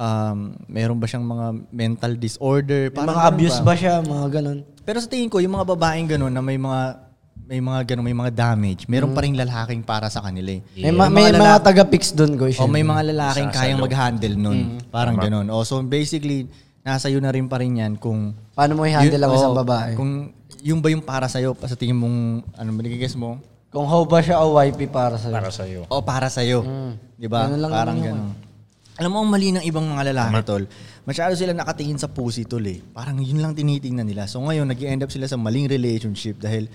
Speaker 4: um, meron ba siyang mga mental disorder.
Speaker 6: May
Speaker 4: parang
Speaker 6: mga
Speaker 4: ganun
Speaker 6: abuse ba siya, mga ganun?
Speaker 4: Pero sa tingin ko, yung mga babaeng ganun na may mga may mga ganun, may mga damage,
Speaker 6: Mm.
Speaker 4: meron pa rin lalaking para sa kanila eh.
Speaker 6: May, ma- may mga, taga-fix doon, Goy.
Speaker 4: O may mga lalaking kayang mag-handle nun.
Speaker 6: Mm-hmm.
Speaker 4: Parang ganun. O so basically, nasa iyo na rin pa rin yan kung...
Speaker 6: Paano mo i-handle ang
Speaker 4: Yun-
Speaker 6: isang
Speaker 4: o,
Speaker 6: babae?
Speaker 4: Kung yung ba yung para sa'yo, pa- sa tingin mong, ano, guess mo?
Speaker 6: Kung how ba siya o YP para sa'yo?
Speaker 5: Para sa'yo.
Speaker 4: O para sa'yo. Di
Speaker 6: Mm.
Speaker 4: ba?
Speaker 6: Ganun lang
Speaker 4: Parang
Speaker 6: naman yun, eh.
Speaker 4: ganun. Alam mo, ang mali ng ibang mga lalaki, tol. Masyado sila nakatingin sa pusi, tol eh. Parang yun lang tinitingnan nila. So ngayon, nag end up sila sa maling relationship dahil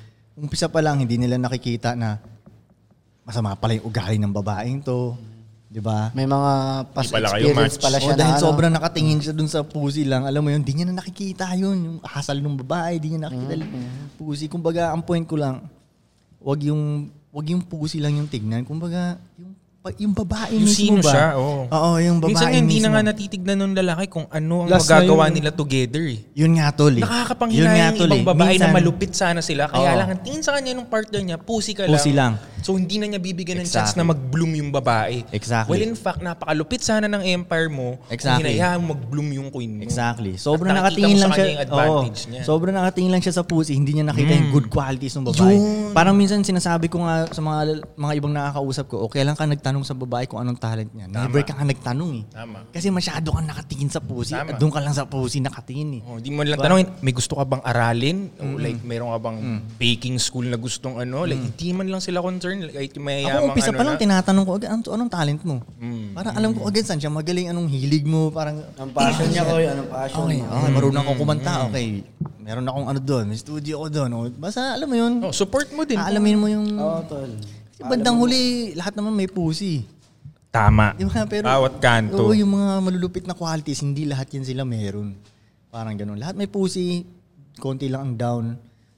Speaker 4: umpisa pa lang, hindi nila nakikita na masama pala yung ugali ng babaeng to. Di ba?
Speaker 6: May mga past
Speaker 5: Di pala kayo
Speaker 6: experience
Speaker 5: match.
Speaker 6: pala
Speaker 4: O
Speaker 6: siya
Speaker 4: Oh, dahil
Speaker 6: na ano.
Speaker 4: sobrang nakatingin siya dun sa pusi lang, alam mo yun, di niya na nakikita yun. Yung hasal ng babae, di niya nakikita
Speaker 5: Mm-hmm.
Speaker 4: yung pusi. Kumbaga, ang point ko lang, wag yung wag yung pusi lang yung tignan. Kumbaga, yung, pa- yung babae
Speaker 5: Yung sino
Speaker 4: mismo ba?
Speaker 5: siya, oo.
Speaker 4: yung babae
Speaker 5: Minsan nga hindi
Speaker 4: mismo.
Speaker 5: na nga natitignan ng lalaki kung ano ang
Speaker 2: Last na
Speaker 5: magagawa
Speaker 2: yun.
Speaker 5: nila together eh.
Speaker 4: yun nga tol eh. Yun nga,
Speaker 5: Nakakapanghinayang yung
Speaker 4: tol,
Speaker 5: ibang
Speaker 4: eh.
Speaker 5: babae na
Speaker 4: Minsan-
Speaker 5: malupit sana sila. Kaya
Speaker 4: Oo.
Speaker 5: lang, ang tingin sa kanya nung partner niya, pusi ka
Speaker 4: Pusi lang.
Speaker 5: So hindi na niya bibigyan ng chance
Speaker 4: Exactly.
Speaker 5: na mag-bloom yung babae.
Speaker 4: Exactly.
Speaker 5: Well in fact, napakalupit sana ng empire mo. kung
Speaker 4: Exactly.
Speaker 5: Hinayaan mo mag-bloom yung queen mo.
Speaker 4: Exactly. Sobrang
Speaker 5: At nakikita
Speaker 4: nakatingin
Speaker 5: mo sa
Speaker 4: lang
Speaker 5: kanya yung
Speaker 4: siya. Oo.
Speaker 5: advantage niya. Mm.
Speaker 4: Sobrang nakatingin lang siya sa pussy, hindi niya nakita yung good qualities ng babae. Parang minsan sinasabi ko nga sa mga lal- mga ibang nakakausap ko, okay lang ka nagtanong sa babae kung anong talent niya. Never ka nga nagtanong eh.
Speaker 5: Tama.
Speaker 4: Kasi masyado kang nakatingin sa pussy.
Speaker 5: Tama.
Speaker 4: Doon ka lang sa pussy nakatingin eh.
Speaker 5: Oh, di mo lang tanongin, may gusto ka bang aralin? O like, meron ka bang
Speaker 4: Mm.
Speaker 5: baking school na gustong ano? Like, hindi man lang sila concerned. Like, may
Speaker 4: Ako umpisa pa lang, tinatanong ko agad, ano, anong talent mo?
Speaker 5: Mm.
Speaker 4: Parang alam ko agad saan siya magaling, anong hilig mo, parang...
Speaker 6: Ang passion niya, Goy. Anong passion?
Speaker 4: Okay, okay, marunong
Speaker 5: Mm.
Speaker 4: akong kumanta, okay. Meron akong ano doon, may studio ako doon. o, Basta alam mo yun,
Speaker 5: Oh, support mo din.
Speaker 4: aalamin mo yung...
Speaker 6: Oo, tol.
Speaker 4: Kasi bandang huli, lahat naman may pusi.
Speaker 5: Tama.
Speaker 4: Di ba? Pero,
Speaker 5: Bawat Ah, kanto.
Speaker 4: Oo, yung mga malulupit na qualities, hindi lahat yan sila meron. Parang ganun. Lahat may pusi, konti lang ang down.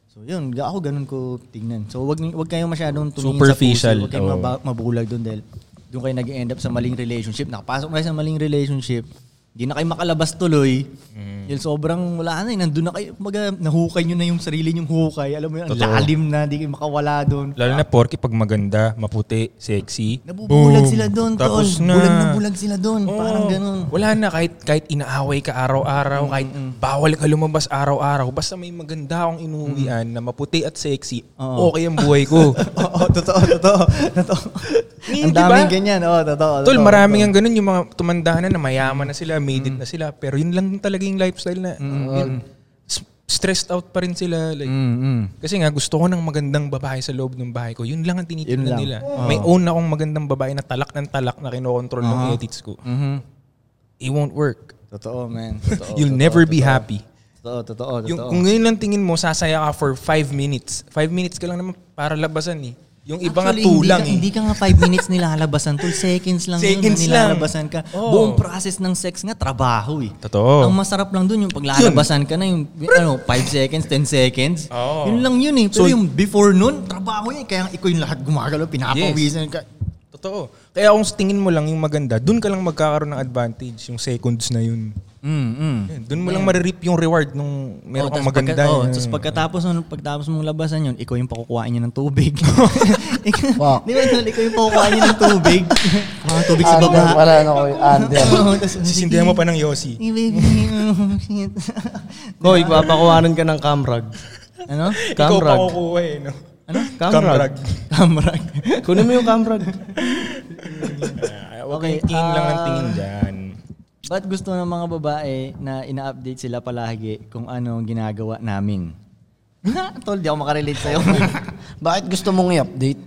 Speaker 4: So yun, ga- ako ganun ko tingnan. So wag, ni- wag kayong masyadong tumingin
Speaker 5: Superficial,
Speaker 4: sa pusi. Wag kayong
Speaker 5: oo.
Speaker 4: maba- mabulag doon dahil doon kayo nag end up sa maling relationship. Nakapasok na kayo sa maling relationship. Hindi na kayo makalabas tuloy.
Speaker 5: Mm.
Speaker 4: Yung sobrang wala na eh. Nandun na kayo. Kumbaga, nahukay nyo na yung sarili nyong hukay. Alam mo yun, ang
Speaker 5: Totoo.
Speaker 4: lalim na. Hindi kayo makawala doon.
Speaker 5: Lalo na porky pag maganda, maputi, sexy.
Speaker 4: Nabubulag
Speaker 5: Boom!
Speaker 4: sila doon, tol.
Speaker 5: Tapos na.
Speaker 4: Bulag na Oh. bulag sila doon.
Speaker 5: Oo.
Speaker 4: Parang ganun. Mm,
Speaker 5: Wala na, kahit, kahit inaaway ka araw-araw, kahit bawal ka lumabas araw-araw, basta may maganda akong inuwian
Speaker 4: Mm.
Speaker 5: na maputi at sexy, okay ang buhay ko.
Speaker 4: Oo, totoo, totoo. totoo.
Speaker 5: Hindi,
Speaker 4: Ang
Speaker 5: di ba?
Speaker 4: daming ganyan. Oo, totoo.
Speaker 5: diba? Tol,
Speaker 4: totoo,
Speaker 5: maraming ang ganun yung mga tumanda na na mayaman na sila, made
Speaker 4: Mm.
Speaker 5: it na sila, pero yun lang talaga yung lifestyle na yun, s- stressed out pa rin sila. Like,
Speaker 4: totoo. Mm-mm.
Speaker 5: Kasi nga, gusto ko ng magandang babae sa loob ng bahay ko. Yun lang ang
Speaker 4: Yun
Speaker 5: tinitingnan
Speaker 4: lang. Ah.
Speaker 5: nila. May own akong magandang babae na talak ng talak na kinokontrol ng edits ko.
Speaker 4: Mhm.
Speaker 5: It won't work.
Speaker 4: Totoo, man. Totoo.
Speaker 5: You'll
Speaker 4: totoo,
Speaker 5: never be
Speaker 4: totoo.
Speaker 5: happy.
Speaker 4: Totoo, totoo,
Speaker 5: Yung,
Speaker 4: totoo.
Speaker 5: kung ngayon lang tingin mo, sasaya ka for five minutes. Five minutes ka lang naman para labasan eh. Yung iba nga
Speaker 4: Actually,
Speaker 5: tulang eh.
Speaker 4: hindi, ka- hindi ka nga 5 minutes nilalabasan, tol. Seconds lang Oh.
Speaker 5: Seconds lang.
Speaker 4: yun. na Nilalabasan ka.
Speaker 5: Oo.
Speaker 4: Buong process ng sex nga, trabaho eh.
Speaker 5: Totoo.
Speaker 4: Ang masarap lang dun, yung paglalabasan ka na, yung ano, 5 seconds, 10 seconds.
Speaker 5: Oo.
Speaker 4: Yun lang yun eh. Pero
Speaker 5: So-
Speaker 4: yung before nun, trabaho yun. Kaya ikaw yung lahat gumagalaw, pinapawisan ka.
Speaker 5: Totoo. Kaya kung tingin mo lang yung maganda, dun ka lang magkakaroon ng advantage, yung seconds na yun.
Speaker 4: Mm, mm.
Speaker 5: Yun, Dun mo lang maririp yung reward nung meron
Speaker 4: Oh,
Speaker 5: kang
Speaker 4: tas
Speaker 5: maganda. eh.
Speaker 4: Pagka, oh,
Speaker 5: yun.
Speaker 4: tas pagkatapos, nun- pagtapos mong labasan yun, ikaw yung pakukuhaan niya ng tubig. Ikaw-
Speaker 6: Wow.
Speaker 4: Di ba, tol, ikaw yung pakukuhaan niya ng tubig. Mga tubig
Speaker 5: Ano
Speaker 4: sa
Speaker 6: Under,
Speaker 4: baba.
Speaker 6: wala na, Goy. Under.
Speaker 4: Oo, tas,
Speaker 5: Sisindihan mo pa ng Yossi.
Speaker 4: Hey, baby. Oh, shit.
Speaker 2: Koy, papakuhanan ka ng camrag.
Speaker 4: ano?
Speaker 5: Ikaw pa
Speaker 2: Camrag.
Speaker 5: kukuha eh. No?
Speaker 4: Ano?
Speaker 2: Camrag.
Speaker 4: Camera.
Speaker 2: Kunin mo yung camrag.
Speaker 5: Ah, Huwag kang tingin lang ng tingin dyan.
Speaker 4: Ba't gusto ng mga babae na ina-update sila palagi kung ano ang ginagawa namin? Tol, di ako makarelate sa'yo.
Speaker 6: Bakit gusto mong i-update?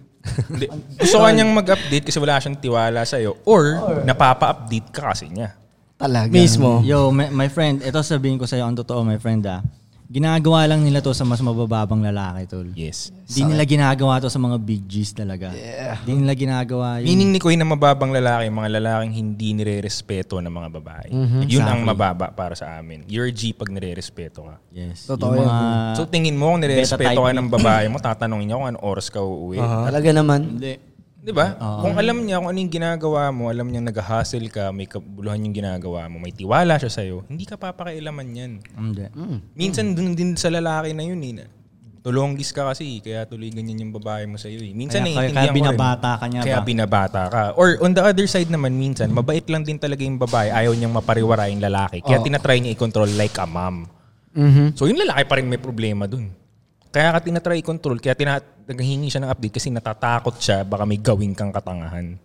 Speaker 5: Hindi. Gusto ka niyang mag-update kasi wala siyang tiwala sa'yo or, napapa-update ka kasi niya.
Speaker 3: Talaga.
Speaker 2: Mismo.
Speaker 4: Yo, my, my friend, ito sabihin ko sa'yo, ang totoo, my friend ah. Ginagawa lang nila to sa mas mabababang lalaki, tol.
Speaker 5: Yes.
Speaker 4: Di nila ginagawa to sa mga big G's talaga. Di nila ginagawa yun.
Speaker 5: Meaning ni Koy na mababang lalaki, mga lalaking hindi nire-respeto ng mga babae.
Speaker 4: Mm-hmm.
Speaker 5: Yun ang mababa para sa amin. You're G pag nire-respeto ka.
Speaker 4: Yes.
Speaker 3: Totoo
Speaker 4: Yung
Speaker 3: yan,
Speaker 4: mga,
Speaker 5: so tingin mo kung nire-respeto
Speaker 4: Ah,
Speaker 5: ka
Speaker 4: beta type. Ah.
Speaker 5: ng babae mo, tatanungin niya kung anong oras ka uuwi.
Speaker 3: Talaga naman.
Speaker 4: Hindi.
Speaker 5: Di ba? Kung alam niya kung ano yung ginagawa mo, alam niya nag-hustle ka, may kabuluhan yung ginagawa mo, may tiwala siya sa'yo, hindi ka papakailaman yan.
Speaker 4: Hindi.
Speaker 5: Minsan dun din sa lalaki na yun eh. na Tulonggis ka kasi, kaya tuloy ganyan yung babae mo sa'yo eh. Minsan
Speaker 4: Kaya-
Speaker 5: naiintindihan
Speaker 4: kaya
Speaker 5: ko rin.
Speaker 4: binabata ka niya
Speaker 5: Kaya
Speaker 4: ba? Hmm.
Speaker 5: binabata ka. Or on the other side naman, minsan, mabait lang din talaga yung babae. Ayaw niyang mapariwara yung lalaki.
Speaker 4: Oh.
Speaker 5: Kaya tinatry niya i-control like a mom.
Speaker 4: Mm-hmm.
Speaker 5: So yung lalaki pa rin may problema dun. Kaya ka tinatry i-control, kaya tina- naghihingi siya ng update kasi natatakot siya baka may gawin kang katangahan.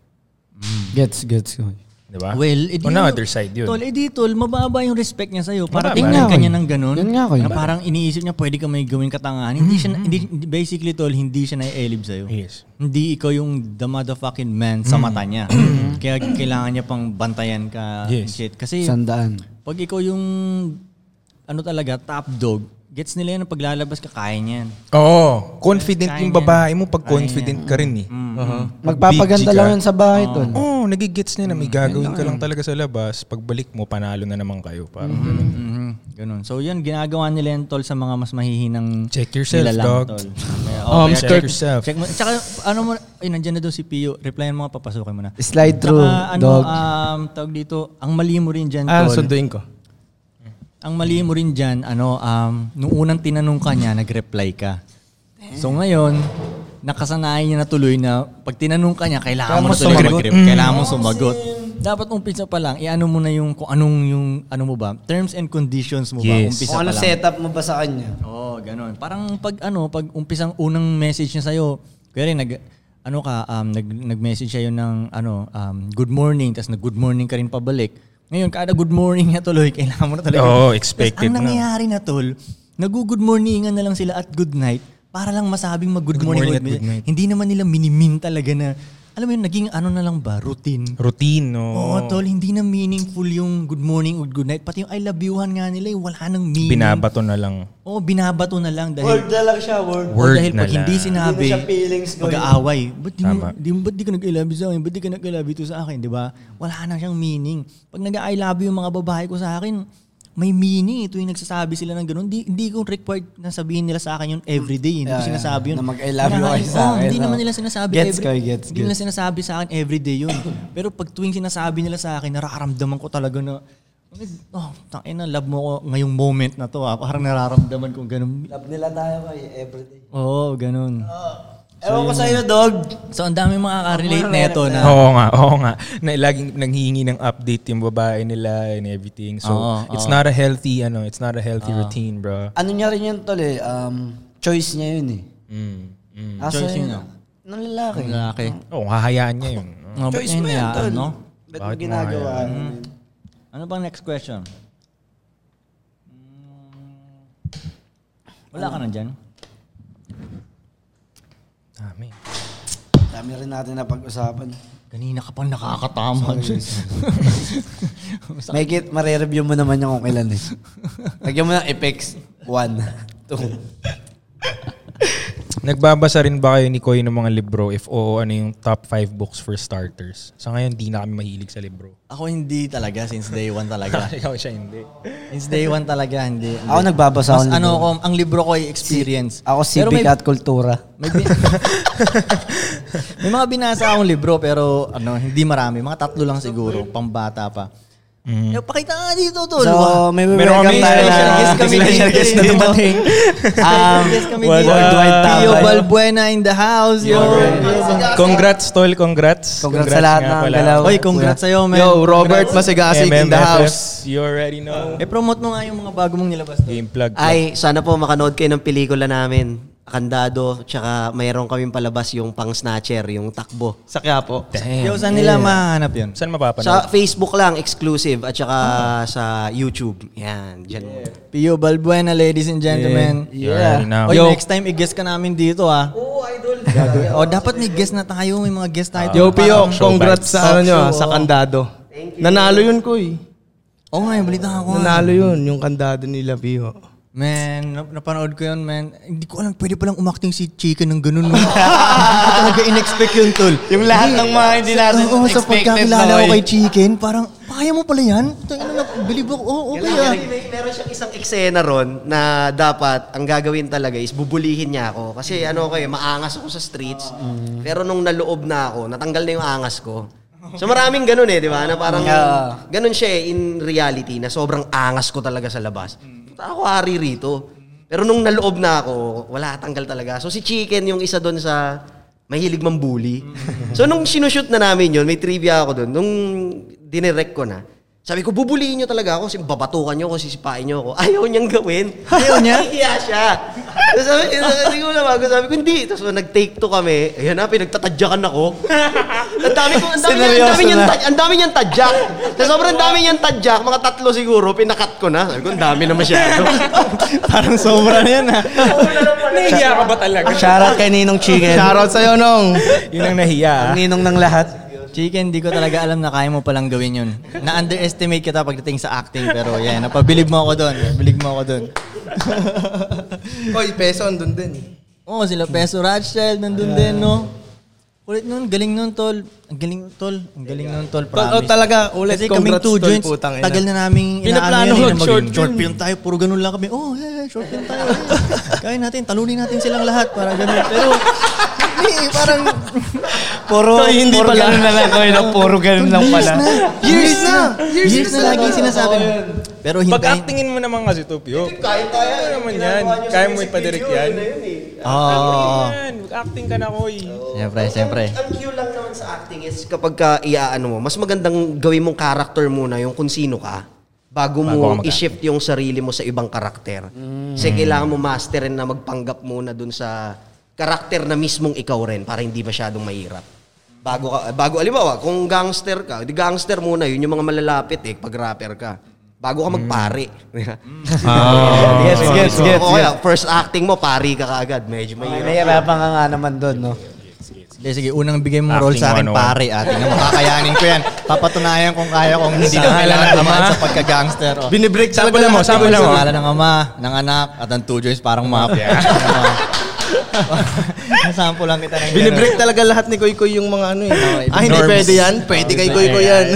Speaker 3: Gets, gets. ko.
Speaker 5: Di ba?
Speaker 4: Well, edi
Speaker 5: on the
Speaker 4: yun-
Speaker 5: other side yun.
Speaker 4: Tol, edi Eh, tol, mababa yung respect niya sa'yo. Para
Speaker 5: Mababa.
Speaker 4: tingnan
Speaker 3: Yun
Speaker 4: ka
Speaker 3: nga,
Speaker 4: niya
Speaker 3: oy.
Speaker 4: ng ganun. Ano
Speaker 3: Yun nga, oy.
Speaker 4: Na parang iniisip niya, pwede ka may gawin katangahan. Hindi siya, na- hindi- hindi- basically tol, hindi siya naielib sa'yo.
Speaker 5: Yes.
Speaker 4: Hindi ikaw yung the motherfucking man sa mata niya. Kaya kailangan niya pang bantayan ka. and
Speaker 5: Yes.
Speaker 4: Shit. Kasi
Speaker 3: Sandaan.
Speaker 4: pag ikaw yung ano talaga, top dog, gets nila yan na paglalabas ka, kaya niyan.
Speaker 5: Oo. confident yung
Speaker 4: Kaya
Speaker 5: babae mo pag confident ka rin eh.
Speaker 4: Uh-huh.
Speaker 6: Magpapaganda
Speaker 5: Big G
Speaker 6: lang yan sa bahay, tol.
Speaker 5: Oo, oh, nagigets niya na
Speaker 4: Mm-hmm.
Speaker 5: may gagawin ka lang talaga sa labas. Pagbalik mo, panalo na naman kayo. Parang ganun.
Speaker 4: Mhm. Ganun. So yun, ginagawa nila yan tol sa mga mas mahihinang
Speaker 5: Check yourself,
Speaker 4: nilalang,
Speaker 5: dog.
Speaker 4: tol. Kaya,
Speaker 2: Um,
Speaker 4: kaya
Speaker 5: check yourself.
Speaker 4: Check mo. Tsaka ano mo, ay nandiyan na daw si Pio. Replyan mo nga, papasukin mo na.
Speaker 6: Slide through,
Speaker 4: Tsaka, ano,
Speaker 6: dog.
Speaker 4: um, tawag dito, ang mali mo rin dyan,
Speaker 2: Ah,
Speaker 4: tol.
Speaker 2: sunduin ko.
Speaker 4: Ang mali mo rin dyan, ano, um, nung unang tinanong ka niya, nag-reply ka. So ngayon, nakasanayan niya na tuloy na pag tinanong ka niya, kailangan mo Mm. na tuloy mag-rep. Kailangan mo sumagot. Dapat umpisa pa lang, iano mo na yung kung anong yung, ano mo ba, terms and conditions mo ba,
Speaker 5: Yes.
Speaker 4: umpisa
Speaker 3: Kung
Speaker 4: pa
Speaker 3: ano
Speaker 4: lang.
Speaker 3: setup mo ba sa kanya?
Speaker 4: Oo, oh, ganun. Parang pag ano, pag umpisang unang message niya sa'yo, kaya rin nag, ano ka, um, nag, nag-message siya yun ng ano, um, good morning, tapos nag-good morning ka rin pabalik. Ngayon, kada good morning niya tuloy, kailangan mo na talaga.
Speaker 5: Oo,
Speaker 4: Tas
Speaker 5: expected
Speaker 4: ang
Speaker 5: na.
Speaker 4: nangyayari na tol, nag-good morningan na lang sila at good night para lang masabing mag-good morning.
Speaker 5: morning at
Speaker 4: good
Speaker 5: good night.
Speaker 4: Hindi naman nila minimin talaga na, alam mo yun, naging ano na lang ba, routine.
Speaker 5: Routine, no?
Speaker 4: Oo, tol, hindi na meaningful yung good morning or good night. Pati yung I love you-han nga nila, eh, wala nang meaning.
Speaker 5: Binabato na lang.
Speaker 4: Oo, binabato na lang dahil
Speaker 6: Word na lang siya, word.
Speaker 4: Word
Speaker 5: Word
Speaker 4: Oh, dahil
Speaker 5: na
Speaker 4: pag hindi
Speaker 5: lang.
Speaker 4: sinabi,
Speaker 6: Hindi na siya feelings ko.
Speaker 4: mag-aaway. Ba't di, mo,
Speaker 5: Tama.
Speaker 4: di, ba't di ka nag-ilabi sa akin? Ba't di ka nag-ilabi to sa akin? Di ba? Wala na siyang meaning. Pag nag-I love you yung mga babae ko sa akin, may meaning. Ito yung nagsasabi sila ng ganun. Di, hindi ko required na sabihin nila sa akin yun everyday. Hindi ko
Speaker 3: Yeah,
Speaker 4: sinasabi yun.
Speaker 3: na mag-I love you
Speaker 4: Kinaka-
Speaker 3: kayo sa
Speaker 4: Oo,
Speaker 3: akin,
Speaker 4: Hindi
Speaker 3: no?
Speaker 4: naman nila sinasabi
Speaker 3: Gets ko, gets,
Speaker 4: Hindi nila sinasabi sa akin everyday yun. Pero pag tuwing sinasabi nila sa akin, nararamdaman ko talaga na Oh, tangina, love mo ko ngayong moment na to. Ah. Parang nararamdaman ko ganun.
Speaker 6: Love nila tayo kay everyday.
Speaker 4: Oo, ganun.
Speaker 6: Ewan ko sa'yo, dog.
Speaker 4: So ang dami makaka-relate na ito na
Speaker 5: Oo nga, oo nga. Na, laging nanghihingi ng update yung babae nila and everything. So,
Speaker 4: Oo,
Speaker 5: it's not a healthy, ano, it's not a healthy routine, bro.
Speaker 3: Ano niya rin yun, tol eh. Um, choice niya yun eh.
Speaker 5: Mm, mm.
Speaker 3: Kaso
Speaker 4: Choice
Speaker 3: yun,
Speaker 4: niya?
Speaker 3: ng lalaki.
Speaker 4: lalaki.
Speaker 5: Oo, hahayaan niya yun.
Speaker 4: Ano ba
Speaker 3: Choice mo yan,
Speaker 4: hinayaan,
Speaker 3: tol.
Speaker 4: no?
Speaker 3: Ba't mo ginagawa? yun?
Speaker 4: Ano bang next question? Mm, Wala ka na dyan?
Speaker 5: Dami.
Speaker 6: Dami rin natin na pag-usapan.
Speaker 4: Kanina ka pang nakakatama dyan.
Speaker 3: May kit, marireview mo naman yung kung kailan eh. Lagyan mo ng effects. One, two.
Speaker 5: Nagbabasa rin ba kayo ni Koy ng mga libro? If oo, ano yung top 5 books for starters? Sa ngayon, di na kami mahilig sa libro.
Speaker 4: Ako hindi talaga since day one talaga.
Speaker 5: Ikaw siya hindi.
Speaker 4: since day one talaga, hindi.
Speaker 3: Ako nagbabasa
Speaker 4: Mas
Speaker 3: ng libro.
Speaker 4: ano ko, ang libro ko ay experience.
Speaker 3: Ako
Speaker 4: Pero
Speaker 3: civic
Speaker 4: may-
Speaker 3: at kultura.
Speaker 4: May, bin- may mga binasa akong libro pero ano, hindi marami. Mga tatlo lang siguro, pangbata pa. Eh, pakita nga dito, tol.
Speaker 3: So,
Speaker 4: Wow.
Speaker 3: may
Speaker 5: Meron kami
Speaker 3: welcome tayo na.
Speaker 5: special
Speaker 4: guest kami
Speaker 3: Special
Speaker 4: dito
Speaker 3: guest na
Speaker 4: eh, no?
Speaker 3: dumating.
Speaker 4: Special guest kami
Speaker 5: what
Speaker 4: dito.
Speaker 5: up?
Speaker 3: Dwight Tabay.
Speaker 4: Tio Um, Balbuena in the house, yo.
Speaker 5: Congrats, Tol. Congrats.
Speaker 3: Congrats sa lahat
Speaker 5: nga
Speaker 3: ng
Speaker 5: pala.
Speaker 3: galaw.
Speaker 4: Hoy, congrats sa'yo, man.
Speaker 2: Yo, Robert Masigasig in the
Speaker 5: MMFF,
Speaker 2: house.
Speaker 5: You already know.
Speaker 4: Eh, promote mo nga yung mga bago mong nilabas. tol.
Speaker 5: Game plug.
Speaker 7: Ay, sana po makanood kayo ng pelikula namin. Kandado, tsaka mayroon kaming palabas yung pang snatcher, yung takbo.
Speaker 2: Sa Quiapo.
Speaker 4: Yo, saan nila mahanap yun?
Speaker 5: Saan mapapanood?
Speaker 7: Sa Facebook lang, exclusive, at tsaka
Speaker 3: Ah.
Speaker 7: sa YouTube. Yan, dyan.
Speaker 4: Pio Balbuena, ladies and gentlemen.
Speaker 5: You already know.
Speaker 4: Hoy, next time i-guest ka namin dito, ah.
Speaker 7: Oo, idol.
Speaker 4: oh, dapat may guest na tayo. May mga guest tayo.
Speaker 7: Ah.
Speaker 2: Yo, Pio,
Speaker 5: Parang show
Speaker 2: congrats
Speaker 5: bites.
Speaker 2: sa ano nyo,
Speaker 4: Talk
Speaker 2: ah,
Speaker 4: show,
Speaker 2: sa
Speaker 4: oh.
Speaker 2: kandado. Nanalo yun, Koy.
Speaker 4: Oo nga, yung balita ako.
Speaker 2: Nanalo yun, yung kandado nila, Pio.
Speaker 4: Man, nap- napanood ko yun, man. Hindi ko alam, pwede palang umakting si Chica ng ganun. man. Hindi ko talaga in-expect yun, tol.
Speaker 3: Yung lahat ng mga hindi natin
Speaker 4: Oo, sa
Speaker 3: expected
Speaker 4: pagkakilala
Speaker 3: na,
Speaker 4: ko
Speaker 3: oy.
Speaker 4: kay Chicken, parang, kaya mo pala yan? Tangina na, believe ako, oo, okay ah.
Speaker 7: Kailangan- may- meron siyang isang eksena ron na dapat ang gagawin talaga is bubulihin niya ako. Kasi ano ko eh, maangas ako sa streets. Pero nung naloob na ako, natanggal na yung angas ko. So maraming ganun eh, di ba? Na parang ganun siya eh, in reality na sobrang angas ko talaga sa labas. Puta ako hari rito. Pero nung naloob na ako, wala tanggal talaga. So si Chicken yung isa doon sa mahilig mambuli. so nung sinushoot na namin yun, may trivia ako doon. Nung dinirect ko na, sabi ko, bubulihin nyo talaga ako kasi babatukan nyo ako, sisipain nyo ako. Ayaw niyang gawin. Ayaw niya? Hiya siya. Tapos sabi, sabi ko naman, ako, sabi ko, hindi. Tapos nag-take two kami, ayan na, pinagtatadyakan ako. ang dami ko, ang dami, niya, ang dami
Speaker 3: Sineryoso
Speaker 7: niyang
Speaker 3: na.
Speaker 7: tadyak, ang dami niyang tadyak. Sa sobrang dami niyang tadyak, mga tatlo siguro, pinakat ko na. Sabi ko, ang dami na masyado.
Speaker 2: Parang sobra na yan,
Speaker 4: ah.
Speaker 2: ha?
Speaker 5: Nahiya ka ba talaga?
Speaker 3: Shoutout kay Ninong Chicken.
Speaker 2: Shoutout sa'yo, Nong.
Speaker 5: Yun ang nahiya.
Speaker 3: Ang ninong ng lahat.
Speaker 4: Chicken, di ko talaga alam na kaya mo palang gawin yun. Na-underestimate kita pagdating sa acting, pero yan, napabilib mo ako doon. Napabilib mo ako doon.
Speaker 2: Koy, peso, andun din.
Speaker 4: Oo, sila
Speaker 2: Hmm.
Speaker 4: Peso Rothschild, nandun din, no? Kulit nun, galing nun, tol. Ang galing nun, tol. Ang galing nun,
Speaker 2: Tol,
Speaker 4: tol. Promise.
Speaker 2: oh, talaga, ulit,
Speaker 4: Kasi
Speaker 2: congrats,
Speaker 4: kaming two
Speaker 2: tol,
Speaker 4: joints,
Speaker 2: putang ina.
Speaker 4: tagal na namin
Speaker 2: Pinaplano
Speaker 4: yun,
Speaker 2: mag-
Speaker 4: maging
Speaker 2: short
Speaker 4: short
Speaker 2: film.
Speaker 4: film tayo. Puro ganun lang kami. Oh, yeah, yeah, short film tayo. yeah. Kaya natin, talunin natin silang lahat. Para ganun. Pero, hindi, eh, parang...
Speaker 3: Puro,
Speaker 2: Koy, hindi
Speaker 3: puro
Speaker 2: pala.
Speaker 3: ganun na lang. Koy, no? puro ganun lang pala.
Speaker 4: Years na! Years, na lagi sinasabi
Speaker 2: Oh,
Speaker 4: mo. Pero
Speaker 5: Pag
Speaker 4: hintayin.
Speaker 5: actingin mo naman kasi to, Pio. Kaya tayo. Kaya naman yan. Kaya mo ipadirect yan.
Speaker 4: Oo.
Speaker 5: Yan, acting ka na, Koy.
Speaker 4: Siyempre, siyempre.
Speaker 7: Ang cue lang naman sa acting is kapag ka iaano mo, mas magandang gawin mong character muna yung kung sino ka
Speaker 5: Bago ka
Speaker 7: bago mo
Speaker 5: mag-acting.
Speaker 7: i-shift yung sarili mo sa ibang karakter. Kasi
Speaker 2: Mm.
Speaker 7: kailangan mo masterin na magpanggap muna dun sa karakter na mismong ikaw rin para hindi masyadong mahirap. Bago ka, bago alibawa, kung gangster ka, di gangster muna, yun yung mga malalapit eh, pag rapper ka. Bago ka
Speaker 2: Mm.
Speaker 7: magpare.
Speaker 3: Yes, yes, yes.
Speaker 7: O kaya, first acting mo, pari ka kaagad. Medyo mahirap.
Speaker 3: Nahihirapan ka nga naman doon, no?
Speaker 4: Sige, sige, unang bigay mong role
Speaker 5: Acting
Speaker 4: sa akin,
Speaker 5: 101.
Speaker 4: pare, ah. ate. Na makakayanin ko yan. Papatunayan kung kaya kong hindi na kailangan dumaan sa pagka-gangster. Oh.
Speaker 2: Binibreak talaga
Speaker 5: Sample lang mo,
Speaker 2: lahat,
Speaker 5: sample
Speaker 2: Koy.
Speaker 5: lang mo.
Speaker 4: Pangalan ng ama, ng anak, at ang two joints parang mafia. Nasampo lang kita ng ganun.
Speaker 2: Binibreak talaga lahat ni Koy Koy yung mga ano eh.
Speaker 4: ibig-
Speaker 2: Ah, hindi
Speaker 5: Norms.
Speaker 2: pwede yan? Pwede kay Koy Koy yan.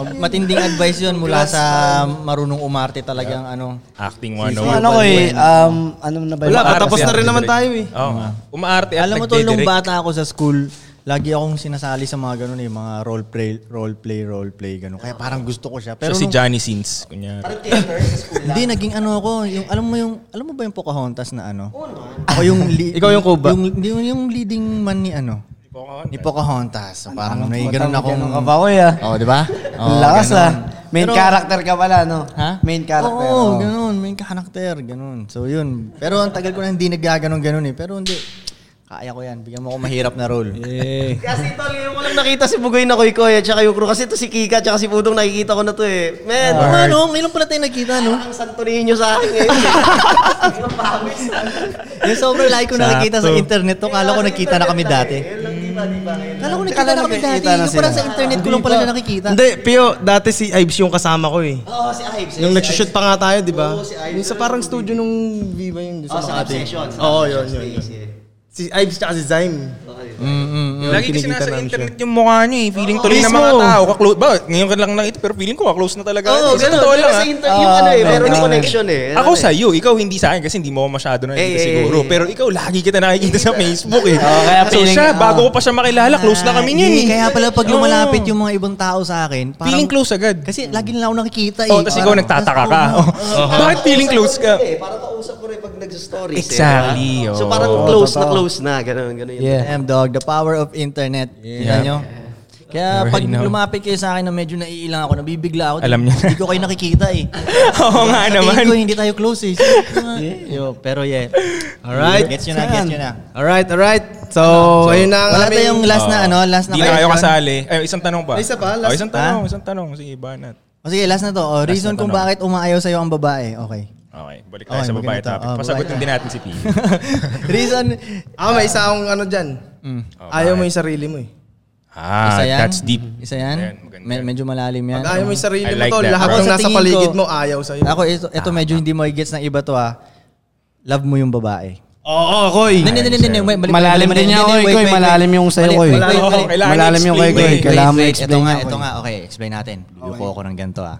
Speaker 4: Mag- Matinding advice yun mula sa marunong umarte talagang ano.
Speaker 5: Acting
Speaker 3: So,
Speaker 5: 101.
Speaker 3: ano ko eh, um, ano na ba? yun?
Speaker 2: Wala,
Speaker 5: Umaarte
Speaker 2: patapos
Speaker 5: siya,
Speaker 2: na rin naman tayo eh.
Speaker 5: Oo nga. Umaarte at
Speaker 4: Alam mo tol, nung
Speaker 5: nagdidirect.
Speaker 4: bata ako sa school, lagi akong sinasali sa mga ganun eh, mga role play, role play, role play, ganun. Kaya parang gusto ko siya. Pero
Speaker 5: Siya si
Speaker 4: nung-
Speaker 5: Johnny Sins, kunyari.
Speaker 4: Hindi, naging ano ako, yung, alam mo yung, alam mo ba yung Pocahontas na ano? Ako yung, li-
Speaker 2: Ikaw yung Kuba?
Speaker 4: Yung, yung, yung leading man ni ano? Ni Pocahontas. So, parang may ganun akong...
Speaker 3: Ano, Ganun ka ba, Koy, ah?
Speaker 4: Oo, di ba? Oo,
Speaker 3: Lakas,
Speaker 4: ganun.
Speaker 3: ah. Main
Speaker 4: Pero-
Speaker 3: character ka pala, no?
Speaker 4: Ha?
Speaker 3: Main character.
Speaker 4: Oo,
Speaker 3: oh.
Speaker 4: ganun. Main character, ganun. So, yun. Pero ang tagal ko na hindi nagkaganon-ganon eh. Pero hindi. Kaya ko yan. Bigyan mo ako mahirap na role.
Speaker 7: Kasi tol, ngayon ko lang nakita si Bugoy na Koy Koy at saka yung crew. Kasi to si Kika at saka si Pudong nakikita ko na to eh. Man,
Speaker 4: Oo, ano? Ngayon pala tayo nagkita, no?
Speaker 7: ang santo ninyo sa akin ngayon.
Speaker 4: Yung sobrang like ko nakikita sa internet to. Kala ko nakita na kami dati. Kala ko nakita
Speaker 3: Kala
Speaker 4: na kami dati.
Speaker 3: nakikita na
Speaker 4: Yung parang
Speaker 3: sila.
Speaker 4: sa internet ko lang pala na nakikita.
Speaker 2: Hindi, Pio, dati si Ives yung kasama ko eh.
Speaker 7: Oo, Ah, si Ives.
Speaker 2: Yung nagsushoot pa nga tayo, di ba?
Speaker 7: Oo, si Ives.
Speaker 2: Yung sa parang studio nung Viva yung
Speaker 7: Oo,
Speaker 2: sa
Speaker 7: Oh, sa
Speaker 2: Makati.
Speaker 7: Obsession.
Speaker 2: Oo, yun, yun, yun. Si Ives tsaka si Zyme. Yun,
Speaker 5: Mm, Lagi kasi
Speaker 2: kinikita
Speaker 5: nasa
Speaker 2: namin
Speaker 5: internet yung mukha niyo eh. Feeling tuloy na
Speaker 2: Mismo.
Speaker 5: mga tao. Kaklo- ba, ngayon ka lang nakita pero feeling ko kaklose na talaga.
Speaker 7: Oo,
Speaker 5: natin. Sa
Speaker 7: ganun.
Speaker 5: totoo lang
Speaker 7: Pero
Speaker 5: ah.
Speaker 7: sa internet, yung ano eh, meron yung connection eh.
Speaker 5: Ako sa iyo, ikaw hindi sa akin kasi hindi mo ako masyado na
Speaker 7: Eh, eh,
Speaker 5: siguro.
Speaker 7: eh.
Speaker 5: Pero ikaw lagi kita nakikita sa Facebook eh.
Speaker 3: kaya
Speaker 5: so
Speaker 3: feeling-
Speaker 5: siya, bago
Speaker 3: oo.
Speaker 5: ko pa siya makilala, close na kami niyan eh.
Speaker 4: Ah, Hindi, Kaya pala pag
Speaker 5: Oo.
Speaker 4: lumalapit yung mga ibang tao sa akin, parang...
Speaker 5: Feeling close agad.
Speaker 4: Kasi lagi nila ako nakikita eh.
Speaker 5: Oh, tapos ikaw
Speaker 4: Parang-
Speaker 5: nagtataka ka.
Speaker 4: Oo.
Speaker 5: Oh. Bakit feeling close ka?
Speaker 7: Eh, para kausap ko rin pag nagsa-stories. eh,
Speaker 5: Exactly,
Speaker 7: di ba? So
Speaker 5: oo.
Speaker 7: parang close na close na. Ganun, ganun yun.
Speaker 4: Yeah. Damn dog, the power of internet. Kita nyo? Kaya pag lumapit kayo sa akin na medyo naiilang ako, nabibigla ako.
Speaker 5: Alam niya.
Speaker 4: Hindi ko kayo nakikita eh.
Speaker 5: Oo nga
Speaker 4: Tingin
Speaker 5: naman.
Speaker 4: ko, hindi tayo close eh. Yo, pero yeah.
Speaker 2: Alright.
Speaker 4: Gets nyo na, gets nyo na.
Speaker 2: Alright, alright. So, ayun na ang
Speaker 4: Wala
Speaker 2: aming-
Speaker 4: tayong last na ano, last na
Speaker 5: Ah,
Speaker 4: Ah?
Speaker 5: Hindi na kayo
Speaker 4: question.
Speaker 5: kasali. Ay, isang tanong pa.
Speaker 2: Ay, isa pa,
Speaker 5: Oh,
Speaker 2: last-
Speaker 5: isang tanong, isang tanong. Sige, banat.
Speaker 4: O sige, last na to. O, reason kung bakit umaayaw sa'yo ang babae. Okay. Ah,
Speaker 5: Okay, balik tayo
Speaker 8: Okay,
Speaker 5: sa babae
Speaker 8: maganda to.
Speaker 5: topic.
Speaker 8: Oh,
Speaker 5: Pasagutin
Speaker 8: babae.
Speaker 5: din natin si P.
Speaker 2: Reason, ah, may isa akong ano dyan. Ayaw mo yung sarili mo eh.
Speaker 5: ah,
Speaker 4: Isa yan?
Speaker 5: that's deep.
Speaker 4: Isa yan?
Speaker 5: Ayan, maganda.
Speaker 4: Me- medyo malalim yan.
Speaker 2: Pag ayaw mo yung sarili
Speaker 5: I
Speaker 2: mo
Speaker 5: like
Speaker 2: to,
Speaker 5: that,
Speaker 2: lahat
Speaker 5: bro.
Speaker 2: ng
Speaker 4: Sa
Speaker 2: nasa
Speaker 4: tingin
Speaker 2: paligid
Speaker 4: ko-
Speaker 2: mo ayaw sa'yo.
Speaker 4: Ako, ito, ito
Speaker 3: Ah,
Speaker 4: medyo hindi mo gets ng iba to ah. Love mo yung babae.
Speaker 2: Oo, koy.
Speaker 4: Hindi, hindi, hindi, hindi. Wait, balik-
Speaker 3: Malalim
Speaker 4: balik-
Speaker 3: din niya,
Speaker 4: hindi,
Speaker 3: Koy,
Speaker 4: wait,
Speaker 3: Koy.
Speaker 4: wait,
Speaker 3: Malalim
Speaker 4: wait.
Speaker 3: yung sa'yo,
Speaker 4: Mali-
Speaker 3: Koy.
Speaker 4: wala-
Speaker 5: Oo,
Speaker 4: wala-
Speaker 5: kailangan
Speaker 3: Malalim yung kay
Speaker 5: i-explain
Speaker 3: Koy.
Speaker 5: eh.
Speaker 3: Kailangan mo
Speaker 4: Wait, wait,
Speaker 3: explain
Speaker 4: Ito nga,
Speaker 3: yan,
Speaker 4: ito
Speaker 3: Koy.
Speaker 4: nga. Okay, explain natin. Luluko ako ng ganito ah.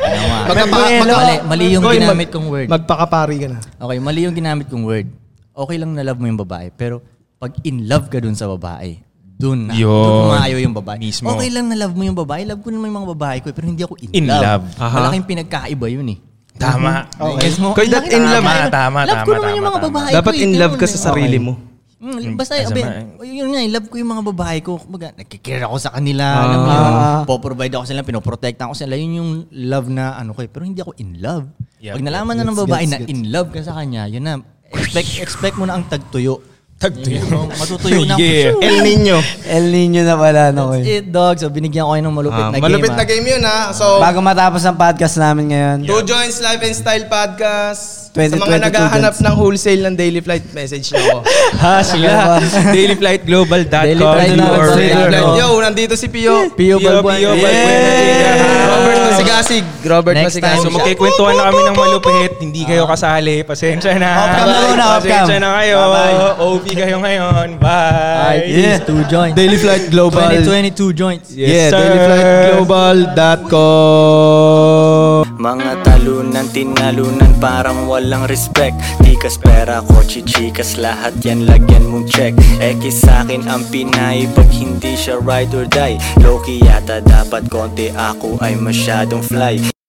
Speaker 4: Ano nga?
Speaker 2: Magpaka-
Speaker 4: Mali, mali, mali yung
Speaker 2: Koy, mag-
Speaker 4: ginamit kong word.
Speaker 2: Magpakapari ka na.
Speaker 4: Okay, mali yung ginamit kong word. Okay lang na love mo yung babae, pero pag in love ka dun sa babae, dun na.
Speaker 5: Yun.
Speaker 4: Dun umaayaw yung babae.
Speaker 5: Mismo.
Speaker 4: Okay lang na love mo yung babae. Love ko naman yung mga babae ko, eh, pero hindi ako in,
Speaker 5: In love.
Speaker 4: love.
Speaker 5: Aha.
Speaker 4: Malaking pinagkaiba yun eh.
Speaker 5: Tama.
Speaker 4: Gets mo?
Speaker 2: Koy, that
Speaker 4: Malaking
Speaker 2: in love-
Speaker 5: Tama,
Speaker 4: pinagkaiba.
Speaker 5: tama,
Speaker 4: Love ko
Speaker 5: tama,
Speaker 4: naman
Speaker 5: tama,
Speaker 4: yung mga
Speaker 5: tama.
Speaker 4: babae
Speaker 2: Dapat
Speaker 4: ko. eh,
Speaker 2: in love
Speaker 4: ganun
Speaker 2: ka
Speaker 4: eh.
Speaker 2: sa sarili
Speaker 4: Okay.
Speaker 2: mo.
Speaker 4: Mm, basta,
Speaker 5: Kasama,
Speaker 4: abe,
Speaker 5: eh.
Speaker 4: yun nga, eh, love ko yung mga babae ko. Kumbaga, nagkikira ako sa kanila.
Speaker 5: Ah.
Speaker 4: alam mo
Speaker 2: Ah.
Speaker 4: yun, poprovide ako sila, pinoprotect ako sila. Yun yung love na ano ko eh. Pero hindi ako in love.
Speaker 5: Yeah.
Speaker 4: Pag nalaman na ng babae na in love ka sa kanya, yun na, expect, expect mo na ang tagtuyo.
Speaker 5: Tagtuyo.
Speaker 4: Yun, oh, Matutuyo na.
Speaker 5: Yeah.
Speaker 4: Shoo!
Speaker 2: El Nino.
Speaker 3: El Nino na pala, no,
Speaker 4: That's
Speaker 3: Koy.
Speaker 2: Eh.
Speaker 4: it, Eh, dog. So, binigyan ko kayo ng malupit na game.
Speaker 2: Malupit na
Speaker 4: ah.
Speaker 2: game yun ha. So,
Speaker 3: Bago matapos ang podcast namin ngayon,
Speaker 2: Two Joints Life and Style Podcast. Sa
Speaker 3: 2022
Speaker 2: mga naghahanap ng wholesale ng Daily Flight, message nyo ako.
Speaker 4: ah.
Speaker 5: Ha, sila. Dailyflightglobal.com.
Speaker 4: Daily Flight
Speaker 2: Daily
Speaker 4: Global.
Speaker 2: Flight. Yo, nandito si Pio.
Speaker 4: Pio
Speaker 5: Pio
Speaker 4: Balbuena.
Speaker 2: Yeah. Robert
Speaker 5: Balbuena.
Speaker 2: Masigasig. Robert
Speaker 5: Next time,
Speaker 2: Masigasig.
Speaker 5: so magkikwentuhan na kami ng malupit. Hindi kayo kasali. Pasensya na.
Speaker 3: Off-cam na muna, off-cam.
Speaker 5: Pasensya na kayo. OP kayo ngayon. Bye.
Speaker 4: Yeah. Two joints.
Speaker 2: Daily Flight Global.
Speaker 4: 2022 joints.
Speaker 5: Yes, sir.
Speaker 2: dailyflightglobal.com
Speaker 1: Mga talunan, tinalunan, parang walang respect Tikas, pera, kotse, chikas, lahat yan, lagyan mong check X sa'kin ang Pinay, pag hindi siya ride or die Loki yata dapat konti, ako ay masyadong fly